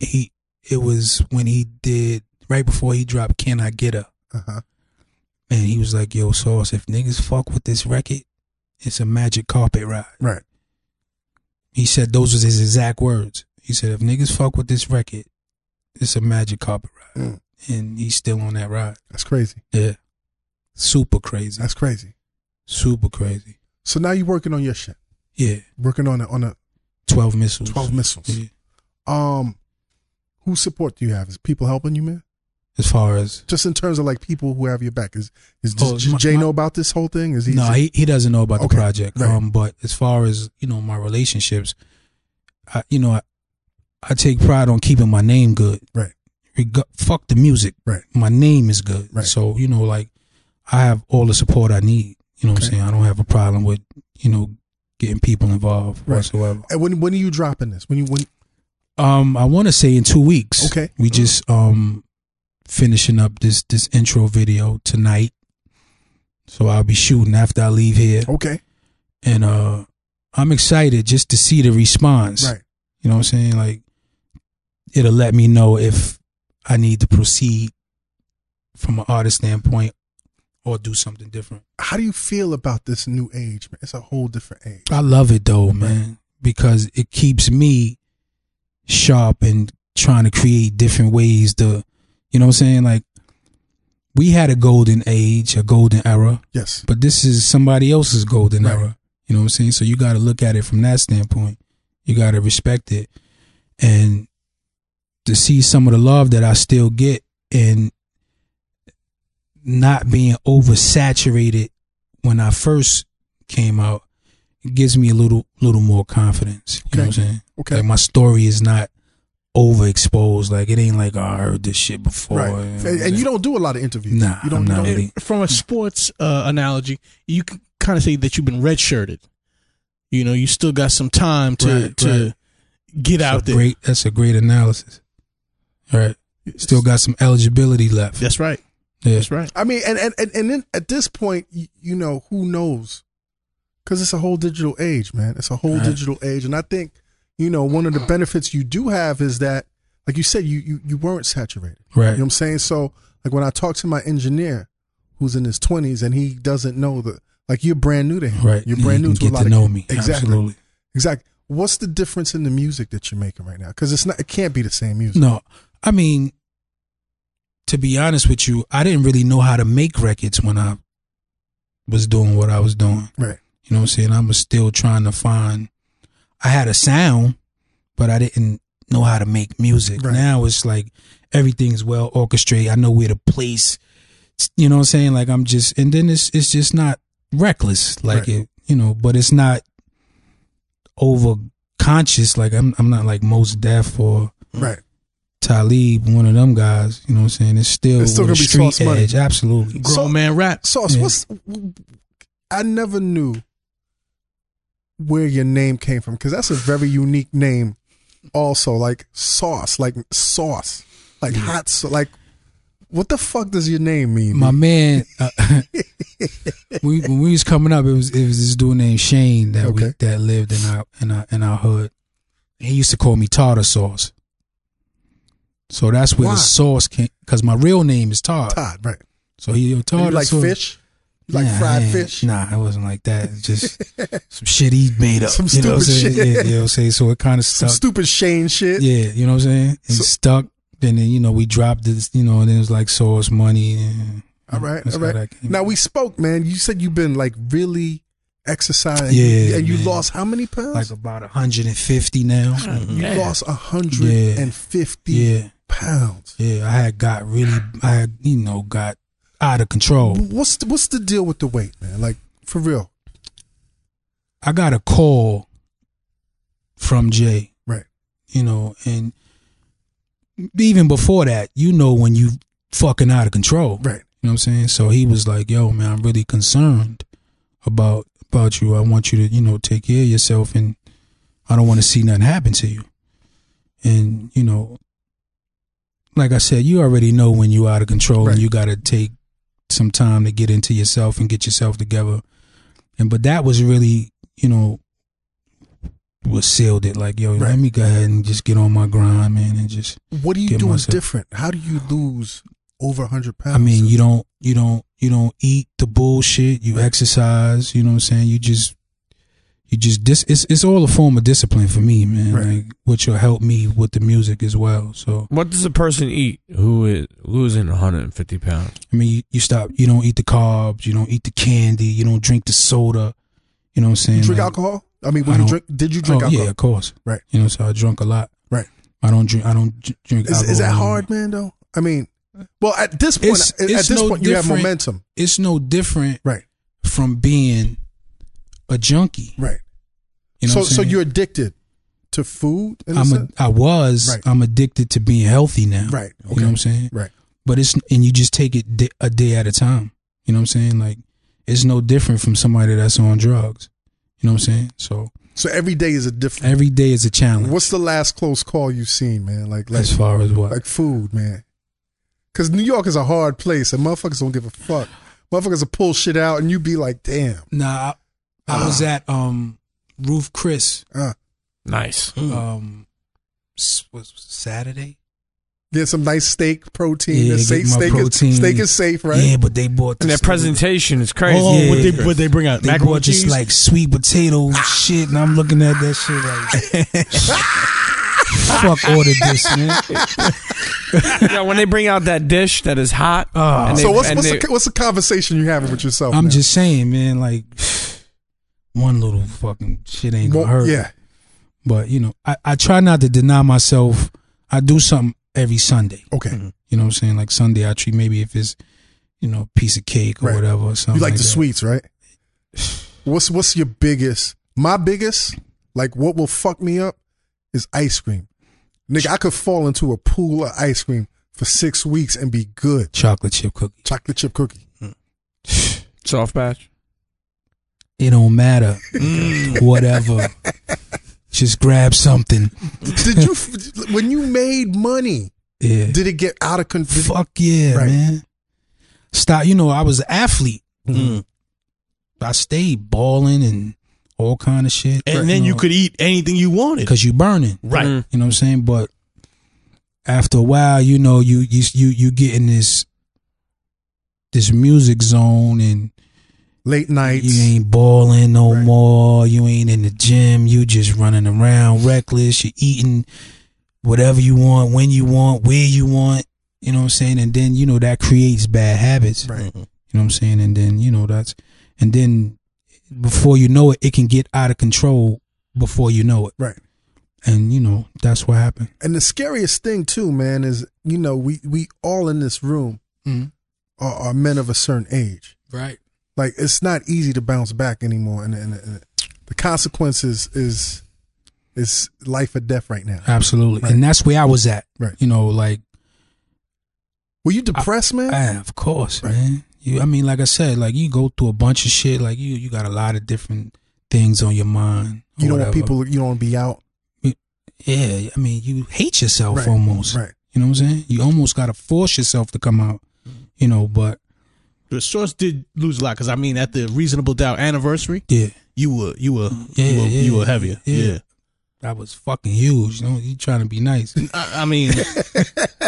he it was when he did right before he dropped "Can I Get Her," Uh-huh. and he was like, "Yo, sauce, if niggas fuck with this record, it's a magic carpet ride." Right. He said those was his exact words. He said, "If niggas fuck with this record, it's a magic carpet ride," Mm. and he's still on that ride. That's crazy. Yeah, super crazy, That's crazy. super crazy. So now you're working on your shit. Yeah, Working on it on a twelve missiles. twelve missiles. Yeah. Um, who support do you have? Is people helping you, man? as far as Just in terms of like people who have your back. Is is does Oh, J- my- Jay my- know about this whole thing? Is he no, he, he doesn't know about Okay, the project. right. Um, but as far as you know, my relationships, I, you know, I, I take pride on keeping my name good. Right. Reg- fuck the music. Right. My name is good. Right. So you know, like, I have all the support I need. You know what Okay. I'm saying? I don't have a problem with you know getting people involved Right. whatsoever. And when when are you dropping this? When you when Um, I want to say in two weeks. Okay. We just um finishing up this this intro video tonight. So I'll be shooting after I leave here, okay and uh, I'm excited just to see the response. right You know what I'm saying? Like, it'll let me know if I need to proceed from an artist standpoint or do something different. how do you feel about this new age man it's a whole different age I love it though, man, because it keeps me sharp and trying to create different ways to, you know what I'm saying? Like, we had a golden age, a golden era, yes but this is somebody else's golden Right. era. You know what I'm saying? So you got to look at it from that standpoint. You got to respect it. And to see some of the love that I still get and not being oversaturated when I first came out it gives me a little little more confidence. You know what Okay. I'm saying? okay Like my story is not overexposed. Like it ain't like oh, I heard this shit before. right and, and you don't do a lot of interviews Nah, you don't, I'm you not don't- really. <laughs> From a sports uh, analogy, you can kind of say that you've been redshirted. You know, you still got some time to Right, to right. get That's out a there. Great. That's a great analysis. All right. Still got some eligibility left. That's right. Yeah. That's right. I mean and and and, and then at this point you, you know who knows because it's a whole digital age man it's a whole Right. digital age and I think you know one of the benefits you do have is that like you said you you, you weren't saturated Right. You know what I'm saying? So, like when I talk to my engineer who's in his 20s and he doesn't know the like you're brand new to him. right. You're brand you new can to a get lot to of know me. Exactly. Absolutely. Exactly. What's the difference in the music that you're making right now? Cuz it's not it can't be the same music. No, I mean, to be honest with you, I didn't really know how to make records when I was doing what I was doing. Right. You know what I'm saying? I was still trying to find. I had a sound, but I didn't know how to make music. Right. Now it's like everything's well orchestrated. I know where to place. You know what I'm saying? Like I'm just, and then it's it's just not reckless like Right. it. You know, but it's not over conscious. Like I'm I'm not like most deaf or Right. Talib, one of them guys, you know what I'm saying? It's still, It's still with a gonna be street Sauce Money. edge. Absolutely. Grown So- man rap. Sauce, Yeah. what's I never knew where your name came from cuz that's a very unique name also like sauce, like sauce, like hot so like what the fuck does your name mean? My man, uh, <laughs> we, when we was coming up, it was it was this dude named Shane that we Okay. that lived in our in our in our hood. He used to call me Tartar Sauce. So that's where Why? the sauce came, because my real name is Todd. Todd, right. So he yo, Tartar You like Sauce. fish? You like Nah, fried I ain't- fish? Nah, it wasn't like that. <laughs> It's just some shit he made up. Some you know what I'm stupid saying? shit. Yeah, you know what I'm saying? So it kind of Some stuck. stupid Shane shit. Yeah, you know what I'm saying? And So- stuck. And then, you know, we dropped this, you know, and then it was like source money. And, All right, That's all how right. that came. Now we spoke, man. You said you've been like really exercising. Yeah, and you man. lost how many pounds? like about 150 now. you Yeah. lost hundred and fifty Yeah, pounds. yeah. I had got really, I had, you know, got out of control. What's the, what's the deal with the weight, man? Like for real, I got a call from Jay, right? you know, and even before that, you know, when you fucking out of control. Right. You know what I'm saying? So he was like, "Yo, man, I'm really concerned about about you. I want you to, you know, take care of yourself, and I don't want to see nothing happen to you." And you know, like I said, you already know when you're out of control, Right. and you got to take some time to get into yourself and get yourself together. And but that was really, you know, what sealed it. Like, yo, Right. let me go ahead and just get on my grind, man, and just What are you Get doing myself- different? How do you lose over hundred pounds? I mean, you don't you don't you don't eat the bullshit. You exercise. You know what I'm saying. You just you just dis. It's it's all a form of discipline for me, man. Right. Like which will help me with the music as well. So What does a person eat who is losing 150 pounds? I mean, you, you stop. You don't eat the carbs. You don't eat the candy. You don't drink the soda. You know what I'm saying. You drink Like- alcohol. I mean, I when you don't- drink, did you drink oh, alcohol? Yeah, of course. Right. You know, so I drunk a lot. Right. I don't drink. I don't dr- drink. Is, is that alcohol. hard, man? Though I mean, Well, at this point, It's- at- at it's this no point, you have different. momentum. It's no different Right, from being a junkie. right. You know so, what I'm so saying? you're addicted to food. In a I'm a, sense? I was. Right. I'm addicted to being healthy now. Right, You know okay. what I'm saying? right. But it's and you just take it di- a day at a time. You know what I'm saying? Like it's no different from somebody that's on drugs. You know what I'm saying? So So every day is a different. every day is a challenge What's the last close call you've seen, man? Like, like, as far as what like food, man. Because New York is a hard place, and motherfuckers don't give a fuck. Motherfuckers will pull shit out, and you be like, damn. Nah, I, I Ah. was at um Roof Chris Uh, Nice. Mm. um s- was Saturday. get some nice steak protein. Yeah, The get steak, my steak, protein. Is, steak is safe, right? Yeah, but they bought And their this presentation is crazy. Oh, Yeah. what they what they bring out? They Macaroni bought this cheese? like sweet potato Ah. shit, and I'm looking at that <laughs> shit like, fuck ordered this, man. Yeah, when they bring out that dish that is hot. Oh. and they- Oh. Uh. so what's and what's, they- the, what's the conversation you having with yourself? I'm now? just saying, man, like one little fucking shit ain't gonna Well, hurt. yeah, But you know, I, I try not to deny myself. I do something every Sunday. okay. Mm-hmm. You know what I'm saying? Like Sunday, I treat maybe if it's you know a piece of cake or Right. whatever. Or something You like like the that. sweets, right? What's what's your biggest? My biggest, like what will fuck me up, is ice cream. Nigga, I could fall into a pool of ice cream for six weeks and be good. chocolate chip cookie. Chocolate chip cookie. soft batch. It don't matter. <laughs> Mm. whatever. Just grab something. Did you f- when you made money? Yeah. Did it get out of control? Fuck yeah, Right. man. Stop. You know, I was an athlete. Mm. I stayed balling and all kind of shit. and then you could eat anything you wanted. because you burning. Right. Mm. You know what I'm saying? But after a while, you know, you you you you get in this this music zone and Late you nights. ain't balling no Right. more. You ain't in the gym. You just running around reckless. You eating whatever you want, when you want, where you want. You know what I'm saying? And then, you know, that creates bad habits. Right. You know what I'm saying? And then, you know, that's and then before you know it, it can get out of control before you know it. Right. And, you know, that's what happened. And the scariest thing too, man, is you know we we all in this room Mhm. are, are men of a certain age. Right. like it's not easy to bounce back anymore and, and, and the consequences is is life or death right now Absolutely. Right. And that's where I was at. Right. You know, like were you depressed man ah, of course, Right. man. You I mean, like I said, like you go through a bunch of shit, like you you got a lot of different things on your mind. or you don't whatever. want people you don't want to be out Yeah, I mean you hate yourself Right. almost. right You know what I'm saying? You almost gotta force yourself to come out. You know, but The source did lose a lot because I mean, at the reasonable doubt anniversary, yeah. you were you were Yeah, you, were, yeah, you were heavier. yeah. Yeah. That was fucking huge. You know, you trying to be <laughs> nice. I, I mean,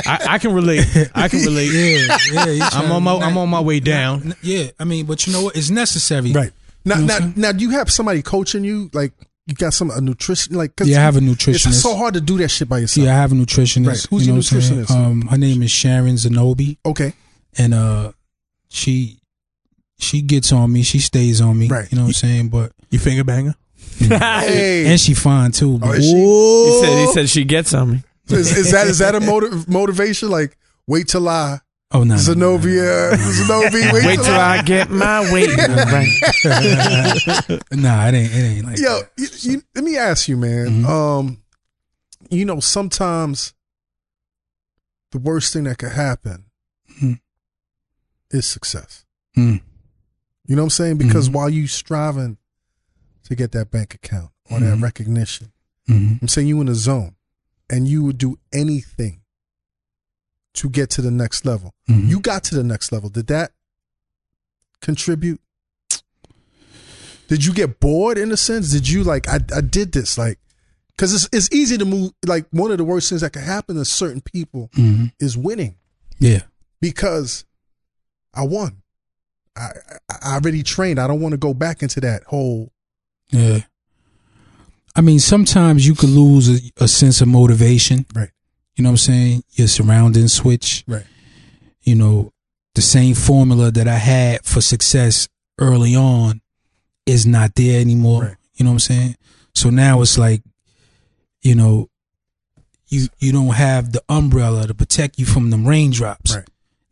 I, I can relate. I can relate. yeah, <laughs> yeah. you I'm on my trying to be I'm on my way down. nice. Yeah, I mean, but you know what? It's necessary. right now You know now, what I'm now do you have somebody coaching you like you got some a nutrition like cause Yeah, I have a it's nutritionist. so hard to do that shit by yourself yeah, I have a nutritionist. Right. Who's you know your what I'm saying? nutritionist? Um, her name is Sharon Zenobi, okay and uh, she she gets on me. She stays on me. Right. You know what I'm saying? But You finger banger. hey and she fine too. Oh, But, is, she, He said, Oh. he said she gets on me. is, is that is that a <laughs> motiv- motivation like wait till i oh no, no, no, no, Zenobia, Zenobia, wait, Wait till till I. I get my <laughs> weight right. nah, it ain't it ain't like Yo, that. you, you, let me ask you, man. Mhm. Um, you know, sometimes the worst thing that could happen Mhm. is success. Mm, You know what I'm saying? Because Mhm. while you striving to get that bank account or Mhm. that recognition, mhm, I'm saying you in a zone, and you would do anything to get to the next level. mhm. You got to the next level. Did that contribute? Did you get bored in a sense? Did you like I I did this like because it's it's easy to move like one of the worst things that can happen to certain people Mhm. is winning yeah, because I won. I I, I already trained. I don't want to go back into that whole yeah. I mean, sometimes you could lose a, a sense of motivation. right You know what I'm saying? Your surroundings switch. right you know, the same formula that I had for success early on is not there anymore. Right. You know what I'm saying? So now it's like, you know, you you don't have the umbrella to protect you from them raindrops. Right.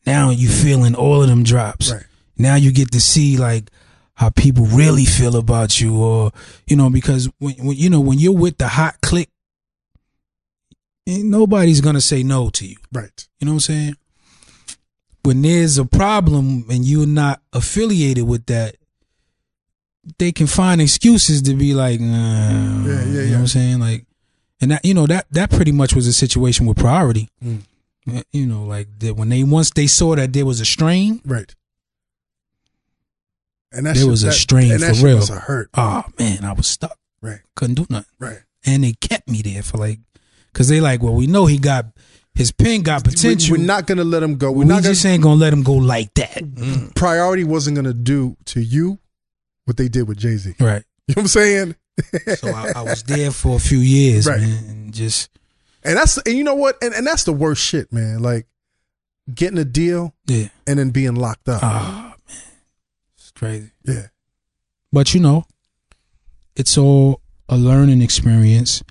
Now you feeling all of them drops. Right. Now you get to see like how people really feel about you, or you know, because when, when you know when you're with the hot click, ain't nobody's gonna say no to you. Right. You know what I'm saying? When there's a problem and you're not affiliated with that, they can find excuses to be like, nah. yeah, you know yeah. what I'm saying? Like, and that you know that that pretty much was a situation with priority. Uh, You know, like that when they once they saw that there was a strain, Right. And that There shit- was a that- strain and that for shit real. must have hurt. oh man, I was stuck, Right. couldn't do nothing, Right. and they kept me there for like, cause they like, well, we know he got his pen got potential. We, are not gonna let him go. We're we not gonna. Mm-hmm. just ain't gonna let him go like that, priority wasn't gonna do to you what they did with Jay Z. right? <laughs> You know what I'm saying? So I, I was there for a few years, Right. man, and just And that's and you know what? And and that's the worst shit, man. Like getting a deal yeah, and then being locked up. ah, man, it's crazy. yeah. But you know, it's all a learning experience,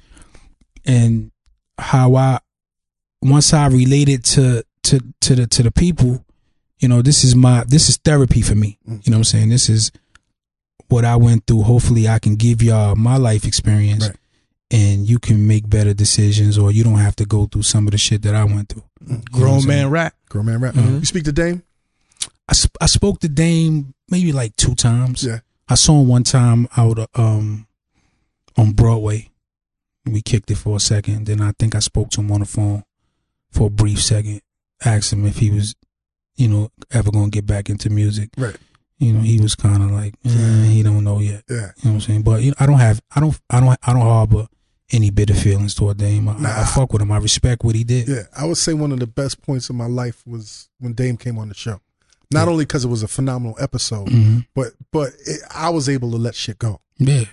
and how I once I related to to to the to the people, you know, this is my this is therapy for me. Mm. You know what I'm saying? This is what I went through. Hopefully, I can give y'all my life experience. Right. And you can make better decisions, or you don't have to go through some of the shit that I went through. Mm. Grown man rap. Girl man rap. Mhm. You speak to Dame? I, sp- I spoke to Dame maybe like two times. Yeah. I saw him one time out uh, um on Broadway. We kicked it for a second. Then I think I spoke to him on the phone for a brief second. Asked him if he was, you know, ever gonna get back into music. Right. You know, he was kind of like eh, he don't know yet. Yeah. You know what I'm saying? But you know, I don't have I don't I don't I don't harbor any bitter feelings toward Dame. I, I- I, Nah. fuck with him. I respect what he did. Yeah. I would say one of the best points of my life was when Dame came on the show. Not only because it was a phenomenal episode, Mhm. but but it, I was able to let shit go. Yeah.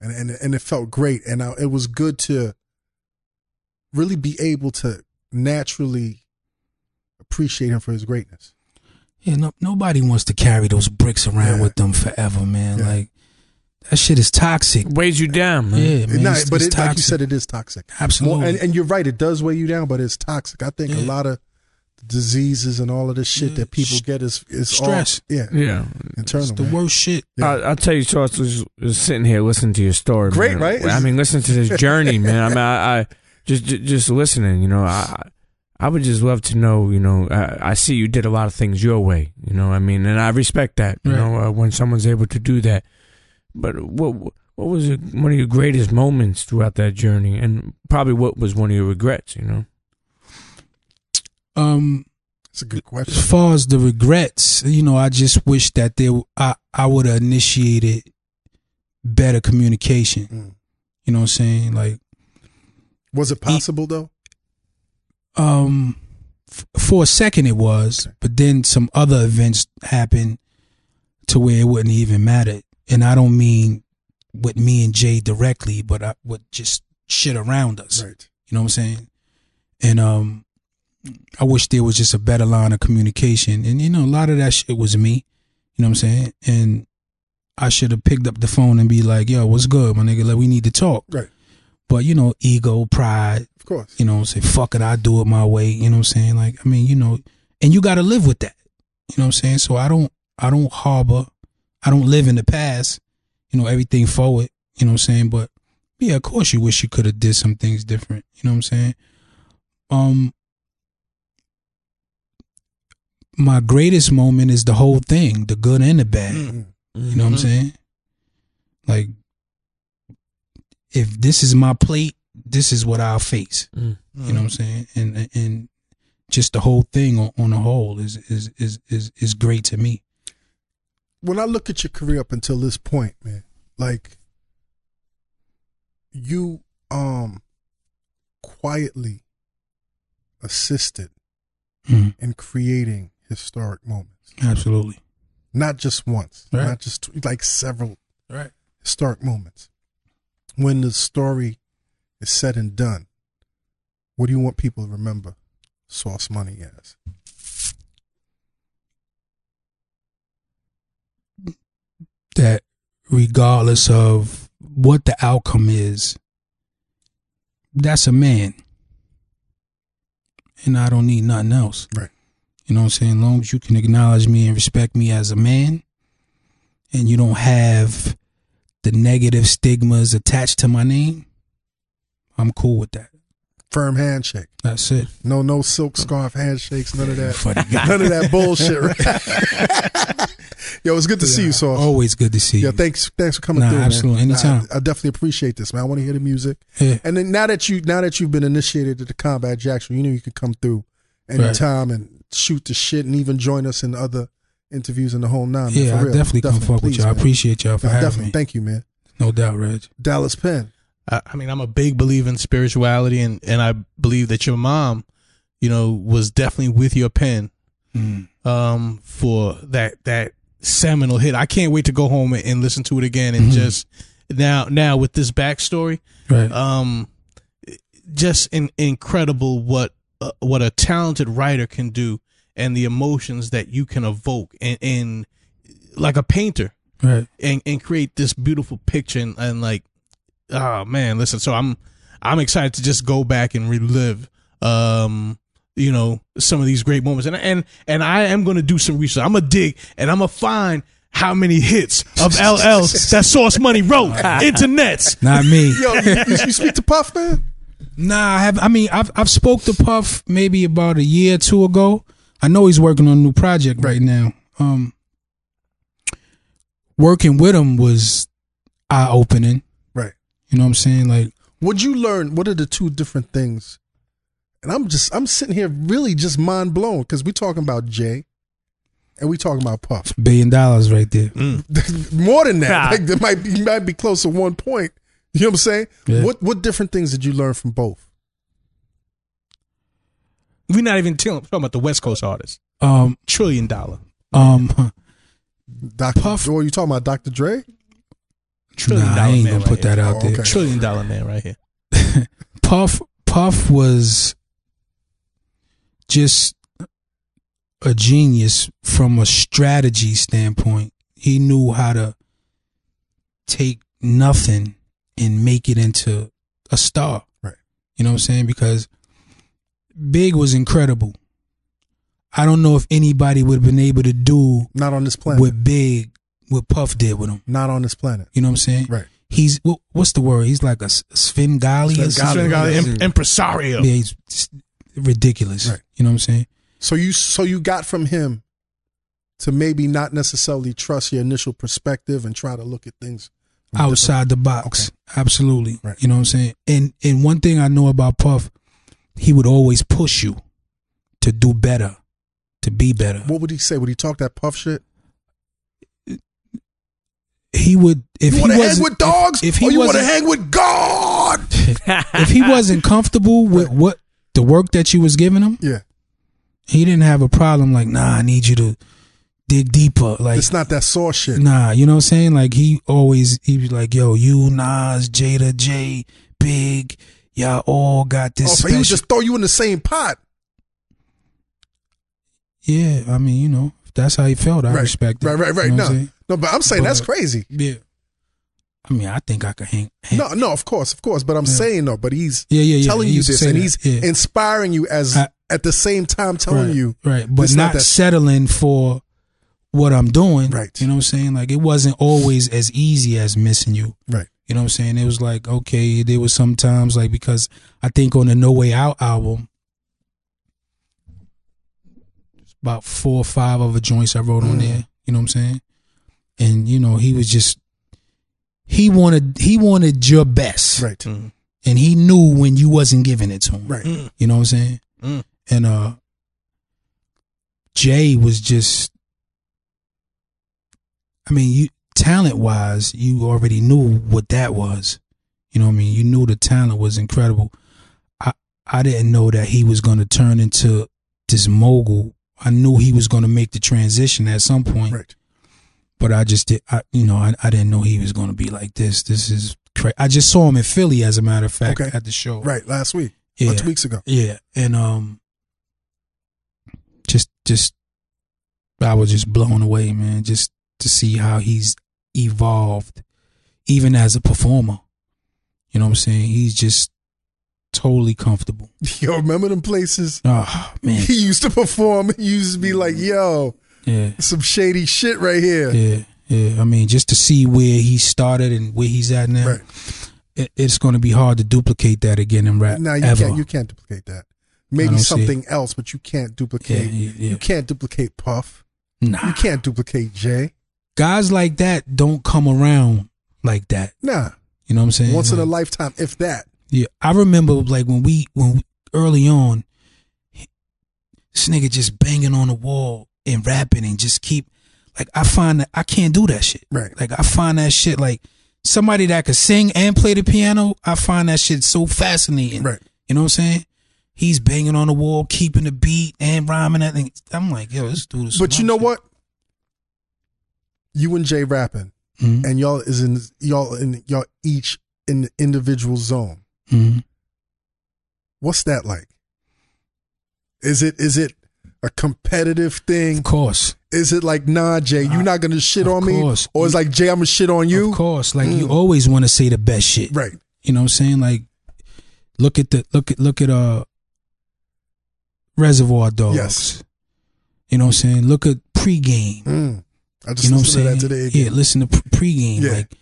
and and and it felt great and I, it was good to really be able to naturally appreciate him for his greatness Yeah, no, nobody wants to carry those bricks around Yeah. with them forever, man. Yeah. Like that shit is toxic. weighs you down, man. Yeah, man. Not- it's, but it's it, toxic. like you said it is toxic Absolutely. More, and, and you're right it does weigh you down but it's toxic i think a Yeah. lot of diseases and all of this shit Yeah, that people sh- get is, is stress. all, yeah Yeah. internal it's the man. worst shit. Yeah. I, I'll tell you, so I was just- just sitting here listening to your story. Great, man. right? I mean, listen <laughs> to this journey, man. I mean, I, I just ju- just listening. You know, I I would just love to know. You know, I, I see you did a lot of things your way. You know, I mean, and I respect that. You Right. know, uh, when someone's able to do that. But what what was your- one of your greatest moments throughout that journey, and probably what was one of your regrets? You know, Um, it's a good as question far as the regrets, you know, I just wish that there I I would have initiated better communication. Mm. You know what I'm saying? Like was it possible though Um, f- for a second it was, but then some other events happened to where it wouldn't even matter. And I don't mean with me and Jay directly, but I, with just shit around us. right You know what I'm saying? And um, I wish there was just a better line of communication. And you know, a lot of that shit was me. You know what I'm saying? And I should have picked up the phone and be like, "Yo, what's good, my nigga? Like, we need to talk." Right. But you know, ego, pride, of course you know, what I'm saying, fuck it, I do it my way. You know what I'm saying? Like, I mean, you know, and you got to live with that. You know what I'm saying? So I don't, I don't harbor, I don't live in the past. You know, everything forward. You know what I'm saying? But yeah, of course, you wish you could have did some things different. You know what I'm saying? Um, my greatest moment is the whole thing, the good and the bad. You know what I'm saying? Like, if this is my plate, this is what I'll face. Mm. You know what I'm saying? And and- and just the whole thing on, on the whole is is is is is great to me. when I look at your career up until this point, man, like you um quietly assisted Mm, in creating historic moments. absolutely. Not just once, Right. not just tw- like several Right. historic moments. When the story is said and done, what do you want people to remember Sauce Money as? That regardless of what the outcome is, that's a man. and I don't need nothing else. Right. You know what I'm saying? long as you can acknowledge me and respect me as a man, and you don't have the negative stigmas attached to my name, I'm cool with that. Firm handshake. That's it. No, no silk scarf handshakes. None of <laughs> that. Funny guy. None of that bullshit. <laughs> right? Yo, it's good to see you, Sauce. Always good to see Yeah, you. thanks. Thanks for coming Oh, Nah, through. man. absolutely. Nah, Anytime. I, I definitely appreciate this, man. I want to hear the music. Yeah. And then now that you now that you've been initiated to the combat Jackson, you know you can come through anytime and shoot the shit and even join us in other interviews and the whole nine. man, yeah, for I real. definitely, come fuck please, with y'all. I man. appreciate y'all for Nah, having definitely. me. Thank you, man. no doubt, Reg. Dallas Penn. I, I mean, I'm a big believer in spirituality, and and I believe that your mom, you know, was definitely with your pen Mm. um, for that that seminal hit. I can't wait to go home and, and listen to it again, Mm-hmm. and just now now with this backstory, Right. Uh, um, just in, incredible what uh, what a talented writer can do, and the emotions that you can evoke, and, and like a painter, right. and and create this beautiful picture and, and like oh man listen so i'm i'm excited to just go back and relive um you know some of these great moments and and and i am going to do some research i'm gonna dig and i'm gonna find how many hits of ll that source money wrote <laughs> internets Not me. <laughs> Yo, you, you speak to Puff, <laughs> man? Nah, I have. I mean, I've I've spoke to Puff maybe about a year or two ago. I know he's working on a new project right now. Um, working with him was eye opening. Right. You know what I'm saying? Like, What'd you learn? What are the two different things? And I'm just I'm sitting here really just mind blown because we're talking about Jay and we talking about Puff. <laughs> billion dollars right there. Mm. more than that. Nah. Like there might be you might be close to one point. You know what I'm saying? Yeah. What what different things did you learn from both? we're not even telling, talking about the west coast artists Um, trillion dollar um, <laughs> Dr. Puff. Or you talking about Dr. Dre? Trillion nah, I dollar ain't man gonna right put here. that out Oh, there. okay. trillion dollar man right here Puff Puff was just a genius from a strategy standpoint. He knew how to take nothing and make it into a star. Right. You know what I'm saying? Because Big was incredible. I don't know if anybody would have been able to do Not on this planet. what Big, what Puff did with him. Not on this planet. You know what I'm saying? Right. He's what, what's the word? He's like a S- Svengali or something. Svengali. Em- impresario Yeah, he's just ridiculous. Right. You know what I'm saying? So you so you got from him to maybe not necessarily trust your initial perspective and try to look at things. Outside the box, absolutely. Right. You know what I'm saying? And and one thing I know about Puff, he would always push you to do better, to be better. What would he say? Would he talk that puff shit? He would if You he want to hang wasn't with dogs? if, if he or you want to wasn't hang with God? if he wasn't comfortable with what the work that you was giving him, Yeah, he didn't have a problem. Like, nah, I need you to dig deeper. Like, it's not that saw shit. Nah, you know what I'm saying? Like he always he was like, yo, you, Nas, Jada, J, Big, y'all all got Oh, this so he special. would just throw you in the same pot. yeah, I mean, you know, if that's how he felt. I right, respect it. right, right, right. You know what I'm no, saying? no, but I'm saying that's But- crazy. Yeah. I mean, I think I could hang. hang- No, no, of course, of course. But I'm saying though, but he's Yeah, yeah, yeah. telling he you used to this, say and that. he's Yeah. inspiring you as I- at the same time telling right, you right, but it's not not, that- settling for what I'm doing. Right. You know what I'm saying? Like it wasn't always as easy as missing you. right. You know what I'm saying? It was like, okay, there was some times like because I think on the No Way Out album, it's about four or five other joints I wrote on there. You know what I'm saying? And you know, he was just he wanted he wanted your best. Right, And he knew when you wasn't giving it to him. right. You know what I'm saying? Mm. And uh Jay was just I mean, you talent wise, you already knew what that was. You know what I mean? You knew the talent was incredible. I I didn't know that he was gonna turn into this mogul. I knew he was gonna make the transition at some point. Right. But I just did I you know, I, I didn't know he was gonna be like this. This is cra- I just saw him in Philly as a matter of fact Okay. at the show. Right, last week, Yeah. or two weeks ago. <laughs> Yeah, and um, just just I was just blown away, man. Just to see how he's evolved, even as a performer. You know what I'm saying? He's just totally comfortable. Yo, remember them places Oh man, <laughs> he used to perform? He used to be like, yo, yeah, some shady shit right here. yeah, yeah. I mean, just to see where he started and where he's at now, Right. it, it's going to be hard to duplicate that again in rap Now you ever. can't you can't duplicate that. I Maybe don't see something else, but you can't yeah, duplicate. yeah, yeah. You can't duplicate Puff. Nah, You can't duplicate Jay. guys like that don't come around like that. Nah, You know what I'm saying? once in a Like- lifetime, if that. Yeah, I remember like when we when we, early on, this nigga just banging on the wall and rapping and just keep like I find that I can't do that shit. Right. Like I find that shit like somebody that could sing and play the piano. I find that shit so fascinating. Right. You know what I'm saying? He's banging on the wall, keeping the beat and rhyming that thing. I'm like, yo, this dude is. But you know what? You and Jay rapping, Mm-hmm. and y'all is in y'all in y'all each in the individual zone. Mm-hmm. What's that like? Is it is it a competitive Of thing? course. Is it like nah, Jay, you're not gonna shit Uh, Of on course. me, or it's like Jay, I'm gonna shit on Of you? course. Like you Mm. always want to say the best shit. Right, You know what I'm saying? Like look at the look at look at uh Reservoir Dogs. Yes. You know what I'm saying? Look at pregame. Mm. I just you know listened what I'm saying? to that today. yeah, listen to pre- pregame. Yeah. Like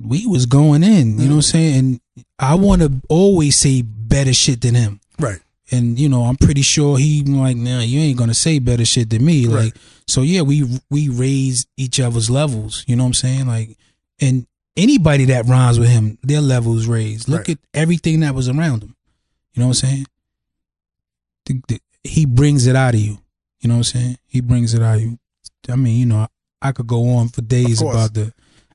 we was going in, you know what I'm saying? And I want to always say better shit than him. Right. And you know, I'm pretty sure he like, nah, you ain't gonna say better shit than me. Right. Like, so yeah, we we raise each other's levels. You know what I'm saying? Like, and anybody that rhymes with him, their levels raised. Look Right. at everything that was around him. You know what I'm saying? The- the- he brings it out of you. You know what I'm saying? He brings it out of you. I mean, you know, I, I could go on for days course. about the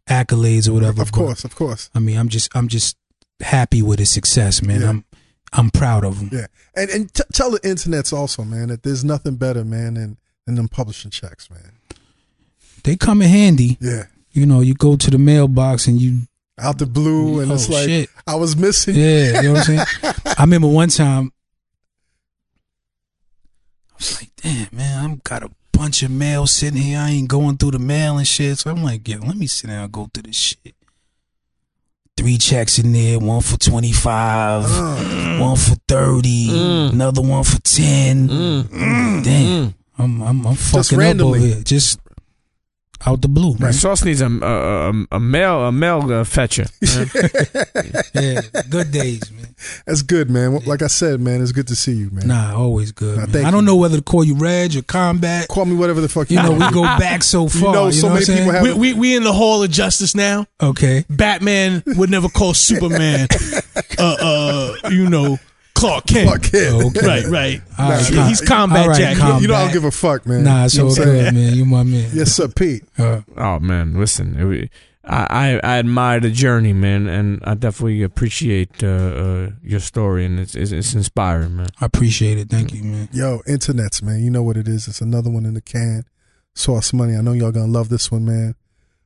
accolades or whatever. Of but, course, of course. I mean, I'm just I'm just happy with his success, man. Yeah. I'm I'm proud of him. Yeah, and and t- tell the internet's also, man, that there's nothing better, man, than than them publishing checks, man. They come in handy. Yeah, You know, you go to the mailbox and you out the blue, and Oh, it's like shit. I was missing. Yeah, you know what I'm <laughs> saying? I remember one time I was like, damn, man, I'm got a bunch of mail sitting here. I ain't going through the mail and shit. So I'm like, yo, let me sit down and go through this shit. Three checks in there, one for twenty five, one for thirty, another one for ten. Mm, Damn. I'm I'm I'm fucking randomly. up over here. Just out the blue. man. Sauce needs a a, a, a male a male uh, fetcher. Yeah. Good days, man. That's good, man. Like I said, man, it's good to see you, man. Nah, always good. Nah, man. thank I don't you. know whether to call you Reg or Combat. Call me whatever the fuck you, You know, we want. <laughs> go back so far. You know know, so what many I'm saying? people have- We, we, we in the Hall of Justice now. okay. Batman would never call Superman, uh, uh, you know, Clark Kent. Fuck it. <laughs> Oh, okay. <laughs> Right, right. All right, He- Con- He's combat all right, jack. Con- you know I don't back. give a fuck, man. Nah, it's you know all what I'm saying? good, man. You my man. Yes, sir, Pete. Uh, Oh man, listen, it, we- I, I I admire the journey, man, and I definitely appreciate uh, uh, your story, and it's, it's it's inspiring, man. I appreciate it. Thank you, man. Yo, internets, man. You know what it is. It's another one in the can. Sauce money. I know y'all gonna love this one, man.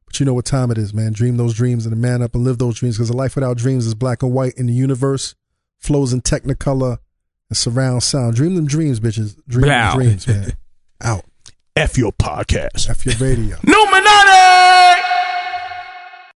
But you know what time it is, man. Dream those dreams and a man up and live those dreams because a life without dreams is black and white and the universe flows in technicolor and surround sound. Dream them dreams, bitches. Dream <laughs> Blow. them dreams, man. Out. F your podcast. <laughs> F your radio. Numinati!